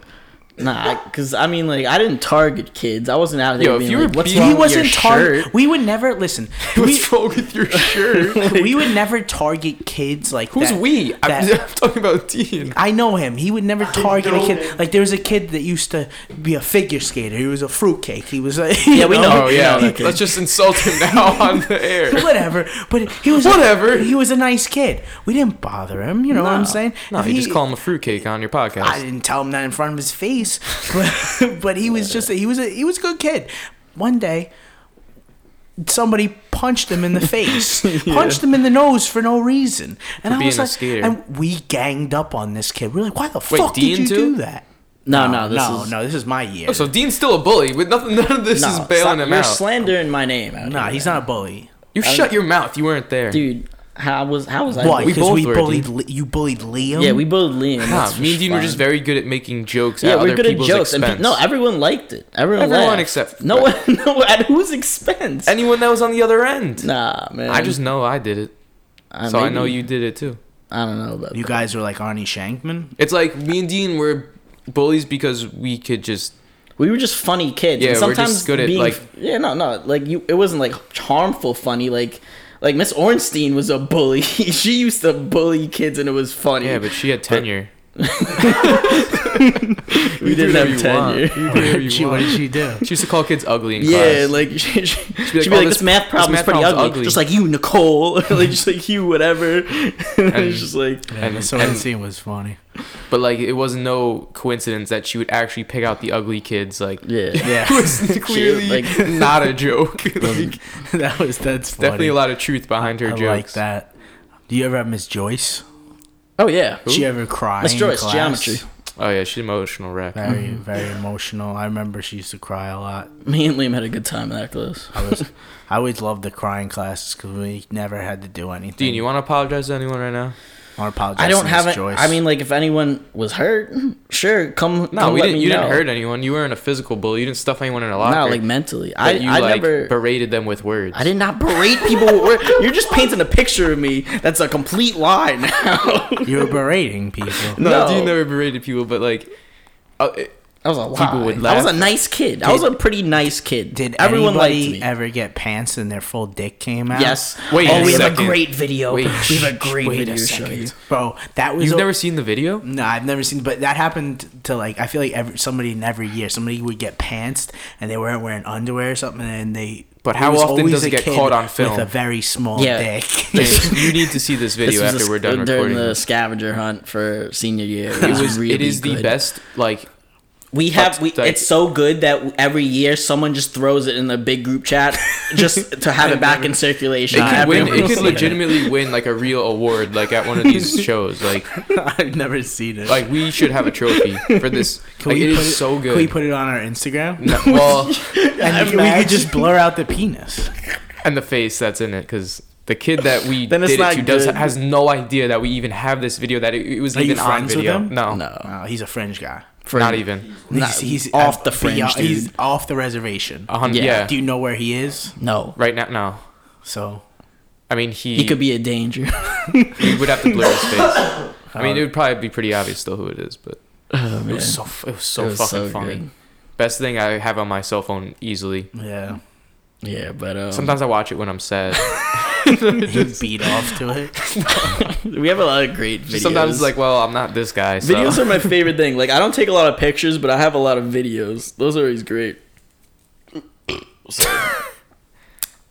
[SPEAKER 2] Nah, because I mean, like, I didn't target kids. I wasn't out there
[SPEAKER 3] Yo, if
[SPEAKER 2] being
[SPEAKER 3] you were
[SPEAKER 2] like, "What's
[SPEAKER 3] being-
[SPEAKER 2] wrong
[SPEAKER 4] He
[SPEAKER 2] with your
[SPEAKER 4] wasn't targeted.
[SPEAKER 2] shirt?"
[SPEAKER 4] We would never listen. we,
[SPEAKER 3] What's wrong with your shirt?
[SPEAKER 4] we would never target kids like
[SPEAKER 3] Who's
[SPEAKER 4] that-
[SPEAKER 3] we? I'm,
[SPEAKER 4] that-
[SPEAKER 3] I'm talking about Dean.
[SPEAKER 4] I know him. He would never target a
[SPEAKER 2] know
[SPEAKER 4] kid.
[SPEAKER 2] him.
[SPEAKER 4] Like there was a kid that used to be a figure skater. He was a fruitcake. He was a
[SPEAKER 2] Yeah, we know.
[SPEAKER 3] Oh yeah,
[SPEAKER 2] okay.
[SPEAKER 3] let's just insult him now on the air.
[SPEAKER 4] whatever. But he was a-
[SPEAKER 3] Whatever.
[SPEAKER 4] he was a nice kid. We didn't bother him. You know what I'm saying?
[SPEAKER 3] No,
[SPEAKER 4] If
[SPEAKER 3] you
[SPEAKER 4] he-
[SPEAKER 3] just call him a fruitcake on your podcast.
[SPEAKER 4] I didn't tell him that in front of his face, but but he was just a, he was a he was a good kid. One day, somebody punched him in the face, punched him in the nose for no reason, and I
[SPEAKER 3] being
[SPEAKER 4] was
[SPEAKER 3] a
[SPEAKER 4] like,
[SPEAKER 3] skater.
[SPEAKER 4] and we ganged up on this kid. We are like, why the
[SPEAKER 3] Wait,
[SPEAKER 4] fuck did
[SPEAKER 3] Dean
[SPEAKER 4] you
[SPEAKER 3] too?
[SPEAKER 4] do that?
[SPEAKER 2] No, no, this
[SPEAKER 4] no,
[SPEAKER 2] is
[SPEAKER 4] no, this is my year.
[SPEAKER 3] Oh, so Dean's still a bully. With nothing, none of this
[SPEAKER 2] no,
[SPEAKER 3] is
[SPEAKER 2] stop-
[SPEAKER 3] bailing him
[SPEAKER 2] You're
[SPEAKER 3] out.
[SPEAKER 2] slandering my name. Out
[SPEAKER 4] nah,
[SPEAKER 2] here,
[SPEAKER 4] he's
[SPEAKER 2] man.
[SPEAKER 4] not a bully.
[SPEAKER 3] you shut your mouth. You weren't there.
[SPEAKER 2] dude. How was how was I?
[SPEAKER 4] Why?
[SPEAKER 2] bullied?
[SPEAKER 3] We
[SPEAKER 4] Because
[SPEAKER 3] both
[SPEAKER 4] we,
[SPEAKER 3] were,
[SPEAKER 4] bullied. Le- you bullied Liam.
[SPEAKER 2] Yeah, we both Liam.
[SPEAKER 3] Nah,
[SPEAKER 2] that's
[SPEAKER 3] me and
[SPEAKER 2] for
[SPEAKER 3] Dean were just
[SPEAKER 2] fun.
[SPEAKER 3] very good at making jokes
[SPEAKER 2] Yeah,
[SPEAKER 3] at
[SPEAKER 2] we're
[SPEAKER 3] other
[SPEAKER 2] good at
[SPEAKER 3] people's
[SPEAKER 2] jokes, and
[SPEAKER 3] expense.
[SPEAKER 2] pe- no, everyone liked it. Everyone,
[SPEAKER 3] Everyone
[SPEAKER 2] laughed.
[SPEAKER 3] except-
[SPEAKER 2] no one. No, at whose expense?
[SPEAKER 3] anyone that was on the other end.
[SPEAKER 2] nah, man.
[SPEAKER 3] I just know I did it,
[SPEAKER 2] Uh,
[SPEAKER 3] so I know
[SPEAKER 2] maybe.
[SPEAKER 3] you did it too.
[SPEAKER 2] I don't know about
[SPEAKER 4] you
[SPEAKER 2] that.
[SPEAKER 4] guys were like Arnie Shankman.
[SPEAKER 3] It's like me and Dean were bullies because we could just
[SPEAKER 2] we were just funny kids.
[SPEAKER 3] Yeah,
[SPEAKER 2] and
[SPEAKER 3] we're just
[SPEAKER 2] sometimes
[SPEAKER 3] good at,
[SPEAKER 2] being,
[SPEAKER 3] like-
[SPEAKER 2] yeah, no, no, like you, it wasn't like harmful funny. Like, like Miss Ornstein was a bully. she used to bully kids, and it was funny.
[SPEAKER 3] Yeah, but she had tenure.
[SPEAKER 2] we
[SPEAKER 3] do
[SPEAKER 2] didn't
[SPEAKER 3] whatever
[SPEAKER 2] have
[SPEAKER 3] you want.
[SPEAKER 2] tenure.
[SPEAKER 3] You do whatever you
[SPEAKER 4] She, what did
[SPEAKER 3] want.
[SPEAKER 4] she do?
[SPEAKER 3] She used to call kids ugly in class.
[SPEAKER 2] Yeah, like she, she, she'd be like,
[SPEAKER 3] "Oh,
[SPEAKER 2] this,
[SPEAKER 3] this-
[SPEAKER 2] math
[SPEAKER 3] this
[SPEAKER 2] problem is
[SPEAKER 3] math
[SPEAKER 2] pretty
[SPEAKER 3] problem's
[SPEAKER 2] ugly.
[SPEAKER 3] ugly."
[SPEAKER 2] just like you, Nicole, like just like you, whatever. and
[SPEAKER 3] And-
[SPEAKER 2] it's just like
[SPEAKER 4] And
[SPEAKER 3] and,
[SPEAKER 4] so that
[SPEAKER 3] and-
[SPEAKER 4] scene was funny.
[SPEAKER 3] but like it was no coincidence that she would actually pick out the ugly kids. Like
[SPEAKER 2] yeah,
[SPEAKER 4] Yeah,
[SPEAKER 3] it was clearly
[SPEAKER 2] like-
[SPEAKER 3] not a joke. Like,
[SPEAKER 4] that was that's funny.
[SPEAKER 3] definitely a lot of truth behind her
[SPEAKER 4] I
[SPEAKER 3] jokes.
[SPEAKER 4] like that. Do you ever have Miss Joyce?
[SPEAKER 2] Oh yeah,
[SPEAKER 4] Did She ever cry?
[SPEAKER 2] Miss
[SPEAKER 4] in
[SPEAKER 2] Joyce,
[SPEAKER 4] class?
[SPEAKER 2] geometry. Mm-hmm.
[SPEAKER 3] Oh yeah, she's an emotional wreck.
[SPEAKER 4] Very, very emotional. I remember she used to cry a lot.
[SPEAKER 2] Me and Liam had a good time in that class.
[SPEAKER 4] I was, I always loved the crying classes because we never had to do anything.
[SPEAKER 3] Dean, you want to apologize to anyone right now?
[SPEAKER 4] I wanna apologize?
[SPEAKER 2] I don't
[SPEAKER 4] to
[SPEAKER 2] have
[SPEAKER 4] Miss
[SPEAKER 2] it.
[SPEAKER 4] Joyce.
[SPEAKER 2] I mean, like if anyone was hurt, sure, come.
[SPEAKER 3] No,
[SPEAKER 2] come
[SPEAKER 3] we
[SPEAKER 2] let
[SPEAKER 3] didn't.
[SPEAKER 2] Me
[SPEAKER 3] You
[SPEAKER 2] know.
[SPEAKER 3] didn't hurt anyone. You weren't a physical bully. You didn't stuff anyone in a locker.
[SPEAKER 2] No, like mentally. I
[SPEAKER 3] But you
[SPEAKER 2] I
[SPEAKER 3] like
[SPEAKER 2] never.
[SPEAKER 3] berated them with words.
[SPEAKER 2] I did not berate people. with words. You're just painting a picture of me that's a complete lie now.
[SPEAKER 4] you were berating people.
[SPEAKER 3] No,
[SPEAKER 2] No.
[SPEAKER 3] Dean never berated people, but like, uh, it-
[SPEAKER 2] That was a lie.
[SPEAKER 3] People would
[SPEAKER 2] I was
[SPEAKER 3] laugh.
[SPEAKER 2] a nice kid. I was a pretty nice kid.
[SPEAKER 4] Did
[SPEAKER 2] everyone
[SPEAKER 4] everyone
[SPEAKER 2] liked me?
[SPEAKER 4] anybody ever get pants and their full dick came out?
[SPEAKER 2] Yes.
[SPEAKER 3] Wait
[SPEAKER 2] Oh,
[SPEAKER 3] a
[SPEAKER 2] we have a
[SPEAKER 3] second.
[SPEAKER 2] great video.
[SPEAKER 3] Wait,
[SPEAKER 2] we have a great
[SPEAKER 4] Wait
[SPEAKER 2] video
[SPEAKER 4] a
[SPEAKER 2] to show you.
[SPEAKER 4] second, bro. That was
[SPEAKER 3] you've
[SPEAKER 4] a-
[SPEAKER 3] never seen the video?
[SPEAKER 4] No, I've never seen, but that happened to like I feel like every somebody in every year, somebody would get pantsed and they weren't wearing underwear or something, and they.
[SPEAKER 3] But how
[SPEAKER 4] was
[SPEAKER 3] often
[SPEAKER 4] always
[SPEAKER 3] does it
[SPEAKER 4] a
[SPEAKER 3] get
[SPEAKER 4] kid
[SPEAKER 3] caught on
[SPEAKER 4] With
[SPEAKER 3] film?
[SPEAKER 4] a very small
[SPEAKER 2] Yeah.
[SPEAKER 4] dick.
[SPEAKER 3] James, you need to see this video after
[SPEAKER 2] a-
[SPEAKER 3] we're done
[SPEAKER 2] during
[SPEAKER 3] recording.
[SPEAKER 2] the
[SPEAKER 3] this.
[SPEAKER 2] scavenger hunt for senior year. It,
[SPEAKER 3] It was.
[SPEAKER 2] really
[SPEAKER 3] it is the
[SPEAKER 2] good.
[SPEAKER 3] best. Like,
[SPEAKER 2] We have we,
[SPEAKER 3] Like-
[SPEAKER 2] it's so good that every year someone just throws it in the big group chat just to have it back in circulation.
[SPEAKER 3] it could win.
[SPEAKER 2] Everyone
[SPEAKER 3] It could
[SPEAKER 2] will see
[SPEAKER 3] legitimately win like a real award, like at one of these shows. Like,
[SPEAKER 4] I've never seen it.
[SPEAKER 3] like we should have a trophy for this. Like, it
[SPEAKER 4] put
[SPEAKER 3] is so
[SPEAKER 4] Can we
[SPEAKER 3] good.
[SPEAKER 4] put it on our Instagram?
[SPEAKER 3] No, well,
[SPEAKER 4] And we could just blur out the penis.
[SPEAKER 3] and the face that's in it because the kid that we
[SPEAKER 2] Then
[SPEAKER 3] did
[SPEAKER 2] it's
[SPEAKER 3] it
[SPEAKER 2] not
[SPEAKER 3] to does
[SPEAKER 2] good.
[SPEAKER 3] has no idea that we even have this video that it, it was
[SPEAKER 4] Are you
[SPEAKER 3] even on
[SPEAKER 4] friends with
[SPEAKER 3] video.
[SPEAKER 4] him?
[SPEAKER 3] No,
[SPEAKER 2] No,
[SPEAKER 4] Wow, he's a fringe guy.
[SPEAKER 3] not even.
[SPEAKER 2] Oh. Nah,
[SPEAKER 4] He's, he's
[SPEAKER 2] off the
[SPEAKER 4] uh,
[SPEAKER 2] fringe,
[SPEAKER 4] beyond- He's
[SPEAKER 2] dude.
[SPEAKER 4] off the reservation.
[SPEAKER 3] A hun-
[SPEAKER 2] Yeah.
[SPEAKER 3] Oh, yeah.
[SPEAKER 4] Do you know where he is?
[SPEAKER 2] no.
[SPEAKER 3] right now, no.
[SPEAKER 4] So
[SPEAKER 3] I mean, he
[SPEAKER 2] He could be a danger.
[SPEAKER 3] You would have to blur his face. I mean, it would probably be pretty obvious still who it is, but it was so f- it was so
[SPEAKER 2] Oh, It was
[SPEAKER 3] fucking
[SPEAKER 2] so
[SPEAKER 3] funny.
[SPEAKER 2] good. Oh.
[SPEAKER 3] Best thing I have on my cell phone easily.
[SPEAKER 4] yeah,
[SPEAKER 2] yeah, but um,
[SPEAKER 3] Sometimes I watch it when I'm sad.
[SPEAKER 4] he beat off to it.
[SPEAKER 2] we have a lot of great videos.
[SPEAKER 3] Sometimes it's like, well, I'm not this guy. So.
[SPEAKER 2] videos are my favorite thing. Like I don't take a lot of pictures, but I have a lot of videos. Those are always great. Sorry.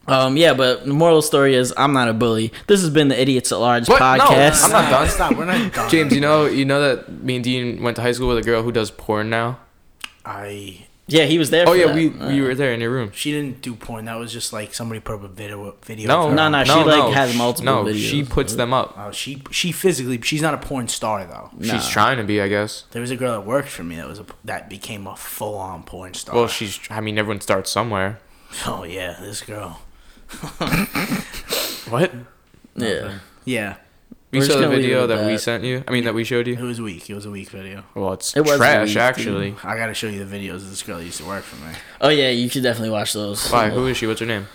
[SPEAKER 2] um, yeah, but the moral of the story is I'm not a bully. This has been the Idiots at Large
[SPEAKER 3] What? No,
[SPEAKER 2] podcast.
[SPEAKER 3] I'm not done.
[SPEAKER 4] Stop. We're not done.
[SPEAKER 3] James, you know, you know that me and Dean went to high school with a girl who does porn now.
[SPEAKER 4] I
[SPEAKER 2] Yeah, he was there.
[SPEAKER 3] Oh
[SPEAKER 2] for
[SPEAKER 3] yeah,
[SPEAKER 2] that.
[SPEAKER 3] we
[SPEAKER 2] Uh,
[SPEAKER 3] we were there in your room.
[SPEAKER 4] she didn't do porn. That was just like somebody put up a video. video
[SPEAKER 3] No,
[SPEAKER 4] of her.
[SPEAKER 2] No, no, she, like, has multiple
[SPEAKER 3] No,
[SPEAKER 2] videos.
[SPEAKER 3] she puts them up.
[SPEAKER 4] Oh, she she physically she's not a porn star though.
[SPEAKER 3] She's trying to be, I guess.
[SPEAKER 4] There was a girl that worked for me that was a, that became a full on porn star.
[SPEAKER 3] Well, she's. I mean, everyone starts somewhere.
[SPEAKER 4] oh yeah, this girl.
[SPEAKER 3] What?
[SPEAKER 2] Yeah.
[SPEAKER 4] Yeah,
[SPEAKER 3] We
[SPEAKER 2] We're just
[SPEAKER 3] saw the
[SPEAKER 2] gonna leave it
[SPEAKER 3] video
[SPEAKER 2] at
[SPEAKER 3] that, we
[SPEAKER 2] that.
[SPEAKER 3] sent you. I mean, that we showed
[SPEAKER 4] it
[SPEAKER 3] you.
[SPEAKER 4] was weak. It was a weak video.
[SPEAKER 3] Well, it's
[SPEAKER 2] It was
[SPEAKER 3] trash,
[SPEAKER 2] leaked,
[SPEAKER 3] actually.
[SPEAKER 4] I gotta show you the videos. of This girl that used to work for me.
[SPEAKER 2] Oh yeah, you should definitely watch those.
[SPEAKER 3] Why? Who is she? What's her name?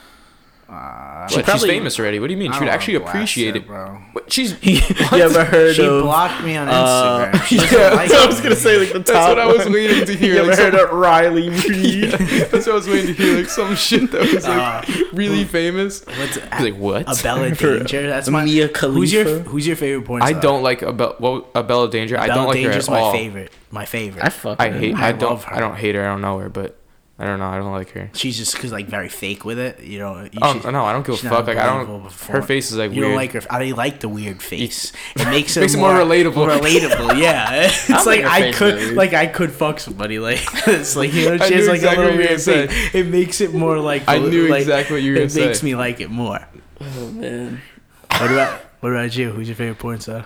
[SPEAKER 4] Uh,
[SPEAKER 3] What,
[SPEAKER 2] probably-
[SPEAKER 3] she's famous already. What do you mean?
[SPEAKER 4] I
[SPEAKER 3] She
[SPEAKER 4] don't
[SPEAKER 3] would
[SPEAKER 4] wanna
[SPEAKER 3] actually
[SPEAKER 4] blast
[SPEAKER 3] appreciate
[SPEAKER 4] her,
[SPEAKER 3] it.
[SPEAKER 4] bro.
[SPEAKER 3] What? She's.
[SPEAKER 2] you ever heard
[SPEAKER 4] She
[SPEAKER 2] of?
[SPEAKER 4] blocked me on
[SPEAKER 2] uh,
[SPEAKER 4] Instagram. she doesn't
[SPEAKER 2] yeah,
[SPEAKER 4] like
[SPEAKER 2] I was
[SPEAKER 4] me.
[SPEAKER 2] gonna say like the top.
[SPEAKER 3] That's what I was
[SPEAKER 2] one.
[SPEAKER 3] waiting to hear.
[SPEAKER 2] You ever
[SPEAKER 3] like,
[SPEAKER 2] heard
[SPEAKER 3] some-
[SPEAKER 2] of Riley Reed?
[SPEAKER 3] That's what I was waiting to hear. Like some shit that was
[SPEAKER 4] Uh,
[SPEAKER 3] like really famous.
[SPEAKER 4] What's
[SPEAKER 3] She's like what?
[SPEAKER 4] Abella Danger? That's my
[SPEAKER 2] Mia
[SPEAKER 4] Who's your
[SPEAKER 2] Khalifa?
[SPEAKER 4] Who's your favorite porn
[SPEAKER 3] I
[SPEAKER 4] star?
[SPEAKER 3] don't like Abel. Well, Abella Danger. I
[SPEAKER 4] Bella
[SPEAKER 3] don't like her
[SPEAKER 4] Danger's
[SPEAKER 3] at
[SPEAKER 4] my
[SPEAKER 3] all.
[SPEAKER 4] favorite. My favorite.
[SPEAKER 2] I fuck.
[SPEAKER 3] I hate. I,
[SPEAKER 4] I
[SPEAKER 3] don't.
[SPEAKER 4] love her.
[SPEAKER 3] I don't hate her. I don't know her, but I don't know. I don't like her.
[SPEAKER 4] she's just cause like very fake with it. You know. You
[SPEAKER 3] Oh no, I don't give a
[SPEAKER 4] she's not
[SPEAKER 3] fuck. Like I don't.
[SPEAKER 4] believable before.
[SPEAKER 3] Her face is like
[SPEAKER 4] You
[SPEAKER 3] weird.
[SPEAKER 4] don't like her. I like the weird face. It makes her
[SPEAKER 3] Makes it
[SPEAKER 4] more,
[SPEAKER 3] more relatable.
[SPEAKER 4] Relatable, yeah. It's
[SPEAKER 2] don't
[SPEAKER 4] like
[SPEAKER 2] think her
[SPEAKER 4] I
[SPEAKER 2] face
[SPEAKER 4] could,
[SPEAKER 2] is weird.
[SPEAKER 4] like I could fuck somebody. Like it's like you know,
[SPEAKER 3] I
[SPEAKER 4] she has
[SPEAKER 3] knew
[SPEAKER 4] like
[SPEAKER 3] exactly what
[SPEAKER 4] a little
[SPEAKER 3] you were
[SPEAKER 4] weird
[SPEAKER 3] gonna
[SPEAKER 4] thing. It makes it more like
[SPEAKER 3] I knew
[SPEAKER 4] like,
[SPEAKER 3] exactly what you were
[SPEAKER 4] It
[SPEAKER 3] gonna
[SPEAKER 4] makes
[SPEAKER 3] say.
[SPEAKER 4] me like it more.
[SPEAKER 2] Oh man.
[SPEAKER 4] What about what about you? Who's your favorite porn star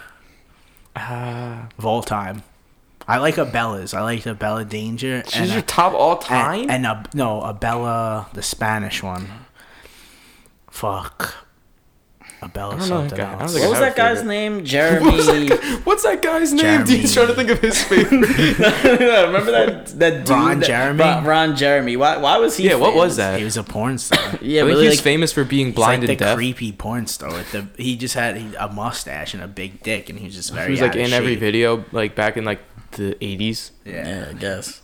[SPEAKER 3] Ah,
[SPEAKER 4] of all time? I like Abella's. I like Abella Danger.
[SPEAKER 3] she's
[SPEAKER 4] and
[SPEAKER 3] your top all
[SPEAKER 4] and,
[SPEAKER 3] time.
[SPEAKER 4] and uh, no, Abella, the Spanish one. Fuck. Abella
[SPEAKER 3] know that
[SPEAKER 4] something
[SPEAKER 3] guy. I don't
[SPEAKER 4] else.
[SPEAKER 3] think
[SPEAKER 2] What was that
[SPEAKER 3] have a
[SPEAKER 2] guy's
[SPEAKER 3] favorite.
[SPEAKER 2] name? Jeremy.
[SPEAKER 3] What's that guy's name? Dean's trying to
[SPEAKER 4] Jeremy.
[SPEAKER 3] think of his favorite.
[SPEAKER 2] Remember that that dude?
[SPEAKER 4] Ron
[SPEAKER 2] that-
[SPEAKER 4] Jeremy?
[SPEAKER 2] Ron, Ron Jeremy. Why? Why was he?
[SPEAKER 3] yeah, what was
[SPEAKER 2] famous?
[SPEAKER 3] that?
[SPEAKER 4] he was a porn star.
[SPEAKER 2] Yeah,
[SPEAKER 3] I think
[SPEAKER 2] really.
[SPEAKER 3] he's
[SPEAKER 2] Like,
[SPEAKER 3] famous for being
[SPEAKER 4] He's
[SPEAKER 3] blind
[SPEAKER 4] like
[SPEAKER 3] and
[SPEAKER 4] the
[SPEAKER 3] deaf.
[SPEAKER 4] creepy porn star with the he just had a mustache and a big dick and he was just very
[SPEAKER 3] He was like
[SPEAKER 4] out of
[SPEAKER 3] in every
[SPEAKER 4] shape.
[SPEAKER 3] video, like back in like the eighties.
[SPEAKER 4] yeah
[SPEAKER 2] yeah, I guess.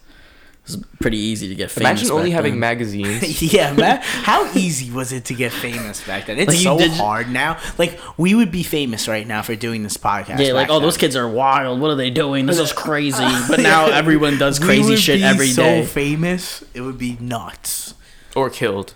[SPEAKER 2] It's pretty easy to get famous.
[SPEAKER 3] Imagine only
[SPEAKER 2] back
[SPEAKER 3] having
[SPEAKER 2] then.
[SPEAKER 3] magazines.
[SPEAKER 4] yeah, man. How easy was it to get famous back then? It's
[SPEAKER 2] Like, you
[SPEAKER 4] so
[SPEAKER 2] did-
[SPEAKER 4] hard now. Like we would be famous right now for doing this podcast.
[SPEAKER 2] Yeah, like
[SPEAKER 4] back
[SPEAKER 2] oh, those
[SPEAKER 4] then.
[SPEAKER 2] kids are wild. What are they doing? This is crazy. But now everyone does
[SPEAKER 4] We
[SPEAKER 2] crazy
[SPEAKER 4] would
[SPEAKER 2] shit
[SPEAKER 4] be
[SPEAKER 2] every
[SPEAKER 4] so
[SPEAKER 2] day,
[SPEAKER 4] famous, it would be nuts.
[SPEAKER 3] or killed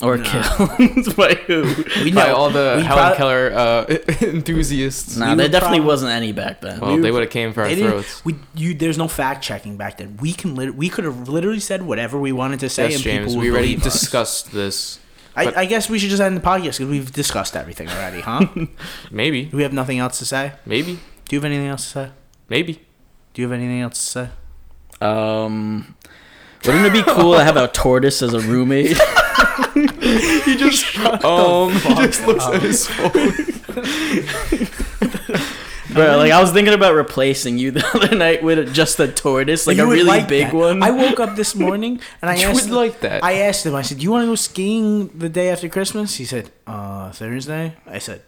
[SPEAKER 2] or killed by who?
[SPEAKER 4] We
[SPEAKER 3] by all the
[SPEAKER 4] we
[SPEAKER 3] Helen
[SPEAKER 4] prob-
[SPEAKER 3] Keller uh, enthusiasts.
[SPEAKER 2] Nah,
[SPEAKER 4] We
[SPEAKER 2] there
[SPEAKER 4] would
[SPEAKER 2] definitely
[SPEAKER 4] prob-
[SPEAKER 2] wasn't any back then.
[SPEAKER 3] well,
[SPEAKER 4] we
[SPEAKER 3] they
[SPEAKER 4] were-
[SPEAKER 3] would have came for our
[SPEAKER 4] They didn't-
[SPEAKER 3] throats.
[SPEAKER 4] we, you, there's no fact checking back then. We can lit- we could have literally said whatever we wanted to say,
[SPEAKER 3] Yes,
[SPEAKER 4] and
[SPEAKER 3] James,
[SPEAKER 4] people would
[SPEAKER 3] we already
[SPEAKER 4] believe us.
[SPEAKER 3] discussed this. but-
[SPEAKER 4] I, I guess we should just end the podcast because we've discussed everything already, huh? Do
[SPEAKER 3] Maybe,
[SPEAKER 4] we have nothing else to say?
[SPEAKER 3] maybe,
[SPEAKER 4] Do you have anything else to say?
[SPEAKER 3] maybe.
[SPEAKER 4] Do you have anything else to say?
[SPEAKER 2] Um, wouldn't it be cool to have a tortoise as a roommate?
[SPEAKER 3] He just um, he just looks at his phone.
[SPEAKER 2] Bro, like I was thinking about replacing you the other night with just a tortoise, like
[SPEAKER 4] You
[SPEAKER 2] a
[SPEAKER 4] would
[SPEAKER 2] really
[SPEAKER 4] like
[SPEAKER 2] big
[SPEAKER 4] that.
[SPEAKER 2] one.
[SPEAKER 4] I woke up this morning and I
[SPEAKER 3] You
[SPEAKER 4] asked
[SPEAKER 3] would like that.
[SPEAKER 4] I asked him. I said, "Do you want to go skiing the day after Christmas?" He said, "Uh, Thursday." I said,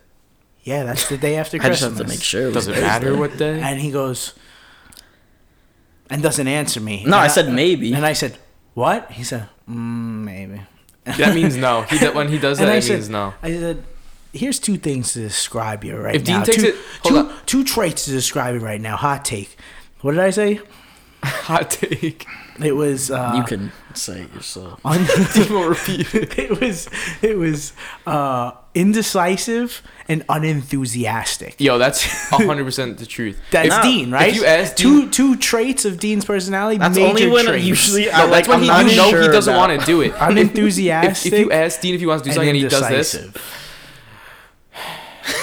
[SPEAKER 4] "Yeah, that's the day after
[SPEAKER 2] I
[SPEAKER 4] Christmas."
[SPEAKER 2] just have to make sure. it was
[SPEAKER 3] Doesn't
[SPEAKER 2] Thursday.
[SPEAKER 3] matter what day.
[SPEAKER 4] And he goes, and doesn't answer me.
[SPEAKER 2] No,
[SPEAKER 4] And
[SPEAKER 2] I said maybe.
[SPEAKER 4] And I said, "What?" He said, mm, "Maybe."
[SPEAKER 3] That means no. He, do- when he does that,
[SPEAKER 4] And I
[SPEAKER 3] it
[SPEAKER 4] said,
[SPEAKER 3] means no.
[SPEAKER 4] I said, here's two things to describe you right
[SPEAKER 3] If Dean
[SPEAKER 4] now.
[SPEAKER 3] takes
[SPEAKER 4] two,
[SPEAKER 3] it- hold
[SPEAKER 4] two-
[SPEAKER 3] on.
[SPEAKER 4] two traits to describe you right now. Hot take. What did I say?
[SPEAKER 3] Hot take.
[SPEAKER 4] It was. Uh,
[SPEAKER 2] You can say it yourself.
[SPEAKER 4] un-
[SPEAKER 3] Timo repeated.
[SPEAKER 4] it was. It was uh, indecisive and unenthusiastic.
[SPEAKER 3] Yo, that's hundred percent the truth.
[SPEAKER 4] That's
[SPEAKER 2] If-
[SPEAKER 4] Dean,
[SPEAKER 3] if
[SPEAKER 4] right?
[SPEAKER 3] you ask
[SPEAKER 4] two two traits of Dean's personality.
[SPEAKER 2] That's
[SPEAKER 4] major
[SPEAKER 2] only when
[SPEAKER 4] traits.
[SPEAKER 2] usually I
[SPEAKER 3] No,
[SPEAKER 2] like
[SPEAKER 3] that's when
[SPEAKER 2] I'm
[SPEAKER 3] he,
[SPEAKER 2] not
[SPEAKER 3] you know
[SPEAKER 2] sure
[SPEAKER 3] he doesn't
[SPEAKER 2] about-
[SPEAKER 3] want to do it. If,
[SPEAKER 4] unenthusiastic.
[SPEAKER 3] if you ask Dean if he wants to do
[SPEAKER 4] and
[SPEAKER 3] something and he does this,
[SPEAKER 4] indecisive.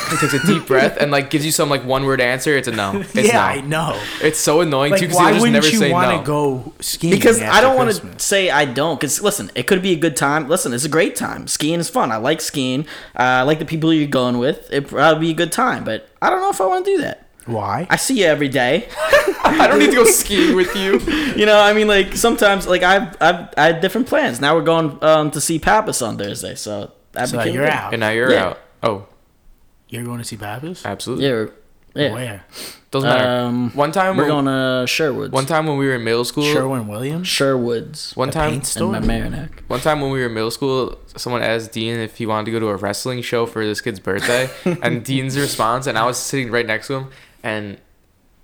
[SPEAKER 3] he takes a deep breath and like gives you some like one word answer. It's a no. It's
[SPEAKER 4] yeah,
[SPEAKER 3] no.
[SPEAKER 4] I know.
[SPEAKER 3] It's so annoying too
[SPEAKER 4] Like,
[SPEAKER 3] because he'll
[SPEAKER 4] why
[SPEAKER 3] just never
[SPEAKER 4] wouldn't
[SPEAKER 3] say
[SPEAKER 4] you want to
[SPEAKER 3] no.
[SPEAKER 4] go skiing?
[SPEAKER 2] Because I
[SPEAKER 4] after
[SPEAKER 2] don't want
[SPEAKER 4] Christmas?
[SPEAKER 2] to say I don't. Because listen, it could be a good time. Listen, it's a great time. Skiing is fun. I like skiing. Uh, I like the people you're going with. It probably be a good time. But I don't know if I want to do that.
[SPEAKER 4] Why?
[SPEAKER 2] I see you every day.
[SPEAKER 3] I don't need to go skiing with you.
[SPEAKER 2] You know, I mean, like sometimes, like I've, I've I had different plans. Now we're going um, to see Pappas on Thursday, so that
[SPEAKER 4] So
[SPEAKER 2] became
[SPEAKER 4] you're
[SPEAKER 2] good.
[SPEAKER 4] out.
[SPEAKER 3] And now you're
[SPEAKER 2] Yeah.
[SPEAKER 3] out. Uh, Oh,
[SPEAKER 4] You're going to see Pappas?
[SPEAKER 3] absolutely.
[SPEAKER 2] Yeah, we're- yeah.
[SPEAKER 4] Where?
[SPEAKER 3] Doesn't matter.
[SPEAKER 2] Um,
[SPEAKER 3] one time
[SPEAKER 2] We're
[SPEAKER 3] when-
[SPEAKER 2] going to Sherwood's.
[SPEAKER 3] One time when we were in middle school,
[SPEAKER 4] Sherwin Williams?
[SPEAKER 2] Sherwood's.
[SPEAKER 3] one
[SPEAKER 4] The
[SPEAKER 3] time,
[SPEAKER 4] paint
[SPEAKER 2] in
[SPEAKER 4] store?
[SPEAKER 2] my Marinac.
[SPEAKER 3] one time when we were in middle school, someone asked Dean if he wanted to go to a wrestling show for this kid's birthday, and Dean's response, and I was sitting right next to him, and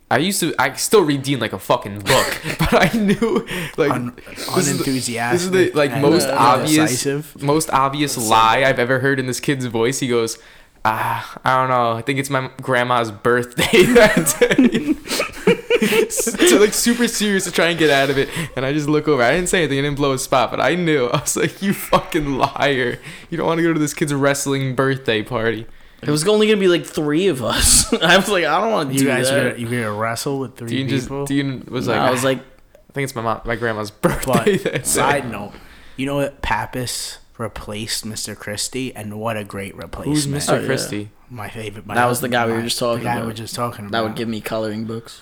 [SPEAKER 3] I used to, I still read Dean like a fucking book, but I knew like
[SPEAKER 4] Un-
[SPEAKER 3] this is the-
[SPEAKER 4] unenthusiastic.
[SPEAKER 3] This is the like
[SPEAKER 4] and
[SPEAKER 3] most
[SPEAKER 4] uh,
[SPEAKER 3] obvious,
[SPEAKER 4] indecisive.
[SPEAKER 3] most obvious lie I've ever heard in this kid's voice. He goes. Ah, I don't know. I think it's my grandma's birthday that day. so like super serious to try and get out of it, and I just look over. I didn't say anything. I didn't blow his spot, but I knew. I was like, "You fucking liar! You don't want to go to this kid's wrestling birthday party."
[SPEAKER 2] It was only gonna be like three of us. I was like, I don't want to
[SPEAKER 4] You
[SPEAKER 2] do
[SPEAKER 4] guys
[SPEAKER 2] that.
[SPEAKER 4] were you were gonna wrestle with three
[SPEAKER 3] Dean just
[SPEAKER 4] people?
[SPEAKER 3] Dean was
[SPEAKER 2] And
[SPEAKER 3] like,
[SPEAKER 2] I was like,
[SPEAKER 3] I think it's my mom, my grandma's birthday."
[SPEAKER 4] but
[SPEAKER 3] That
[SPEAKER 4] side
[SPEAKER 3] day.
[SPEAKER 4] note, you know what? Pappas replaced Mr. Christie, and what a great replacement!
[SPEAKER 3] Who's Mr.
[SPEAKER 2] Oh, yeah.
[SPEAKER 3] Christie?
[SPEAKER 4] My favorite. My
[SPEAKER 2] That was the guy we
[SPEAKER 4] my-
[SPEAKER 2] were just talking
[SPEAKER 4] The guy we
[SPEAKER 2] about.
[SPEAKER 4] were just talking about.
[SPEAKER 2] that would give me coloring books.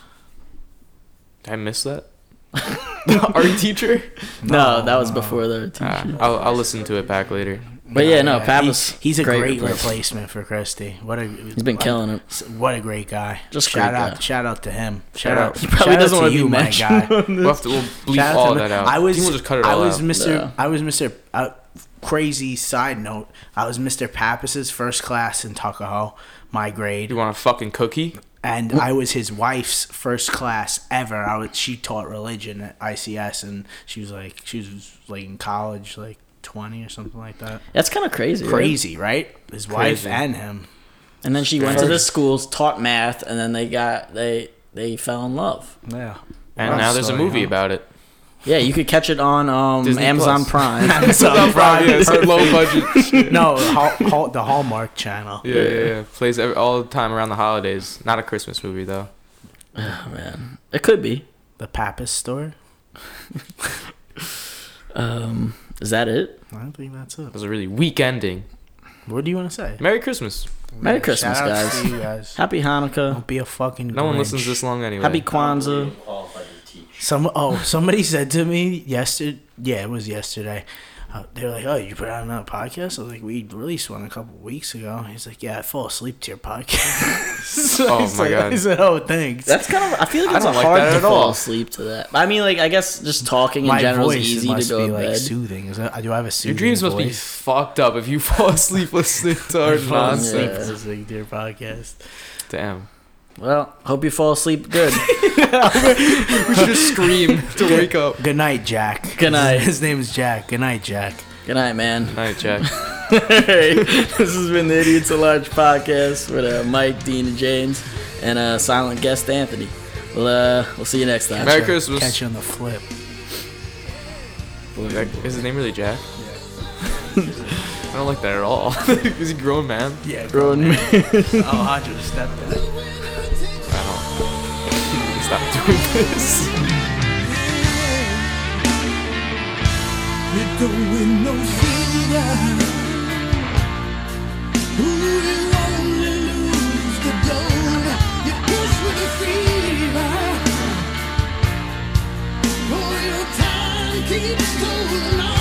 [SPEAKER 3] Did I miss that? The art teacher?
[SPEAKER 2] No,
[SPEAKER 4] No,
[SPEAKER 2] that was
[SPEAKER 4] no.
[SPEAKER 2] before the teacher.
[SPEAKER 3] Ah, I'll, I'll listen to it back later.
[SPEAKER 2] but yeah, no, Pappas.
[SPEAKER 4] He's, he's a great, replacement.
[SPEAKER 2] replacement.
[SPEAKER 4] for Christie. What a
[SPEAKER 2] He's been killing it.
[SPEAKER 4] What a great guy!
[SPEAKER 2] Just
[SPEAKER 4] shout
[SPEAKER 2] great
[SPEAKER 4] out,
[SPEAKER 2] guy.
[SPEAKER 4] shout out to him. Shout,
[SPEAKER 3] out.
[SPEAKER 4] out.
[SPEAKER 3] He
[SPEAKER 2] probably
[SPEAKER 4] shout
[SPEAKER 2] doesn't
[SPEAKER 4] out
[SPEAKER 2] wanna
[SPEAKER 4] to
[SPEAKER 2] be
[SPEAKER 4] you, my
[SPEAKER 2] mentioned.
[SPEAKER 4] guy.
[SPEAKER 3] We'll have to we'll bleep
[SPEAKER 4] Shout out
[SPEAKER 3] all
[SPEAKER 4] to
[SPEAKER 3] that
[SPEAKER 4] him.
[SPEAKER 3] out.
[SPEAKER 4] I was,
[SPEAKER 3] Dean will just cut it
[SPEAKER 4] I
[SPEAKER 3] all
[SPEAKER 4] was
[SPEAKER 3] out.
[SPEAKER 4] Mr.
[SPEAKER 2] Yeah.
[SPEAKER 4] I was Mr. Uh, crazy side note. I was Mr. Pappas's first class in Tuckahoe, my grade,
[SPEAKER 3] You want a fucking cookie?
[SPEAKER 4] and I was his wife's first class ever. I was, she taught religion at ICS, and she was like, she was like in college, like twenty or something like that.
[SPEAKER 2] That's kind of crazy. right?
[SPEAKER 4] Crazy, right? His wife
[SPEAKER 3] Crazy.
[SPEAKER 4] and him.
[SPEAKER 2] And then she went to
[SPEAKER 4] First-
[SPEAKER 2] this school, taught math, and then they got they they fell in love.
[SPEAKER 4] Yeah.
[SPEAKER 3] And
[SPEAKER 4] Wow.
[SPEAKER 3] now there's a
[SPEAKER 4] Sorry,
[SPEAKER 3] movie
[SPEAKER 4] huh?
[SPEAKER 3] about it.
[SPEAKER 2] Yeah, you could catch it on um,
[SPEAKER 3] Disney
[SPEAKER 2] Amazon
[SPEAKER 3] Plus.
[SPEAKER 2] Prime.
[SPEAKER 4] So,
[SPEAKER 3] Probably yeah, it's a low budget. shit.
[SPEAKER 4] no, Hall, Hall, the Hallmark Channel.
[SPEAKER 3] Yeah, yeah, yeah. Plays every, all the time around the holidays. Not a Christmas movie though.
[SPEAKER 2] oh man, it could be.
[SPEAKER 4] The Pappas store.
[SPEAKER 2] Um, is that it?
[SPEAKER 4] I don't think that's it.
[SPEAKER 3] It was a really weak ending.
[SPEAKER 4] What do you want to say?
[SPEAKER 3] Merry Christmas.
[SPEAKER 2] Merry
[SPEAKER 4] Yeah,
[SPEAKER 2] Christmas,
[SPEAKER 4] shout outs
[SPEAKER 2] guys.
[SPEAKER 4] To you guys.
[SPEAKER 2] Happy Hanukkah.
[SPEAKER 3] Oh,
[SPEAKER 4] Don't be a fucking.
[SPEAKER 3] No one
[SPEAKER 4] Grinch.
[SPEAKER 3] listens this long anyway.
[SPEAKER 2] Happy Kwanzaa.
[SPEAKER 4] Some oh somebody said to me yesterday. Yeah, it was yesterday. uh, they were like, "Oh, you put out another podcast?" I was like, "We released one a couple weeks ago." He's like, "Yeah, I fall asleep to your podcast." So
[SPEAKER 3] Oh,
[SPEAKER 4] he's
[SPEAKER 3] my
[SPEAKER 4] like-
[SPEAKER 3] God.
[SPEAKER 4] He said, "Oh, thanks."
[SPEAKER 2] That's kind of. I feel like
[SPEAKER 3] I
[SPEAKER 2] it's
[SPEAKER 3] don't like
[SPEAKER 2] hard
[SPEAKER 3] that
[SPEAKER 2] to
[SPEAKER 3] at
[SPEAKER 2] fall
[SPEAKER 3] all.
[SPEAKER 2] asleep to that. I mean, like I guess just talking in general is easy to go to bed.
[SPEAKER 4] soothing. Is that, do I have a soothing
[SPEAKER 3] Your dreams must be
[SPEAKER 4] voice?
[SPEAKER 3] fucked up if you fall asleep listening to our
[SPEAKER 4] Fall asleep
[SPEAKER 3] nonsense.
[SPEAKER 4] listening to your podcast.
[SPEAKER 3] Damn.
[SPEAKER 2] well, hope you fall asleep good.
[SPEAKER 3] We should just scream to wake up.
[SPEAKER 4] Good night, Jack.
[SPEAKER 2] Good night.
[SPEAKER 4] His name is Jack. Good night, Jack.
[SPEAKER 2] good night, man.
[SPEAKER 3] All right, Jack.
[SPEAKER 2] Hey, this has been the Idiots at Large podcast with uh, Mike, Dean, and James, and uh, silent guest Anthony. We'll uh, we'll see you next time.
[SPEAKER 3] Merry
[SPEAKER 4] Catch-
[SPEAKER 3] Christmas.
[SPEAKER 4] Catch you on the flip.
[SPEAKER 3] Jack- Is his name really Jack? I don't like that at all. Is he a grown man?
[SPEAKER 4] Yeah,
[SPEAKER 2] Grown man.
[SPEAKER 4] Alejandro stepped in.
[SPEAKER 1] uh,
[SPEAKER 3] Stop doing this.
[SPEAKER 1] You don't win no feeder. Who will only lose the gold? You push with the fever. Oh, your time keeps going on.